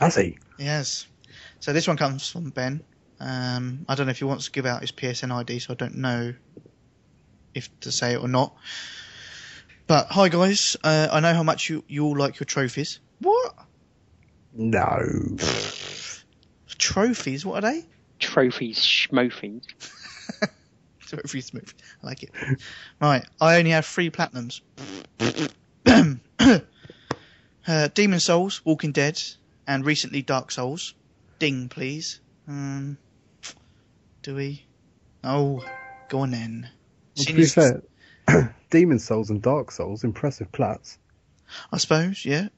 Speaker 1: Has he?
Speaker 2: Yes. So this one comes from Ben. Um, I don't know if he wants to give out his PSN ID, so I don't know if to say it or not. But hi guys, uh, I know how much you, you all like your trophies. What
Speaker 1: No.
Speaker 2: trophies? What are they?
Speaker 3: Trophies, schmofies.
Speaker 2: *laughs* So every smooth. I like it. Right, I only have three platinums. *coughs* uh, Demon Souls, Walking Dead, and recently Dark Souls. Ding, please. Um, do we? Oh, go on then.
Speaker 1: To
Speaker 2: Seeing
Speaker 1: be
Speaker 2: as-
Speaker 1: fair, *coughs* Demon Souls and Dark Souls, impressive plats.
Speaker 2: I suppose, yeah,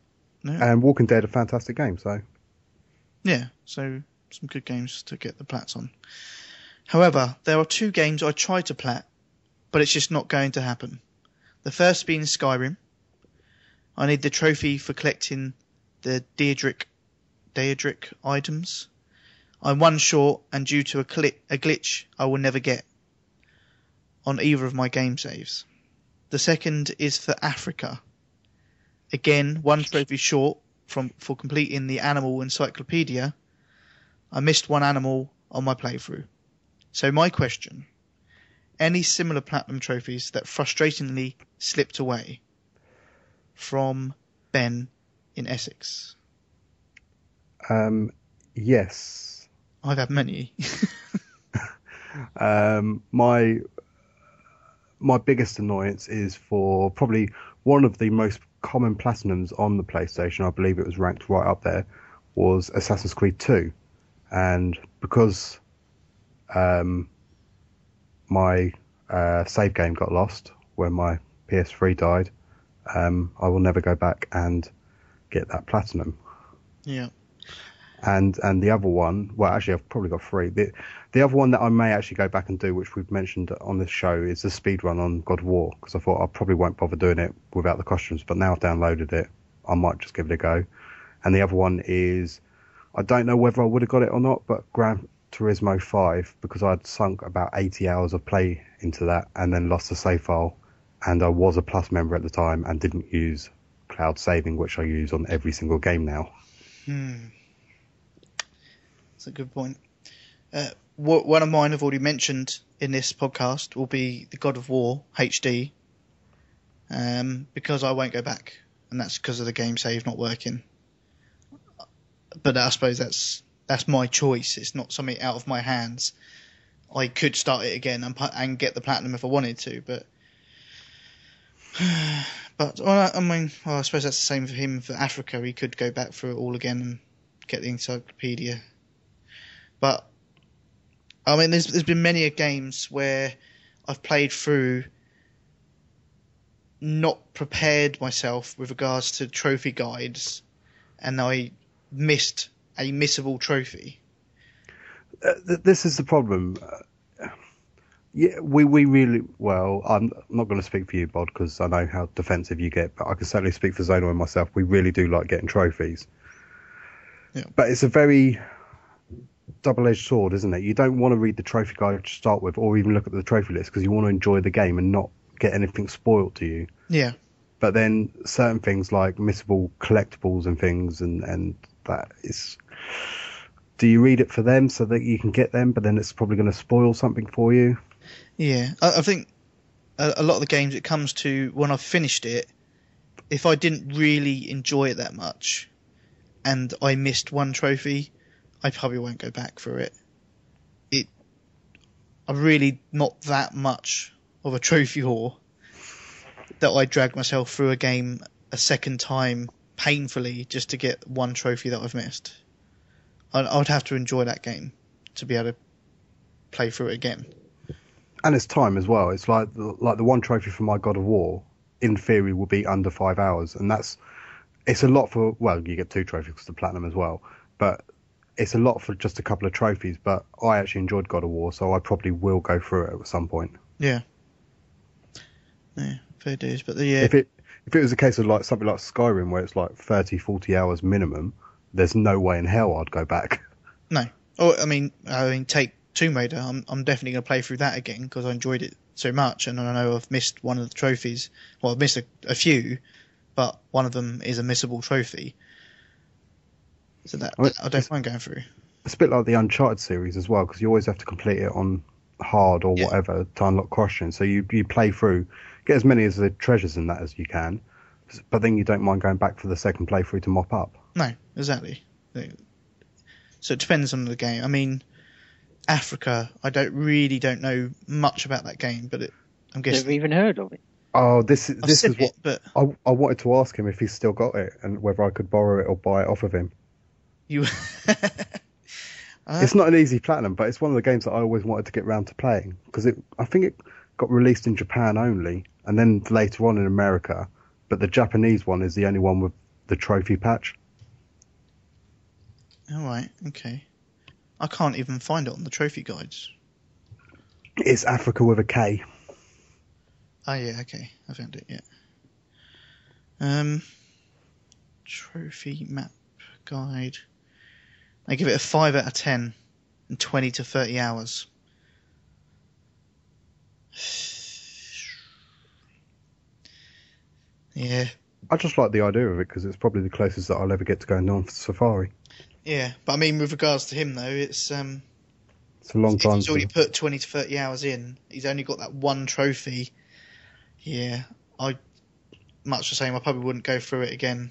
Speaker 1: And Walking Dead, a fantastic game. So
Speaker 2: yeah. So some good games to get the plats on. However, there are two games I tried to plat, but it's just not going to happen. The first being Skyrim. I need the trophy for collecting the Daedric, Daedric items. I'm one short, and due to a, cli a glitch, I will never get on either of my game saves. The second is for Africa. Again, one trophy short from for completing the animal encyclopedia. I missed one animal on my playthrough. So my question: Any similar platinum trophies that frustratingly slipped away? From Ben in Essex.
Speaker 1: um, yes,
Speaker 2: I've had many.
Speaker 1: Um, my my biggest annoyance is for probably one of the most common platinums on the PlayStation. I believe it was ranked right up there. Was Assassin's Creed Two, and because um, my uh, save game got lost when my PS3 died, um, I will never go back and get that platinum
Speaker 2: yeah.
Speaker 1: and and the other one well actually i've probably got three the, the other one that i may actually go back and do which we've mentioned on this show is the speed run on god of war because i thought i probably won't bother doing it without the costumes but now i've downloaded it i might just give it a go and the other one is i don't know whether i would have got it or not but gran turismo 5 because i'd sunk about 80 hours of play into that and then lost the save file and i was a plus member at the time and didn't use cloud saving which i use on every single game now
Speaker 2: Hmm. That's a good point. Uh, wha- one of mine I've already mentioned in this podcast will be the God of War HD, um, because I won't go back, and that's because of the game save not working. But I suppose that's that's my choice. It's not something out of my hands. I could start it again and pu- and get the platinum if I wanted to, but but well, I- I mean, well, I suppose that's the same for him for Africa. He could go back through it all again and get the encyclopedia. But I mean, there's there's been many a games where I've played through, not prepared myself with regards to trophy guides, and I missed a missable trophy.
Speaker 1: Uh, th- this is the problem. Uh, Yeah, we, we really well. I'm not going to speak for you, Bod, because I know how defensive you get, but I can certainly speak for Zona and myself. We really do like getting trophies,
Speaker 2: Yeah.
Speaker 1: but it's a very double-edged sword, isn't it? You don't want to read the trophy guide to start with, or even look at the trophy list, because you want to enjoy the game and not get anything spoiled to you
Speaker 2: Yeah,
Speaker 1: but then certain things like missable collectibles and things and and that is do you read it for them so that you can get them but then it's probably going to spoil something for you
Speaker 2: Yeah, I, I think a, a lot of the games it comes to when I've finished it, if I didn't really enjoy it that much, and I missed one trophy, I probably won't go back for it. It, I'm really not that much of a trophy whore that I drag myself through a game a second time painfully just to get one trophy that I've missed. I'd, I'd have to enjoy that game to be able to play through it again.
Speaker 1: and it's time as well it's like the, like the one trophy for my god of war in theory will be under 5 hours and that's it's a lot for well you get two trophies 'cause the platinum as well but it's a lot for just a couple of trophies but I actually enjoyed God of War so I probably will go through it at some point
Speaker 2: Yeah, fair dues. But the, yeah,
Speaker 1: if it if it was a case of like something like Skyrim where it's like 30 40 hours minimum there's no way in hell I'd go back *laughs*
Speaker 2: oh, I mean, I mean, take Tomb Raider. I'm, I'm definitely going to play through that again because I enjoyed it so much, and I know I've missed one of the trophies. Well, I've missed a, a few, but one of them is a missable trophy. So that
Speaker 1: I mean,
Speaker 2: I don't mind going through.
Speaker 1: it's a bit like the Uncharted series as well because you always have to complete it on hard or
Speaker 2: Yeah.
Speaker 1: whatever to unlock questions so you you play through get as many as the treasures in that as you can but then you don't mind going back for the second playthrough to mop up
Speaker 2: No, exactly. So it depends on the game. I mean, Africa. I don't really don't know much about that game, but it, I'm
Speaker 3: Never
Speaker 2: guessing
Speaker 3: even heard of it.
Speaker 1: Oh, this is
Speaker 2: I've
Speaker 1: this
Speaker 2: seen
Speaker 1: is what
Speaker 2: it, but
Speaker 1: I, I wanted to ask him if he's still got it and whether I could borrow it or buy it off of him. *laughs*
Speaker 2: you. *laughs* Uh,
Speaker 1: It's not an easy platinum, but it's one of the games that I always wanted to get round to playing because it. I think it got released in Japan only, and then later on in America. But the Japanese one is the only one with the trophy patch.
Speaker 2: all right, okay. I can't even find it on the trophy guides.
Speaker 1: It's Africa with a K.
Speaker 2: Oh yeah, okay, I found it. Yeah. Um, trophy map guide. I give it a five out of ten, and twenty to thirty hours. *sighs* Yeah,
Speaker 1: I just like the idea of it because it's probably the closest that I'll ever get to going on safari.
Speaker 2: yeah, but I mean, with regards to him though, it's um,
Speaker 1: It's a long
Speaker 2: if
Speaker 1: time.
Speaker 2: he's already
Speaker 1: to-
Speaker 2: put twenty to thirty hours in. He's only got that one trophy. Yeah, I much the same. I probably wouldn't go through it again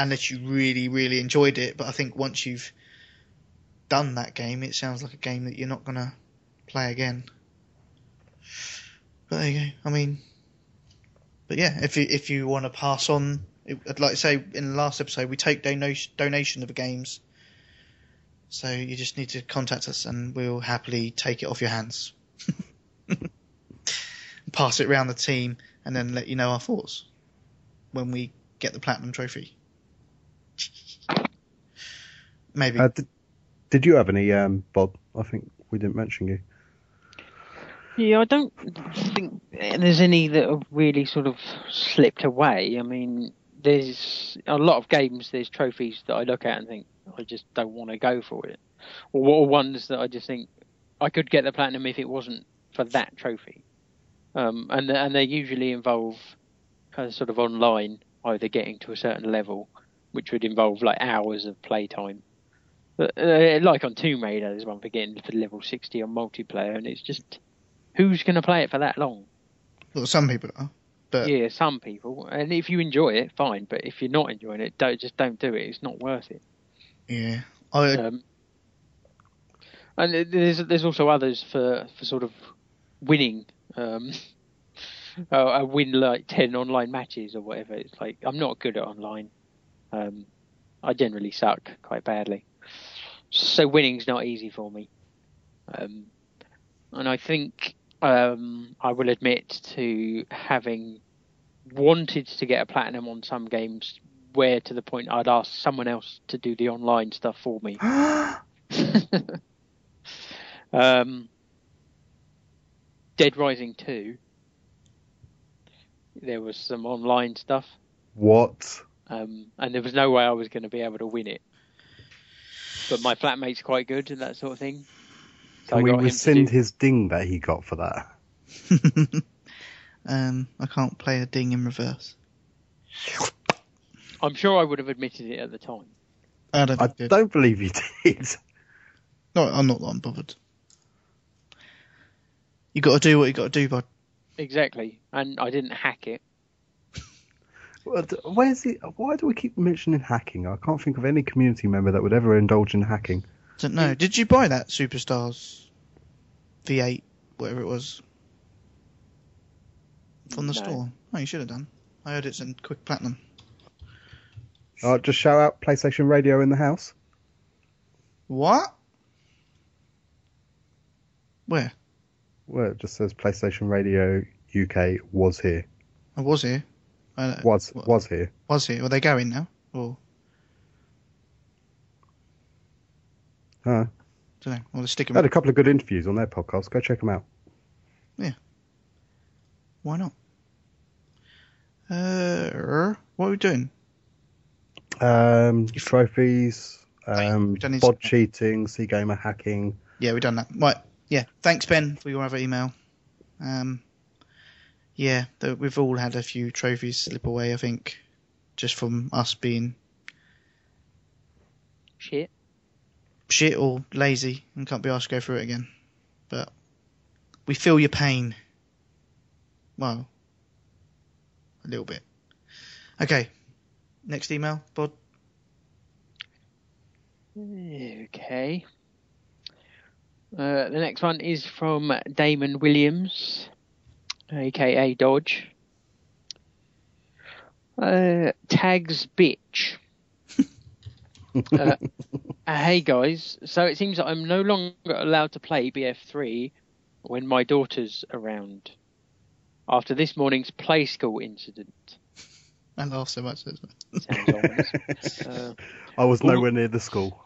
Speaker 2: unless you really, really enjoyed it. But I think once you've done that game, it sounds like a game that you're not gonna play again. But there you go. I mean, but yeah, if you if you want to pass on, it, I'd like to say in the last episode we take donation donation of the games. So you just need to contact us and we'll happily take it off your hands. *laughs* Pass it around the team and then let you know our thoughts when we get the platinum trophy. *laughs* Maybe.
Speaker 1: Uh, did, did you have any, um, Bob? I think we didn't mention *gasps* you.
Speaker 3: Yeah, I don't think there's any that have really sort of slipped away. I mean, there's a lot of games, there's trophies that I look at and think, I just don't want to go for it. Or, or ones that I just think, I could get the platinum if it wasn't for that trophy. Um, and, and they usually involve kind of sort of online, either getting to a certain level, which would involve like hours of playtime. But, uh, like on Tomb Raider, there's one for getting to level 60 on multiplayer, and it's just who's going to play it for that long?
Speaker 2: well, some people are. But
Speaker 3: Yeah, some people. And if you enjoy it, fine. But if you're not enjoying it, don't just don't do it. It's not worth it.
Speaker 2: yeah. I,
Speaker 3: Um, and th- there's there's also others for, for sort of winning. Um, *laughs* uh, I win like ten online matches or whatever. It's like I'm not good at online. Um, I generally suck quite badly, so winning's not easy for me. Um, and I think um, I will admit to having wanted to get a platinum on some games, where to the point I'd ask someone else to do the online stuff for me. *laughs* um, Dead Rising 2, there was some online stuff,
Speaker 1: What?
Speaker 3: um, and there was no way I was going to be able to win it. But my flatmate's quite good and that sort of thing. So
Speaker 1: Can
Speaker 3: I
Speaker 1: we
Speaker 3: got him to
Speaker 1: rescind
Speaker 3: do-
Speaker 1: his ding that he got for that?
Speaker 2: *laughs* um, I can't play a ding in reverse.
Speaker 3: I'm sure I would have admitted it at the time.
Speaker 2: I don't
Speaker 1: I
Speaker 2: think I did.
Speaker 1: don't believe you *laughs* did.
Speaker 2: No, I'm not that unbothered. you got to do what you got to do, bud.
Speaker 3: Exactly. And I didn't hack it.
Speaker 1: What- Where's he? Why do we keep mentioning hacking? I can't think of any community member that would ever indulge in hacking.
Speaker 2: Don't know. Did you buy that Superstars V8, whatever it was, from the
Speaker 3: No.
Speaker 2: store? Oh, you should have done. I heard it's in quick platinum.
Speaker 1: Uh, just shout out PlayStation Radio in the house.
Speaker 2: What? Where?
Speaker 1: Well, it just says PlayStation Radio UK was here.
Speaker 2: I was here. I don't-
Speaker 1: Was
Speaker 2: What?
Speaker 1: was here.
Speaker 2: was here. Are they going now? Or
Speaker 1: Huh.
Speaker 2: don't know. Or they
Speaker 3: Mm.
Speaker 2: stick 'em-
Speaker 1: Had a couple of good interviews on their podcast. Go check them out.
Speaker 2: Why not? Uh, what are we doing?
Speaker 1: Um, trophies, um,
Speaker 2: We've done his-
Speaker 1: bod cheating, C gamer hacking.
Speaker 2: Yeah, we've done that. Right. Yeah. Thanks, Ben, for your other email. Um, yeah, th- we've all had a few trophies slip away, I think, just from us being
Speaker 3: Shit.
Speaker 2: shit or lazy and can't be asked to go through it again. But we feel your pain. Well, a little bit. Okay. Next email, Bod.
Speaker 3: Okay. Uh, the next one is from Damon Williams, aka Dodge. Uh, tags bitch. *laughs* uh, uh, hey guys, so it seems that I'm no longer allowed to play BF3 when my daughter's around. After this morning's play school incident.
Speaker 2: I laugh so much. That's
Speaker 1: *laughs*
Speaker 3: Sounds ominous. Uh,
Speaker 1: I was nowhere near the school.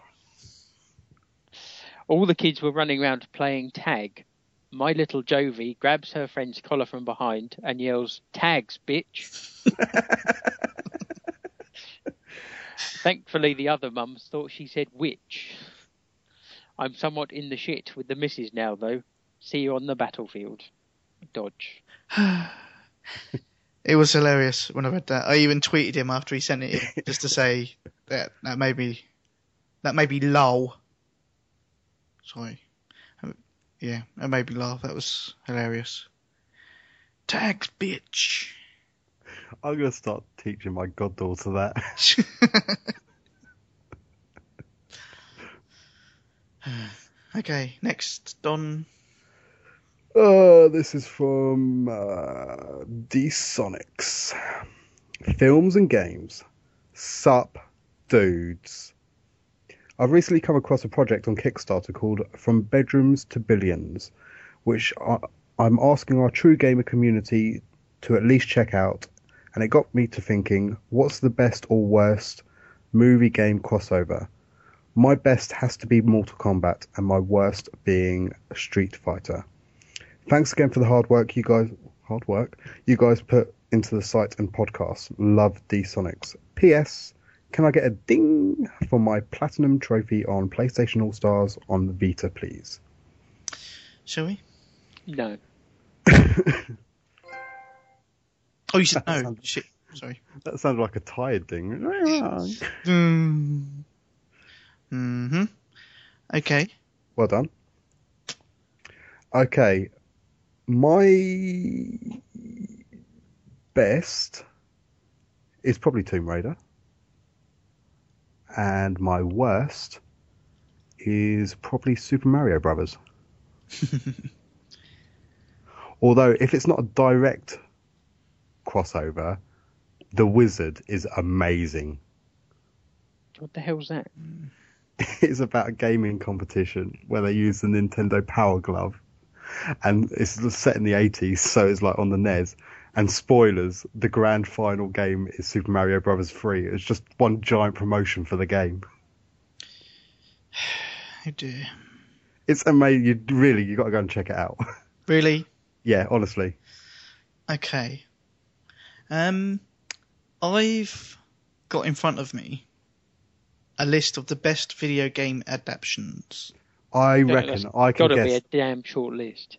Speaker 3: All the kids were running around playing tag. My little Jovi grabs her friend's collar from behind and yells, Tags, bitch. Thankfully, the other mums thought she said witch. I'm somewhat in the shit with the missus now, though. See you on the battlefield. Dodge.
Speaker 2: It was hilarious when I read that. I even tweeted him after he sent it in, just to say that that made me that made me lull. Sorry, Um, yeah, that made me laugh. That was hilarious. Tags, bitch. *laughs*
Speaker 1: I'm going to start teaching my goddaughter that.
Speaker 2: okay, next Don.
Speaker 1: Uh, this is from uh, D Sonics. Films and games. Sup, dudes. I've recently come across a project on Kickstarter called From Bedrooms to Billions, which I, I'm asking our true gamer community to at least check out, and it got me to thinking what's the best or worst movie game crossover? My best has to be Mortal Kombat, and my worst being Street Fighter. Thanks again for the hard work you guys hard work you guys put into the site and podcast. Love D Sonics. PS can I get a ding for my platinum trophy on PlayStation All Stars on Vita, please? *laughs*
Speaker 2: Shall we?
Speaker 3: No.
Speaker 2: Oh, you said no. Shit. Sorry.
Speaker 1: That sounded like a tired ding. *laughs*
Speaker 2: Mm. Hmm. Okay.
Speaker 1: Well done. Okay, my best is probably Tomb Raider, and my worst is probably Super Mario Brothers. Although, if it's not a direct crossover, The Wizard is amazing.
Speaker 3: What the hell's that?
Speaker 1: *laughs* It's about a gaming competition where they use the Nintendo Power Glove, and it's set in the 80s, so it's like on the NES. And spoilers: the grand final game is Super Mario Brothers 3. It's just one giant promotion for the game.
Speaker 2: Oh dear.
Speaker 1: It's amazing. You really, you got to go and check it out. *laughs*
Speaker 2: Really?
Speaker 1: yeah, honestly,
Speaker 2: Okay. Um, I've got in front of me a list of the best video game adaptions.
Speaker 1: I
Speaker 3: Yeah,
Speaker 1: reckon
Speaker 3: that's
Speaker 1: I can
Speaker 3: Gotta be
Speaker 1: guess.
Speaker 3: a damn short list.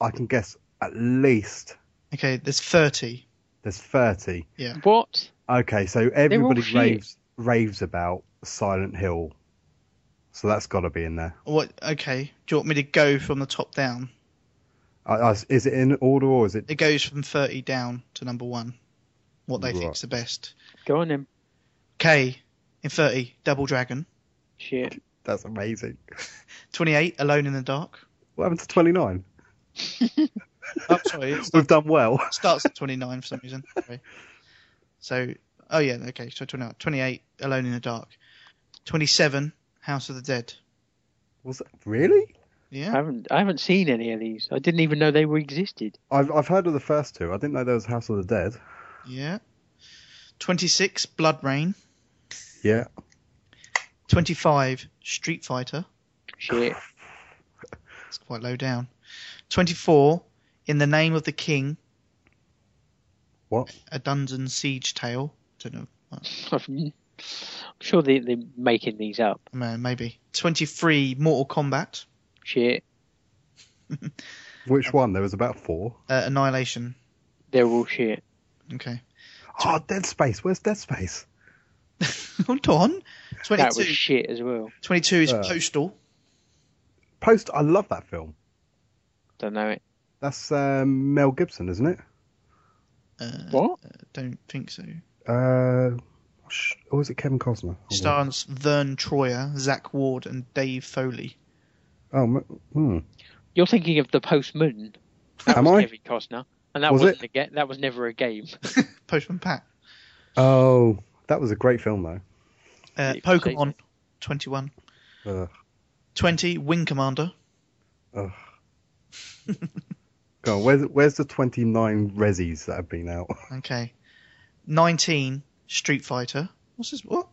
Speaker 1: I can guess at least
Speaker 2: Okay, there's 30.
Speaker 1: there's 30.
Speaker 3: What?
Speaker 1: Okay, so
Speaker 3: all
Speaker 1: everybody
Speaker 3: shit.
Speaker 1: raves raves about Silent Hill, so that's got to be in there.
Speaker 2: What? Okay, do you want me to go from the top down?
Speaker 1: I, I, is it in order or is it
Speaker 2: It goes from 30 down to number one. What they
Speaker 1: Right.
Speaker 2: think's the best.
Speaker 3: Go on then.
Speaker 2: Okay, in 30, Double Dragon.
Speaker 3: Shit.
Speaker 1: That's amazing.
Speaker 2: 28, Alone in the Dark.
Speaker 1: What happened to 29?
Speaker 2: Oh, sorry, it
Speaker 1: We've done well.
Speaker 2: starts at 29 for some reason. Sorry. So, oh yeah, okay, so 29, 28, Alone in the Dark. 27, House of the Dead.
Speaker 1: Was that, really?
Speaker 2: Yeah.
Speaker 3: I haven't I haven't seen any of these. I didn't even know they were existed.
Speaker 1: I've I've heard of the first two. I didn't know there was House of the Dead.
Speaker 2: Yeah. 26, Blood Rain.
Speaker 1: Yeah.
Speaker 2: 25, Street Fighter.
Speaker 3: Shit.
Speaker 2: It's quite low down. 24, In the Name of the King.
Speaker 1: What?
Speaker 2: A Dungeon Siege Tale. Don't know.
Speaker 3: I've- I'm sure they, they're making these up.
Speaker 2: Man, maybe. 23, Mortal Kombat.
Speaker 3: Shit.
Speaker 1: Which one? There was about four.
Speaker 2: Uh, Annihilation.
Speaker 3: They're all shit.
Speaker 2: Okay. *laughs*
Speaker 1: Oh, Dead Space. Where's Dead Space?
Speaker 2: Hold on.
Speaker 3: That was
Speaker 2: 22,
Speaker 3: shit as well.
Speaker 2: 22 is
Speaker 1: Uh.
Speaker 2: Postal.
Speaker 1: Post. I love that film.
Speaker 3: Don't know it.
Speaker 1: That's um, Mel Gibson, isn't it?
Speaker 2: Uh,
Speaker 3: What?
Speaker 2: Don't think
Speaker 1: Oh,
Speaker 2: so.
Speaker 1: Uh, sh- or is it Kevin Costner? Hold on.
Speaker 2: Stars Vern Troyer, Zach Ward, and Dave Foley. *laughs*
Speaker 1: Oh, m- hmm.
Speaker 3: You're thinking of the Postman. That
Speaker 1: Am
Speaker 3: was
Speaker 1: I?
Speaker 3: Kevin Costner, and that
Speaker 1: Was
Speaker 3: wasn't a ga- that was never a game.
Speaker 2: Postman Pat.
Speaker 1: Oh, that was a great film though.
Speaker 2: Uh,
Speaker 3: Yeah,
Speaker 2: Pokemon 21.
Speaker 1: Ugh.
Speaker 2: 20. Wing Commander.
Speaker 1: God, where's where's the twenty nine resis that have been out?
Speaker 2: Okay. 19. Street Fighter. What's this? What?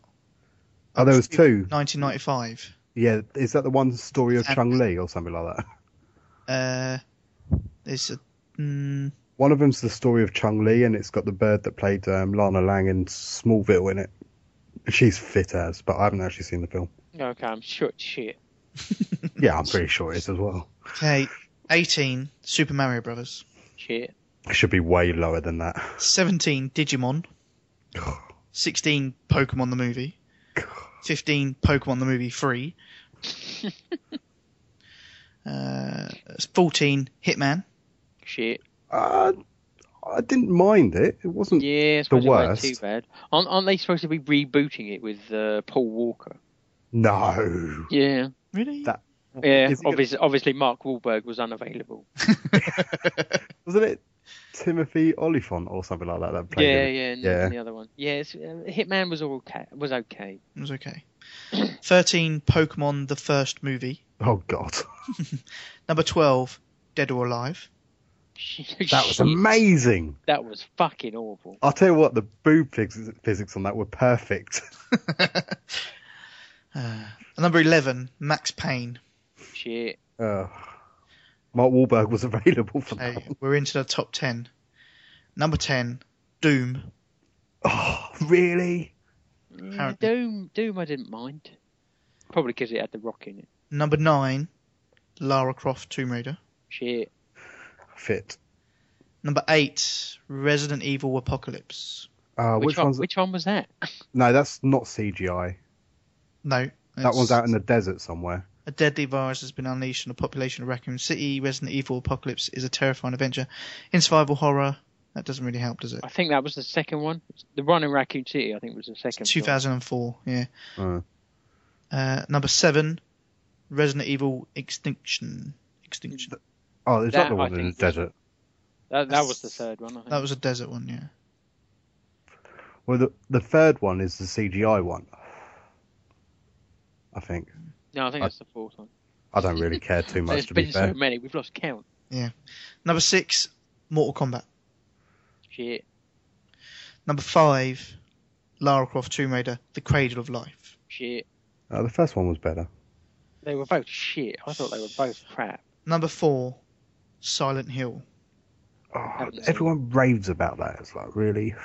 Speaker 1: Oh, there was two.
Speaker 2: 1995.
Speaker 1: Yeah, is that the one story of
Speaker 2: Is that-
Speaker 1: Chung Li or something like that?
Speaker 2: Uh, there's a. Mm,
Speaker 1: One of them's the story of Chung Li, and it's got the bird that played um, Lana Lang in Smallville in it. She's fit as, but I haven't actually seen the film.
Speaker 3: okay, I'm sure it's shit.
Speaker 1: Yeah, I'm pretty sure it is as well.
Speaker 2: okay. 18. Super Mario Brothers.
Speaker 3: Shit.
Speaker 1: It should be way lower than that.
Speaker 2: 17. Digimon. 16. Pokemon the movie. 15. Pokemon the movie free. uh, 14. Hitman.
Speaker 3: Shit.
Speaker 1: Uh, I didn't mind it. It wasn't.
Speaker 3: Yeah, I
Speaker 1: Mm. The
Speaker 3: suppose it weren't
Speaker 1: worst.
Speaker 3: too bad. Aren't, aren't they supposed to be rebooting it with uh, Paul Walker?
Speaker 1: No.
Speaker 3: Yeah,
Speaker 2: Really?
Speaker 1: That-
Speaker 3: yeah.
Speaker 1: Is it gonna-
Speaker 3: Obviously, obviously, Mark Wahlberg was unavailable.
Speaker 1: Wasn't it Timothy Oliphant or something like that that played
Speaker 3: yeah,
Speaker 1: him?
Speaker 3: yeah, and
Speaker 1: Yeah.
Speaker 3: the other one. Yeah, it's, uh, Hitman was all okay. Was okay.
Speaker 2: *laughs*
Speaker 3: *laughs*
Speaker 2: It was okay. 13. Pokemon the first movie.
Speaker 1: Oh, God.
Speaker 2: Number 12. Dead or Alive.
Speaker 1: *laughs*
Speaker 2: *laughs*
Speaker 1: That was
Speaker 3: Shit.
Speaker 1: amazing.
Speaker 3: That was fucking awful.
Speaker 1: I'll tell you what, the boob phys- physics on that were perfect.
Speaker 2: Uh, Number 11. Max Payne.
Speaker 3: Shit.
Speaker 1: Uh, Mark Wahlberg was *laughs* available for that.
Speaker 2: Okay, we're into the top 10. Number 10. Doom.
Speaker 1: Oh, really?
Speaker 3: Yeah,
Speaker 2: Apparently.
Speaker 3: Mm. Doom, Doom, I didn't mind. Probably because it had the Rock in it.
Speaker 2: Number 9. Lara Croft Tomb Raider.
Speaker 3: Shit.
Speaker 1: Fit.
Speaker 2: Number 8. Resident Evil Apocalypse.
Speaker 1: Uh,
Speaker 3: Which,
Speaker 1: which,
Speaker 3: one?
Speaker 1: one's?
Speaker 3: Which one was that?
Speaker 1: No, that's not CGI.
Speaker 2: No.
Speaker 1: That one's out in the desert somewhere.
Speaker 2: A deadly virus has been unleashed on the population of Raccoon City. Resident Evil Apocalypse is a terrifying adventure in survival horror. That doesn't really help, does it?
Speaker 3: I think that was the second one. The one in Raccoon City, I think, was the second. film.
Speaker 2: 2004, yeah.
Speaker 1: Uh.
Speaker 2: Uh, number 7, Resident Evil Extinction.
Speaker 3: Mm.
Speaker 2: Extinction.
Speaker 1: Oh, is that, the
Speaker 3: That, I
Speaker 1: one in the
Speaker 3: think, was-
Speaker 1: desert?
Speaker 3: That, that was the third one. I think.
Speaker 2: That was a desert one, yeah.
Speaker 1: Well, the, the third one is the CGI one. I think.
Speaker 3: No, I think
Speaker 1: I-
Speaker 3: that's the fourth one.
Speaker 1: I don't really care too much,
Speaker 3: There's
Speaker 1: to be
Speaker 3: been *laughs* so
Speaker 1: fair.
Speaker 3: many, we've lost count.
Speaker 2: Number 6, Mortal Kombat.
Speaker 3: Shit.
Speaker 2: Number 5, Lara Croft Tomb Raider, The Cradle of Life.
Speaker 3: Shit.
Speaker 1: Uh, the first one was better.
Speaker 3: They were both shit. I thought they were both crap.
Speaker 2: Number 4, Silent Hill.
Speaker 1: Oh,
Speaker 3: Haven't seen
Speaker 1: everyone raves about that. It's like, really?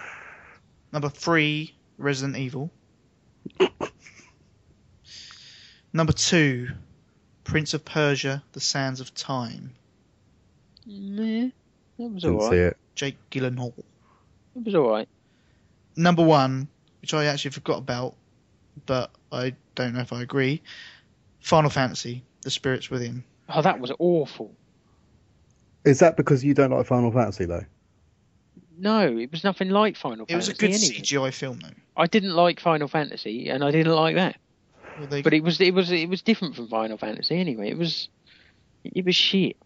Speaker 2: Number 3, Resident Evil. Number 2, Prince of Persia, The Sands of Time.
Speaker 3: Meh. That was
Speaker 1: Didn't see
Speaker 3: alright.
Speaker 1: it.
Speaker 2: Jake Gyllenhaal.
Speaker 3: It was alright.
Speaker 2: number one, which I actually forgot about, but I don't know if I agree. Final Fantasy: The Spirits Within.
Speaker 3: Oh, that was awful.
Speaker 1: Is that because you don't like Final Fantasy, though?
Speaker 3: No, it was nothing like Final
Speaker 2: It was
Speaker 3: Fantasy.
Speaker 2: a good
Speaker 3: anyway.
Speaker 2: CGI film though.
Speaker 3: I didn't like Final Fantasy, and I didn't like that.
Speaker 2: Well, they-
Speaker 3: But it was it was it was different from Final Fantasy anyway. It was it was shit.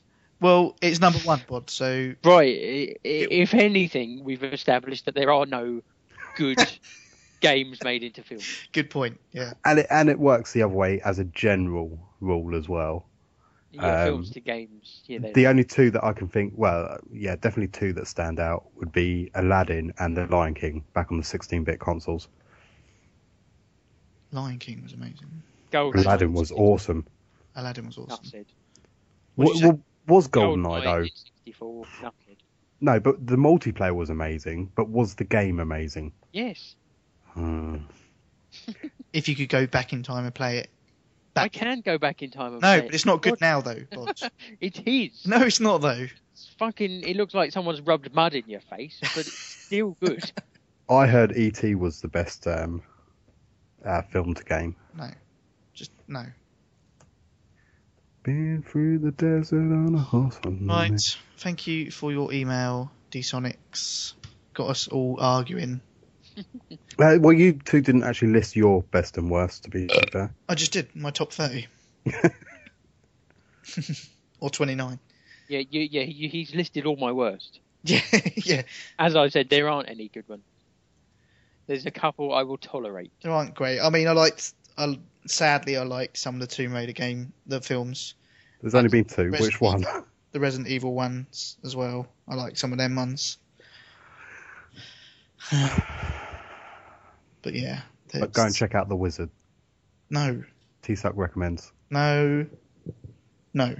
Speaker 2: *laughs* well, it's number one, Bod. So
Speaker 3: Right. i- i- If anything, we've established that there are no
Speaker 2: *laughs*
Speaker 3: good games made into films.
Speaker 2: good point. Yeah,
Speaker 1: And it, and it works the other way as a general rule as well.
Speaker 3: Yeah,
Speaker 1: Um,
Speaker 3: films to games. Yeah, they're-
Speaker 1: The only two that I can think, well, yeah, definitely two that stand out would be Aladdin and The Lion King back on the 16-bit consoles.
Speaker 2: Lion King was amazing.
Speaker 3: Golden
Speaker 1: Aladdin was awesome.
Speaker 2: Aladdin was awesome.
Speaker 3: Nutted.
Speaker 2: What'd
Speaker 1: Wa-
Speaker 2: you
Speaker 1: wa-
Speaker 3: Oh,
Speaker 1: was GoldenEye
Speaker 3: GoldenEye
Speaker 1: though?
Speaker 3: in 64, nutted.
Speaker 1: No, but the multiplayer was amazing. But was the game amazing?
Speaker 3: Yes,
Speaker 1: Hmm.
Speaker 2: If you could go back in time and play it.
Speaker 3: I
Speaker 2: Back.
Speaker 3: can go back in time. And
Speaker 2: No,
Speaker 3: play
Speaker 2: but it's not good
Speaker 3: God,
Speaker 2: now though. Bod.
Speaker 3: It is.
Speaker 2: No, it's not though.
Speaker 3: It's fucking. It looks like someone's rubbed mud in your face, but it's still
Speaker 2: *laughs*
Speaker 3: good.
Speaker 1: I heard E.T. was the best um, uh, film to game.
Speaker 2: No, just no.
Speaker 1: Been through the desert on a horse.
Speaker 2: Right. Thank you for your email, Dsonics. Got us all arguing.
Speaker 1: Uh, well, you two didn't actually list your best and worst. To be fair, *laughs*
Speaker 2: I just did my top thirty. or 29.
Speaker 3: Yeah, you, yeah, you, he's listed all my worst.
Speaker 2: *laughs* Yeah, yeah.
Speaker 3: As I said, there aren't any good ones. There's a couple I will tolerate.
Speaker 2: They aren't great. I mean, I liked. I, sadly, I liked some of the Tomb Raider game, the films,
Speaker 1: There's only been two. Which one?
Speaker 2: the Resident Evil ones as well. I liked some of them ones. *sighs* but yeah,
Speaker 1: *laughs* But
Speaker 2: there's-
Speaker 1: go and check out The Wizard.
Speaker 2: No,
Speaker 1: T-Suck recommends.
Speaker 2: no, no.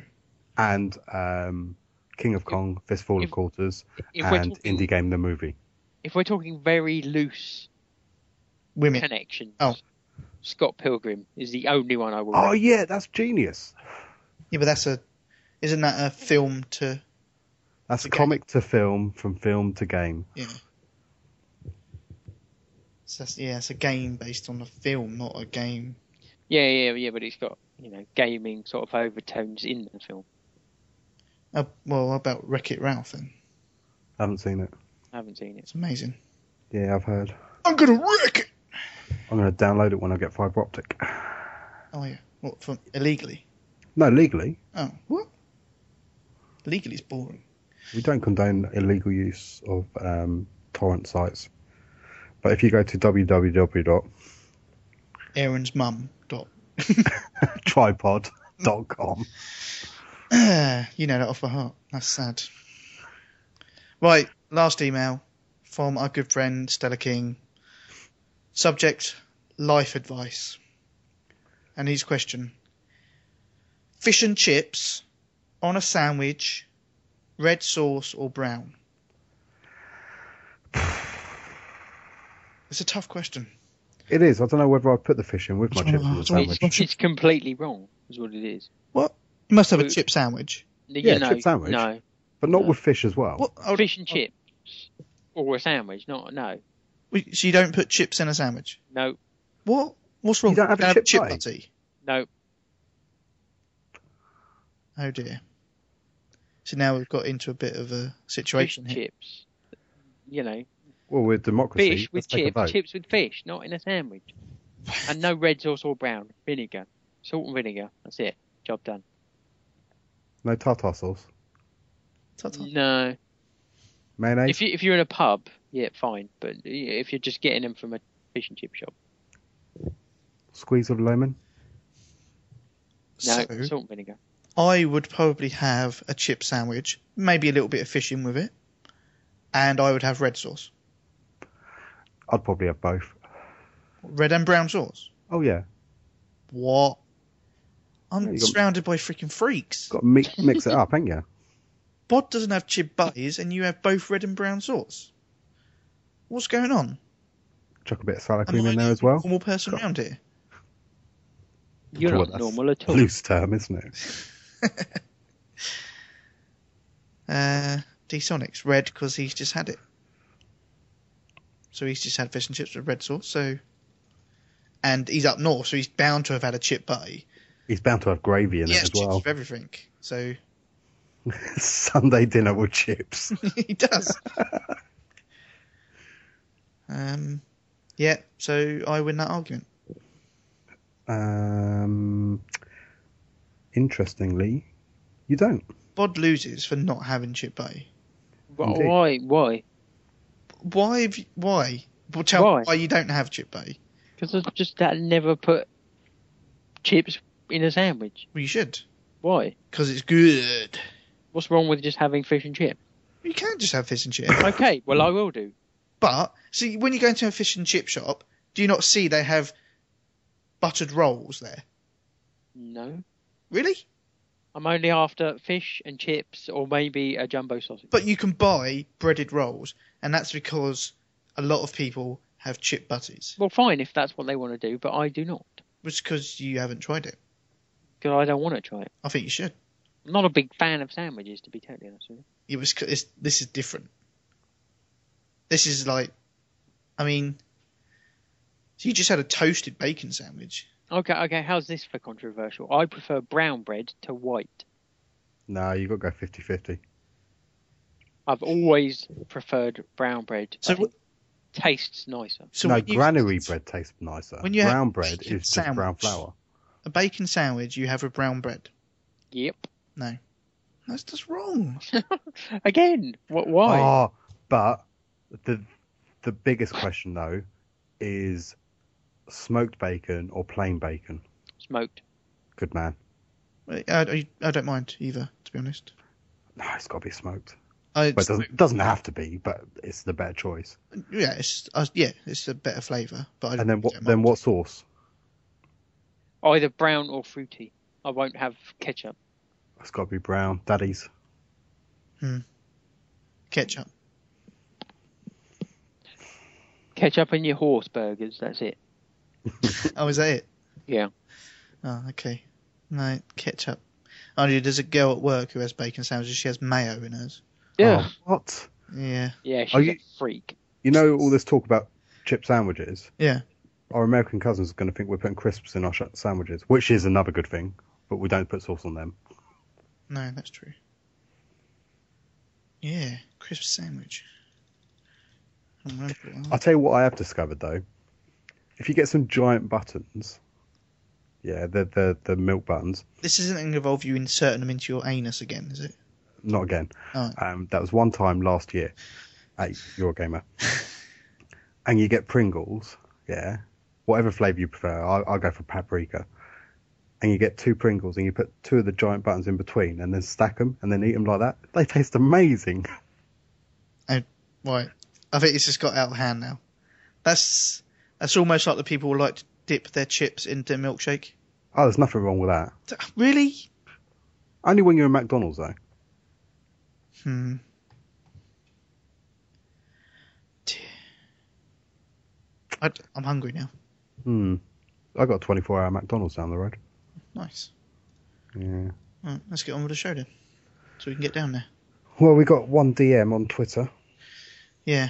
Speaker 1: And um, King of Kong, Fistful
Speaker 3: if-
Speaker 1: of Quarters,
Speaker 3: if we're
Speaker 1: and
Speaker 3: talking-
Speaker 1: Indie Game The Movie.
Speaker 3: If we're talking very loose
Speaker 2: Women.
Speaker 3: connections,
Speaker 2: Oh.
Speaker 3: Scott Pilgrim is the only one I will.
Speaker 1: Oh,
Speaker 3: rec-
Speaker 1: yeah, that's genius.
Speaker 2: Yeah, but that's a. Isn't that a film to?
Speaker 1: That's
Speaker 2: Okay.
Speaker 1: comic to film, from film to game.
Speaker 2: Yeah. So that's, yeah, it's a game based on a film, not a game.
Speaker 3: yeah, yeah, yeah, but it's got you know gaming sort of overtones in the film.
Speaker 2: Uh, well, what about Wreck It Ralph then?
Speaker 1: Haven't seen it.
Speaker 3: I haven't seen it.
Speaker 2: It's amazing.
Speaker 1: Yeah, I've heard.
Speaker 2: I'm gonna wreck it.
Speaker 1: I'm going to download it when I get fiber optic.
Speaker 2: Oh yeah. What from illegally?
Speaker 1: No, legally,
Speaker 2: Oh what? Legally is boring.
Speaker 1: we don't condone illegal use of um, torrent sites. But if you go to *laughs* www.tripod.com,
Speaker 2: Aaron's mum. Dot. *laughs* *clears throat* you know that off by heart. That's sad. Right, last email from our good friend Stella King. Subject: Life advice. And his question: Fish and chips on a sandwich, red sauce or brown? It's a tough question.
Speaker 1: it is. I don't know whether I put the fish in with my chips in the
Speaker 3: It's,
Speaker 1: sandwich.
Speaker 3: it's completely wrong, is what it is.
Speaker 2: You must have a
Speaker 3: Who-
Speaker 2: chip sandwich.
Speaker 3: You
Speaker 1: Yeah,
Speaker 3: know,
Speaker 1: chip sandwich.
Speaker 3: No,
Speaker 1: But not with fish as well.
Speaker 2: What? Oh,
Speaker 3: fish and chips or a sandwich. Not no,
Speaker 2: we- so you don't put chips in a sandwich?
Speaker 3: no,
Speaker 2: What? What's wrong?
Speaker 1: You don't have a
Speaker 2: Can I
Speaker 1: chip
Speaker 2: chip
Speaker 1: pie?
Speaker 2: butty?
Speaker 3: no.
Speaker 2: Oh dear. So now we've got into a bit of a
Speaker 3: Fish
Speaker 2: situation
Speaker 3: and
Speaker 2: here.
Speaker 3: chips. You know,
Speaker 1: Well, we're democracy.
Speaker 3: fish with
Speaker 1: let's take a
Speaker 3: chips,
Speaker 1: vote.
Speaker 3: chips with fish, not in a sandwich. and no red sauce or brown. Vinegar, salt and vinegar. That's it. Job done.
Speaker 1: No tartar sauce.
Speaker 2: *laughs* Ta-ta.
Speaker 3: No,
Speaker 1: Mayonnaise.
Speaker 3: if you if you're in a pub, yeah, fine. But yeah, if you're just getting them from a fish and chip shop,
Speaker 1: Squeeze of lemon.
Speaker 3: no,
Speaker 2: So
Speaker 3: salt and vinegar.
Speaker 2: I would probably have a chip sandwich, maybe a little bit of fish in with it, and I would have red sauce,
Speaker 1: I'd probably have both.
Speaker 2: red and brown sauce.
Speaker 1: Oh yeah,
Speaker 2: What?
Speaker 1: Yeah,
Speaker 2: I'm
Speaker 1: you got-
Speaker 2: surrounded by freaking freaks.
Speaker 1: got to mi- mix it up, ain't you?
Speaker 2: Bod doesn't have chip butties, and you have both red and brown sauce. What's going on?
Speaker 1: Chuck a bit of salad
Speaker 2: Am
Speaker 1: cream
Speaker 2: I
Speaker 1: in
Speaker 2: the
Speaker 1: there as well.
Speaker 2: Normal person round here.
Speaker 3: You're
Speaker 1: Well,
Speaker 3: not
Speaker 1: that's
Speaker 3: normal at all.
Speaker 1: Loose term, isn't it?
Speaker 2: Uh, D Sonic's red because he's just had it. So he's just had fish and chips with red sauce. So, and he's up north, so he's bound to have had a chip butty.
Speaker 1: He's bound to have gravy in
Speaker 2: He has
Speaker 1: it as
Speaker 2: chips
Speaker 1: well.
Speaker 2: with everything. So *laughs*
Speaker 1: *laughs* Sunday dinner with chips. *laughs*
Speaker 2: he does. um, yeah. So I win that argument.
Speaker 1: Um, interestingly, you don't.
Speaker 2: Bod loses for not having chip butty.
Speaker 3: Wh-
Speaker 1: Indeed.
Speaker 3: Why? Why?
Speaker 2: Why? Have you, why? Well, tell
Speaker 3: Why?
Speaker 2: me why you don't have chip butty.
Speaker 3: Because I just that never put chips in a sandwich.
Speaker 2: Well, you should
Speaker 3: Why?
Speaker 2: because it's good.
Speaker 3: What's wrong with just having fish and chips?
Speaker 2: You can just have fish and chips.
Speaker 3: Okay, well I will do.
Speaker 2: But see, when you go into a fish and chip shop, do you not see they have buttered rolls there?
Speaker 3: No,
Speaker 2: Really?
Speaker 3: I'm only after fish and chips or maybe a jumbo sausage.
Speaker 2: But you can buy breaded rolls, and that's because a lot of people have chip butties.
Speaker 3: Well, fine if that's what they want to do, but I do not
Speaker 2: It's because you haven't tried it.
Speaker 3: because I don't want to try it.
Speaker 2: I think you should.
Speaker 3: I'm not a big fan of sandwiches, to be totally honest with you.
Speaker 2: It was. c- It's, this is different. This is like, I mean, so you just had a toasted bacon sandwich.
Speaker 3: Okay, okay. How's this for controversial? I prefer brown bread to white.
Speaker 1: No, you've got to go 50 50.
Speaker 3: I've always preferred brown bread.
Speaker 2: So
Speaker 3: I think it tastes nicer.
Speaker 2: So
Speaker 1: no,
Speaker 2: when you-
Speaker 1: granary bread tastes nicer.
Speaker 2: when you have
Speaker 1: brown bread
Speaker 2: chicken
Speaker 1: is just brown
Speaker 2: sandwich-
Speaker 1: flour.
Speaker 2: A bacon sandwich you have with brown bread.
Speaker 3: Yep. *laughs*
Speaker 2: No. That's just wrong.
Speaker 3: Again, what? Why?
Speaker 1: Ah, but the the biggest question though is smoked bacon or plain bacon.
Speaker 3: Smoked.
Speaker 1: Good man.
Speaker 2: I, I, I don't mind either, to be honest.
Speaker 1: No, it's got to be smoked.
Speaker 2: I,
Speaker 1: But it doesn't doesn't have to be, but it's the better choice.
Speaker 2: yeah, it's uh, yeah, it's a better flavour. But I
Speaker 1: And then what?
Speaker 2: don't
Speaker 1: Then
Speaker 2: mind.
Speaker 1: what sauce?
Speaker 3: Either brown or fruity. I won't have ketchup.
Speaker 1: It's got to be brown, daddy's.
Speaker 2: Ketchup.
Speaker 3: Ketchup and your horse burgers. That's it.
Speaker 2: Oh, is that it?
Speaker 3: Yeah.
Speaker 2: Oh, okay. No, ketchup. Oh, yeah, there's a girl at work who has bacon sandwiches. She has mayo in hers.
Speaker 3: Yeah.
Speaker 1: Oh, what?
Speaker 2: Yeah.
Speaker 3: Yeah.
Speaker 1: Are
Speaker 3: She's
Speaker 1: you-
Speaker 3: a freak.
Speaker 1: You know all this talk about chip sandwiches.
Speaker 2: Yeah.
Speaker 1: Our American cousins are going to think we're putting crisps in our sh- sandwiches, which is another good thing. But we don't put sauce on them.
Speaker 2: No, that's true. Yeah, crisp sandwich. I don't remember it
Speaker 1: I'll
Speaker 2: well.
Speaker 1: tell you what I have discovered though. If you get some giant buttons, yeah, the the the milk buttons.
Speaker 2: This isn't going to involve you inserting them into your anus again, is it?
Speaker 1: Not again.
Speaker 2: Oh.
Speaker 1: Um, that was one time last year at Eurogamer. and you get Pringles, yeah, whatever flavour you prefer. I, I'll go for paprika. And you get two Pringles and you put two of the giant buttons in between and then stack them and then eat them like that. They taste amazing. *laughs*
Speaker 2: Right. I think it's just got out of hand now. That's that's almost like the people who like to dip their chips into milkshake.
Speaker 1: Oh, there's nothing wrong with that.
Speaker 2: D- Really?
Speaker 1: Only when you're in McDonald's though.
Speaker 2: Hmm. T- I, am hungry now.
Speaker 1: Hmm. I got a 24 hour McDonald's down the road.
Speaker 2: Nice.
Speaker 1: Yeah.
Speaker 2: Right, let's get on with the show then, so we can get down there.
Speaker 1: Well, we got one DM on Twitter.
Speaker 2: Yeah.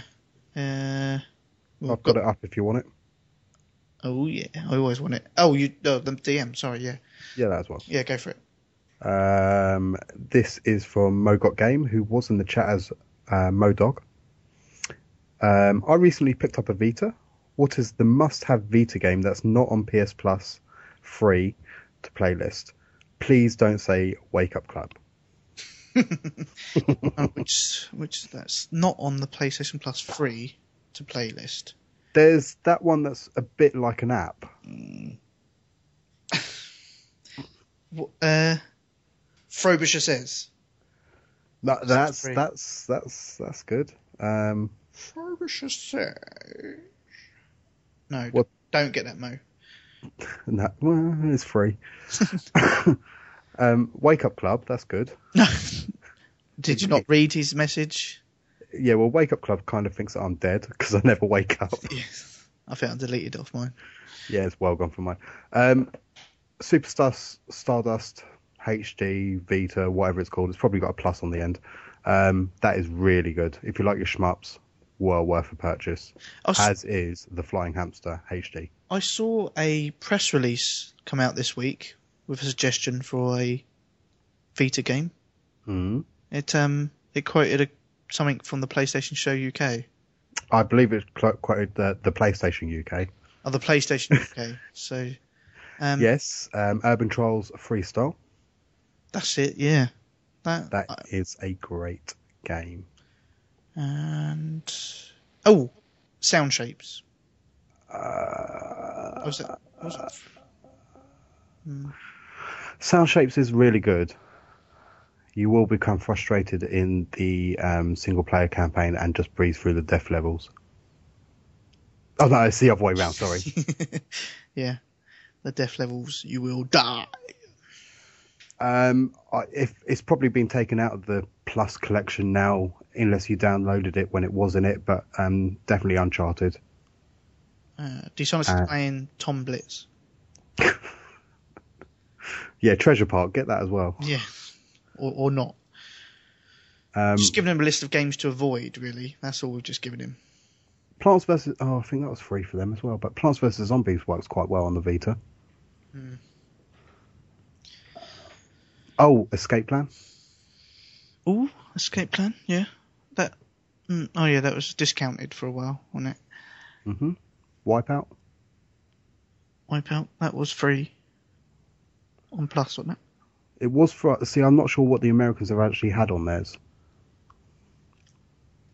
Speaker 2: Uh, we've
Speaker 1: I've got it up if you want it.
Speaker 2: Oh yeah, I always want it. Oh, you oh, the DM. Sorry, yeah,
Speaker 1: Yeah, that's one.
Speaker 2: yeah, go for it.
Speaker 1: Um, this is from Mogot Game, who was in the chat as uh, Modog. Um, I recently picked up a Vita. What is the must-have Vita game that's not on PS Plus, free to playlist? Please don't say Wake Up *laughs* Club.
Speaker 2: Uh, which which that's not on the PlayStation Plus free to playlist.
Speaker 1: There's that one that's a bit like an app.
Speaker 2: Wh- Uh, Frobisher says.
Speaker 1: That, that's
Speaker 2: free.
Speaker 1: that's that's that's good. Um,
Speaker 2: Frobisher says. No,
Speaker 1: What-
Speaker 2: don't get that mo.
Speaker 1: and that well, it's free. *laughs* um, Wake Up Club, that's good.
Speaker 2: No. *laughs* Did you not read his message?
Speaker 1: Yeah, well, Wake Up Club kind of thinks that I'm dead because I never wake up.
Speaker 2: Yes. I think I deleted it off mine.
Speaker 1: yeah, it's well gone for mine. Um, Superstar Stardust HD Vita, whatever it's called, it's probably got a plus on the end. Um, that is really good. If you like your shmups, well worth a purchase.
Speaker 2: I, s-
Speaker 1: As is the Flying Hamster HD.
Speaker 2: I saw a press release come out this week with a suggestion for a Vita game.
Speaker 1: Mm.
Speaker 2: It um it quoted a, something from the PlayStation Show UK.
Speaker 1: I believe it cl- quoted the, the PlayStation UK.
Speaker 2: Oh, the PlayStation
Speaker 1: *laughs*
Speaker 2: UK. So, um,
Speaker 1: yes, um, Urban Trolls Freestyle.
Speaker 2: that's it. Yeah, that,
Speaker 1: That is a great game.
Speaker 2: and oh, sound shapes.
Speaker 1: Uh,
Speaker 2: What was it? What was it?
Speaker 1: Sound Shapes is really good. You will become frustrated in the um, single player campaign and just breeze through the death levels. Oh no, it's the other way round. Sorry.
Speaker 2: *laughs* yeah, the death levels. You will die.
Speaker 1: um, I, if it's probably been taken out of the Plus collection now, unless you downloaded it when it was in it. But um, definitely Uncharted.
Speaker 2: Uh, Dishonored's
Speaker 1: Uh.
Speaker 2: playing Tom Blitz.
Speaker 1: Yeah, Treasure Park. Get that as well.
Speaker 2: Yeah, or or not.
Speaker 1: Um,
Speaker 2: just giving him a list of games to avoid. Really, that's all we've just given him.
Speaker 1: Plants vs. Oh, I think that was free for them as well. But Plants vs. Zombies works quite well on the Vita.
Speaker 2: Hmm.
Speaker 1: Oh, Escape Plan.
Speaker 2: Ooh, escape plan. Yeah, that. Mm, oh yeah, that was discounted for a while, wasn't it?
Speaker 1: Mm-hmm. Wipeout.
Speaker 2: Wipeout. That was free. on Plus, wasn't it?
Speaker 1: It was for see. I'm not sure what the Americans have actually had on theirs.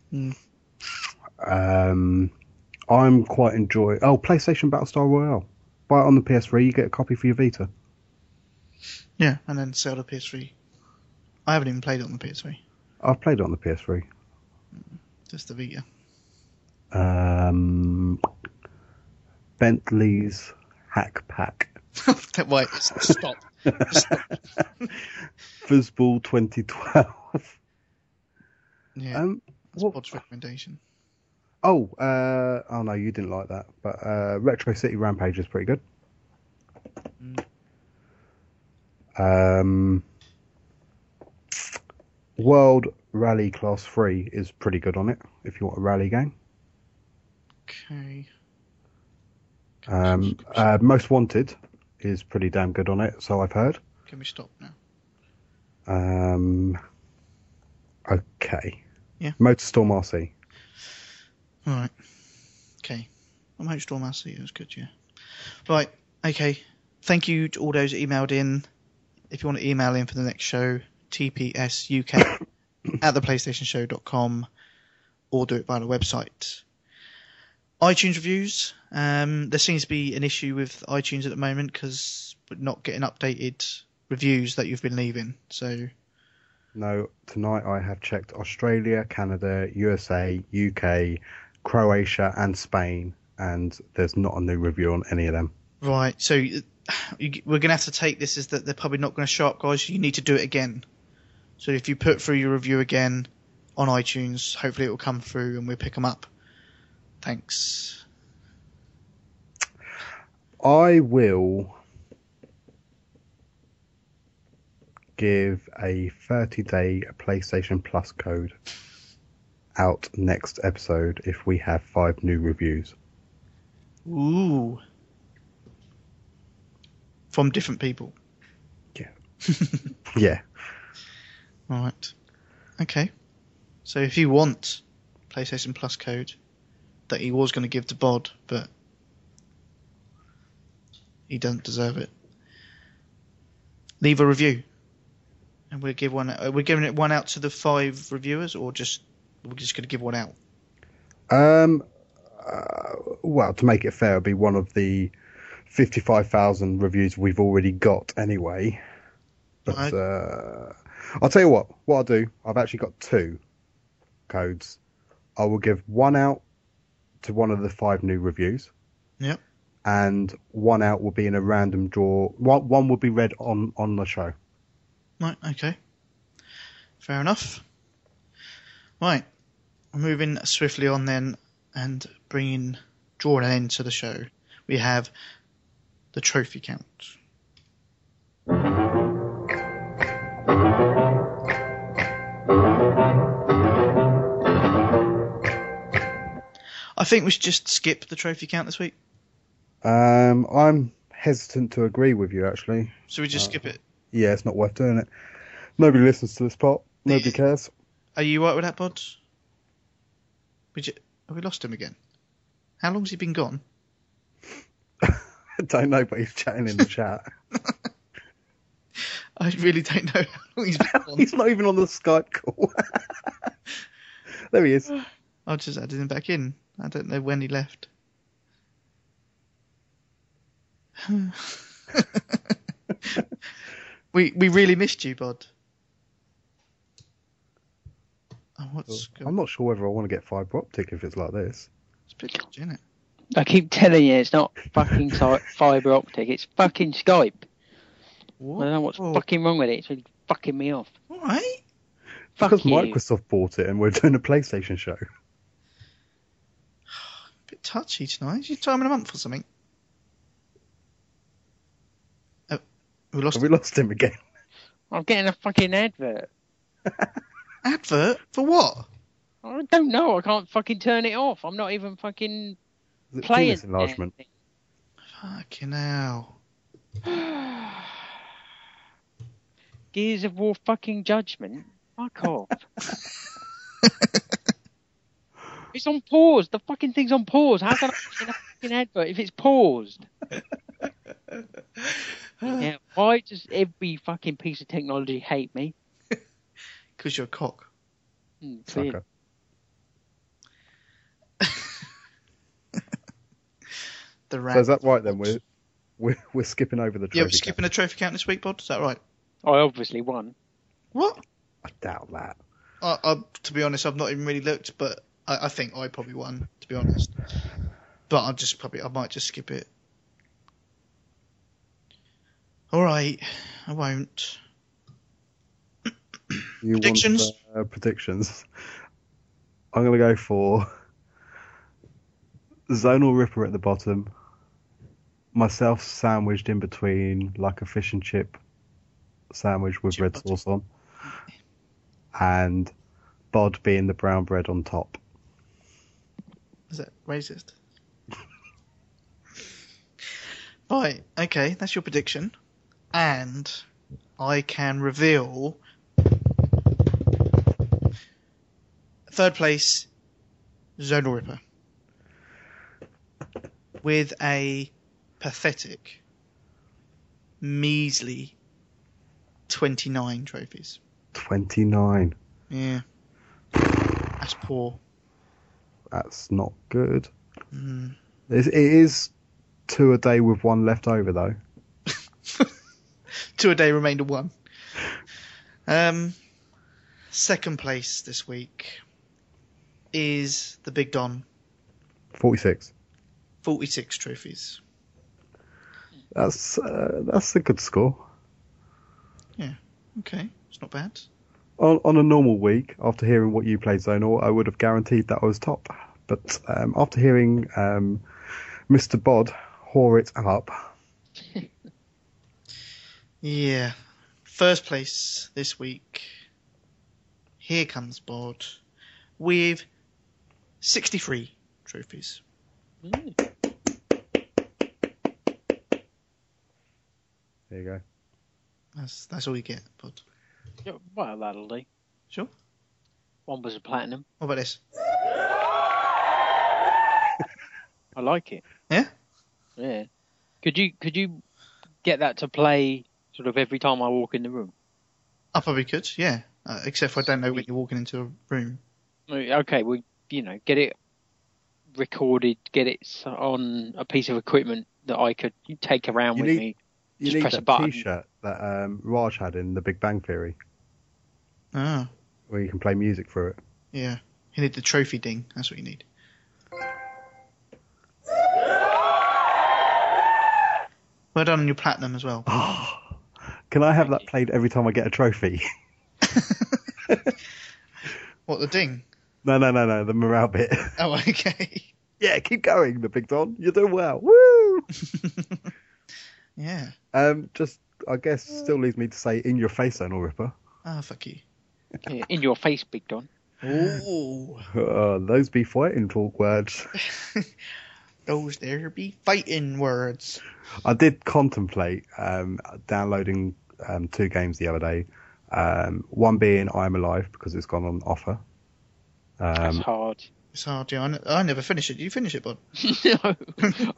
Speaker 2: Hmm.
Speaker 1: Um, I'm quite enjoying. Oh, PlayStation Battlestar Royale. Buy it on the PS3. You get a copy for your Vita.
Speaker 2: Yeah, and then sell the PS3. I haven't even played it on the PS3,
Speaker 1: I've played it on the PS3.
Speaker 2: just the Vita. *laughs*
Speaker 1: Um, Bentley's Hack Pack.
Speaker 2: Wait, stop.
Speaker 1: *laughs* Fuzzball 2012.
Speaker 2: *laughs* Yeah,
Speaker 1: Um,
Speaker 2: that's
Speaker 1: what-
Speaker 2: Pod's recommendation.
Speaker 1: oh, uh, oh no, you didn't like that. But uh, Retro City Rampage is pretty good.
Speaker 2: Mm.
Speaker 1: Um, World Rally Class 3 is pretty good on it if you want a rally game.
Speaker 2: Okay.
Speaker 1: Um, uh, Most Wanted is pretty damn good on it, so I've heard.
Speaker 2: Can we stop now?
Speaker 1: Um, okay.
Speaker 2: Yeah.
Speaker 1: Motorstorm RC.
Speaker 2: All right. Okay. I'm hoping Storm Master it was good, yeah. Right. Okay. Thank you to all those that emailed in. If you want to email in for the next show, tpsuk at theplaystationshow.com or do it via the website. iTunes reviews. Um, there seems to be an issue with iTunes at the moment because we're not getting updated reviews that you've been leaving. So,
Speaker 1: No, tonight I have checked Australia, Canada, USA, UK, Croatia, and Spain, and there's not a new review on any of them.
Speaker 2: right. So, uh, you, we're going to have to take this as that they're probably not going to show up, guys. You need to do it again. So, if you put through your review again on iTunes, hopefully it will come through and we'll pick them up. Thanks.
Speaker 1: I will give a 30 day PlayStation Plus code out next episode if we have five new reviews.
Speaker 2: Ooh. From different people. *laughs*
Speaker 1: Yeah.
Speaker 2: Right. Okay. So if you want PlayStation Plus code that he was going to give to Bod, but he doesn't deserve it, leave a review, and we'll give one. Are we giving it one out to the five reviewers, or just we're just going to give one out?
Speaker 1: Um, uh, well, to make it fair, it'd be one of the 55,000 reviews we've already got anyway. But
Speaker 2: Right.
Speaker 1: uh, I'll tell you what, what I'll do, I've actually got two codes. I will give one out to one of the five new reviews.
Speaker 2: Yep.
Speaker 1: And one out will be in a random draw. One, one will be read on, on the show.
Speaker 2: Right, okay. Fair enough. Right, I'm moving swiftly on then and bringing, drawing an end to the show. We have the trophy count. I think we should just skip the trophy count this week.
Speaker 1: Um, I'm hesitant to agree with you, actually.
Speaker 2: Should we just skip it?
Speaker 1: Yeah, it's not worth doing it. Nobody listens to this part. Nobody cares. *laughs*
Speaker 2: Are you right with that, Bod? We ju- have we lost him again? How long's he been gone? *laughs*
Speaker 1: I don't know, but he's chatting in the chat.
Speaker 3: *laughs*
Speaker 2: I really don't know how long he's been
Speaker 1: *laughs*
Speaker 2: gone.
Speaker 1: he's not even on the Skype call. *laughs* there he is.
Speaker 2: I just added him back in. I don't know when he left. *sighs* we we really missed you, Bod. Oh, what's
Speaker 1: I'm
Speaker 2: going on?
Speaker 1: not sure whether I want to get fibre optic if it's like this.
Speaker 2: It's a bit dodgy, isn't it?
Speaker 3: I keep telling you, it's not fucking
Speaker 1: *laughs*
Speaker 3: si- fiber optic. It's fucking Skype. I
Speaker 2: What?
Speaker 3: don't know what's
Speaker 1: Oh.
Speaker 3: fucking wrong with it. It's really fucking me off.
Speaker 2: All right.
Speaker 3: Fuck
Speaker 1: because
Speaker 3: you.
Speaker 1: Microsoft bought it and we're doing a PlayStation show. *laughs*
Speaker 2: bit touchy tonight. Is your time in a month or something? Oh, we lost
Speaker 1: And we lost him again.
Speaker 3: I'm getting a fucking advert.
Speaker 2: an advert for what?
Speaker 3: I don't know. I can't fucking turn it off. I'm not even fucking
Speaker 1: Is it
Speaker 3: playing.
Speaker 1: penis enlargement.
Speaker 3: anything.
Speaker 2: Fucking hell.
Speaker 3: *sighs* Gears of War fucking Judgment.
Speaker 1: *laughs*
Speaker 3: Fuck off. it's on pause.
Speaker 1: *laughs*
Speaker 3: The fucking thing's on pause. How can I get a fucking advert if it's paused? Yeah, why does every fucking piece of technology hate me?
Speaker 2: Because you're a cock.
Speaker 3: Hmm,
Speaker 1: Sucker.
Speaker 3: weird.
Speaker 2: The
Speaker 1: So
Speaker 2: rat.
Speaker 1: is that right then? We're we're, we're skipping over the
Speaker 2: yeah,
Speaker 1: trophy.
Speaker 2: we're skipping a trophy count this week, Bod. Is that right?
Speaker 3: I obviously won.
Speaker 2: What?
Speaker 1: I doubt that.
Speaker 2: I, I, to be honest, I've not even really looked, but I, I think I probably won. To be honest, but I'm just probably I might just skip it. All right, I won't.
Speaker 1: You want,
Speaker 2: Predictions?
Speaker 1: uh, predictions. I'm gonna go for zonal ripper at the bottom. Myself sandwiched in between like a fish and chip sandwich with
Speaker 2: Chip
Speaker 1: red
Speaker 2: butter.
Speaker 1: sauce on, and Bod being the brown bread on top.
Speaker 2: Is that racist? right. Okay, that's your prediction, and I can reveal third place, Zonal Ripper, with a pathetic, measly twenty-nine trophies.
Speaker 1: Twenty nine.
Speaker 2: Yeah, that's poor.
Speaker 1: That's not good.
Speaker 2: Mm.
Speaker 1: It it is two a day with one left over though.
Speaker 2: two a day remainder one. Um, second place this week is the Big Don,
Speaker 1: Forty six.
Speaker 2: forty six trophies.
Speaker 1: That's uh, that's a good score.
Speaker 2: Okay, it's not bad.
Speaker 1: on, on a normal week, after hearing what you played Zonal, I would have guaranteed that I was top. But um, after hearing um, Mr. Bod whore it up,
Speaker 2: Yeah, first place this week. Here comes board with sixty three trophies.
Speaker 3: Hmm.
Speaker 1: there you go.
Speaker 2: That's that's all you get. Bod.
Speaker 3: Yeah, well, that'll do.
Speaker 2: Sure.
Speaker 3: One was a platinum.
Speaker 2: What about this?
Speaker 3: I like it.
Speaker 2: Yeah?
Speaker 3: Yeah. Could you could you get that to play sort of every time I walk in the room?
Speaker 2: I probably could. Yeah, uh, except for I don't know when you're walking into a room.
Speaker 3: Okay, well, you know, get it recorded, get it s- on a piece of equipment that I could take around
Speaker 1: You
Speaker 3: with
Speaker 1: need-
Speaker 3: me.
Speaker 1: You
Speaker 3: Just
Speaker 1: need
Speaker 3: press a
Speaker 1: that
Speaker 3: button.
Speaker 1: T-shirt that um, Raj had in The Big Bang Theory,
Speaker 2: Ah,
Speaker 1: where you can play music through it.
Speaker 2: yeah. You need the trophy ding. That's what you need. Well done on your platinum as well.
Speaker 1: *gasps* Can I have that played every time I get a trophy? *laughs*
Speaker 2: What the ding?
Speaker 1: no, no, no, no, the morale bit. *laughs*
Speaker 2: Oh, okay. *laughs*
Speaker 1: yeah, keep going, the Big Don. You're doing well. Woo! *laughs*
Speaker 2: yeah.
Speaker 1: Um, just, I guess, still leaves me to say, in your face, Zonal Ripper. *laughs*
Speaker 2: Ah, fuck you.
Speaker 3: Yeah, in your face, Big Don.
Speaker 2: Ooh,
Speaker 1: Uh, those be fighting talk words.
Speaker 2: those there be fighting words.
Speaker 1: I did contemplate um, downloading um, two games the other day. Um, one being I'm Alive because it's gone on offer.
Speaker 3: That's
Speaker 1: *laughs* Um,
Speaker 3: hard. *laughs*
Speaker 2: It's hard, yeah. I, ne- I never finish it. You finish it, bud.
Speaker 3: no,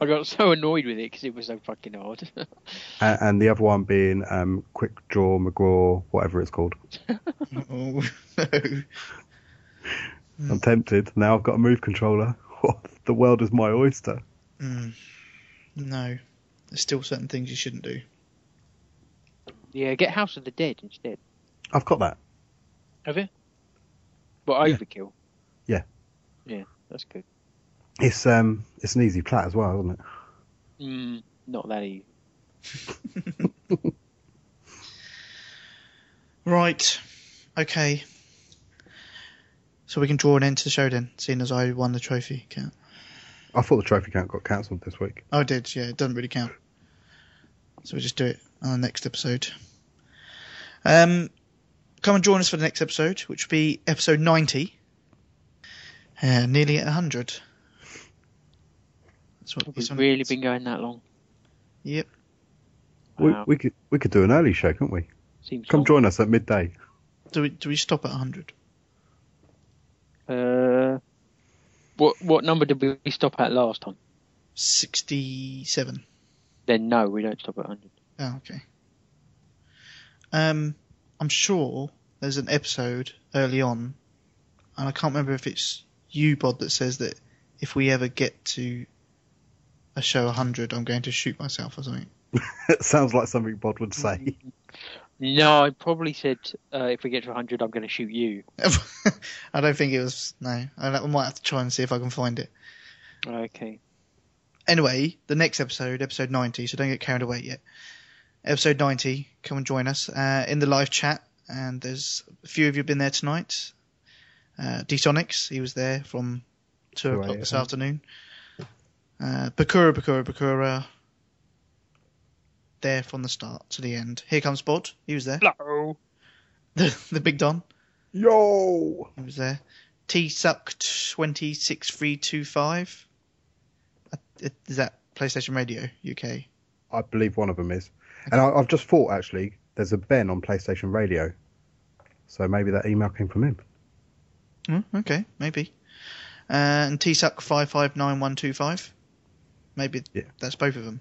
Speaker 3: I got so annoyed with it because it was so fucking hard. *laughs*
Speaker 1: a- and the other one being um, Quick Draw McGraw, whatever it's called.
Speaker 2: Oh no.
Speaker 1: I'm tempted. Now I've got a move controller. *laughs* the world is my oyster.
Speaker 2: Mm. No. There's still certain things you shouldn't do.
Speaker 3: yeah, get House of the Dead instead.
Speaker 1: I've got that.
Speaker 3: Have you? But overkill.
Speaker 1: Yeah.
Speaker 3: Yeah, that's good.
Speaker 1: It's um, it's an easy plat as well, isn't it?
Speaker 3: Mm, not that easy.
Speaker 2: Right. Okay. So we can draw an end to the show then, seeing as I won the trophy count.
Speaker 1: I thought the trophy count got cancelled this week.
Speaker 2: Oh, I did. Yeah, it doesn't really count. So we just do it on the next episode. Um, come and join us for the next episode, which will be episode 90. Uh, nearly at 100. That's what
Speaker 3: It's
Speaker 2: it's on-
Speaker 3: really been going that long.
Speaker 2: Yep.
Speaker 3: Wow.
Speaker 1: We, we could we could do an early show, couldn't we?
Speaker 3: Seems
Speaker 1: Come
Speaker 3: long.
Speaker 1: join us at midday. *laughs*
Speaker 2: Do we, do we stop at 100?
Speaker 3: Uh, what what number did we stop at last time?
Speaker 2: 67.
Speaker 3: Then no, we don't stop at hundred.
Speaker 2: Oh, okay. Um, I'm sure there's an episode early on, and I can't remember if it's you, Bod, that says that if we ever get to a show 100, I'm going to shoot myself or something. *laughs*
Speaker 1: It sounds like something Bod would say.
Speaker 3: No, I probably said uh, if we get to 100, I'm going to shoot you.
Speaker 2: I don't think it was. No, I I might have to try and see if I can find it.
Speaker 3: Okay.
Speaker 2: anyway, the next episode, episode 90, so don't get carried away yet. Episode 90, come and join us uh, in the live chat. And there's a few of you have been there tonight. Uh, Detonics, he was there from 2
Speaker 1: Two
Speaker 2: o'clock
Speaker 1: AM.
Speaker 2: this afternoon. Uh, Bakura, Bakura, Bakura, there from the start to the end. Here comes Bod, he was there.
Speaker 3: Hello.
Speaker 2: The, *laughs* the Big Don,
Speaker 1: Yo!
Speaker 2: he was there. T Suck 26325. Uh, Is that PlayStation Radio UK?
Speaker 1: I believe one of them is. And I, I've just thought, actually, there's a Ben on PlayStation Radio. So maybe that email came from him.
Speaker 2: Mm, okay, maybe. Uh, and Tsuck five five nine one two five. Maybe
Speaker 1: Yeah.
Speaker 2: that's both of them.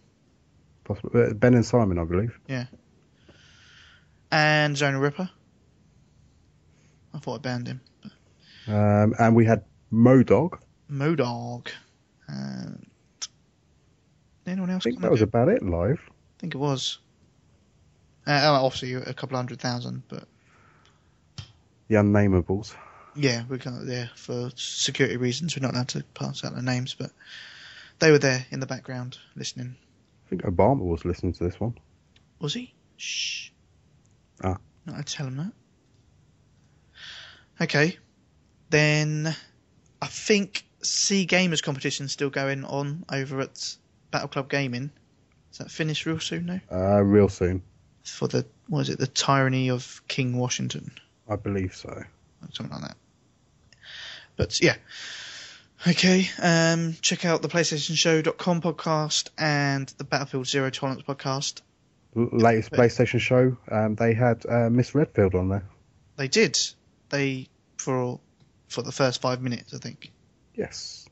Speaker 1: Possibly. uh, Ben and Simon, I believe.
Speaker 2: And Zona Ripper. I thought I banned him.
Speaker 1: Um, and we had Modog.
Speaker 2: Modog. Uh, did anyone
Speaker 1: I
Speaker 2: else?
Speaker 1: think
Speaker 2: come
Speaker 1: that
Speaker 2: and
Speaker 1: was
Speaker 2: do-
Speaker 1: about it live.
Speaker 2: I think it was. Uh, oh, obviously a couple hundred thousand, but
Speaker 1: The Unnameables.
Speaker 2: yeah, we can't. Yeah, for security reasons, we're not allowed to pass out their names, but they were there in the background listening.
Speaker 1: I think Obama was listening to this one.
Speaker 2: Was he? Shh.
Speaker 1: Ah.
Speaker 2: No, I tell him that. Okay. Then I think C Gamers competition's still going on over at Battle Club Gaming. Is that finished real soon now?
Speaker 1: Uh, real soon.
Speaker 2: For the what is it, the tyranny of King Washington?
Speaker 1: I believe so.
Speaker 2: Or something like that. But yeah. Okay. Um check out the PlayStationShow.com podcast and the Battlefield Zero Tolerance podcast.
Speaker 1: L- latest
Speaker 2: But-
Speaker 1: PlayStation show, um, they had uh, Miss Redfield on there.
Speaker 2: They did. They for for the first five minutes, I think.
Speaker 1: Yes.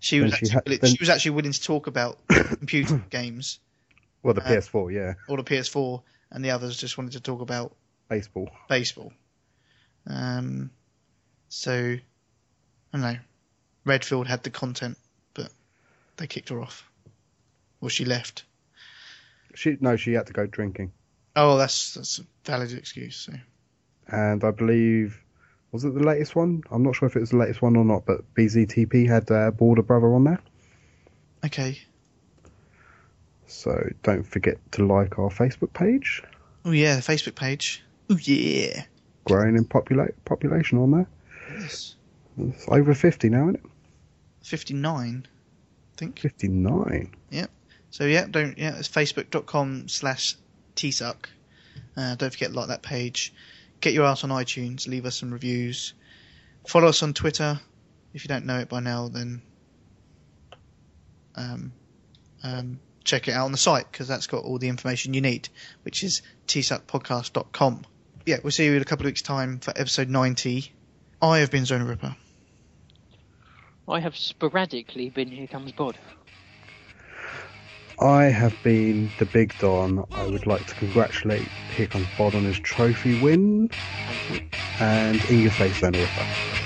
Speaker 2: She
Speaker 1: Then
Speaker 2: was
Speaker 1: she
Speaker 2: actually,
Speaker 1: ha- then-
Speaker 2: she was actually willing to talk about *coughs* computer games
Speaker 1: Well, the
Speaker 2: Uh,
Speaker 1: PS4, yeah.
Speaker 2: or the PS4, and the others just wanted to talk about
Speaker 1: Baseball.
Speaker 2: baseball. Um, so I don't know. Redfield had the content, but they kicked her off, or she left.
Speaker 1: She no, she had to go drinking,
Speaker 2: Oh, that's that's a valid excuse. So
Speaker 1: and I believe was it the latest one? I'm not sure if it was the latest one or not, but BZTP had uh, Border Brother on there,
Speaker 2: okay.
Speaker 1: so don't forget to like our Facebook page.
Speaker 2: Oh yeah, the Facebook page. Oh yeah.
Speaker 1: Growing in popula- population on there.
Speaker 2: Yes.
Speaker 1: It's over 50 now, isn't it?
Speaker 2: Fifty-nine, I think.
Speaker 1: 59.
Speaker 2: So yeah, don't yeah, it's facebook.com slash tsuck. Uh, don't forget to like that page. Get your ass on iTunes, leave us some reviews. Follow us on Twitter. If you don't know it by now, then um, um, check it out on the site because that's got all the information you need, which is tsuckpodcast.com. Yeah, we'll see you in a couple of weeks' time for episode 90. I have been Zona Ripper.
Speaker 3: I have sporadically been Here Comes Bod.
Speaker 1: I have been the Big Don. I would like to congratulate Here Comes Bod on his trophy win. And in your face, Zona Ripper.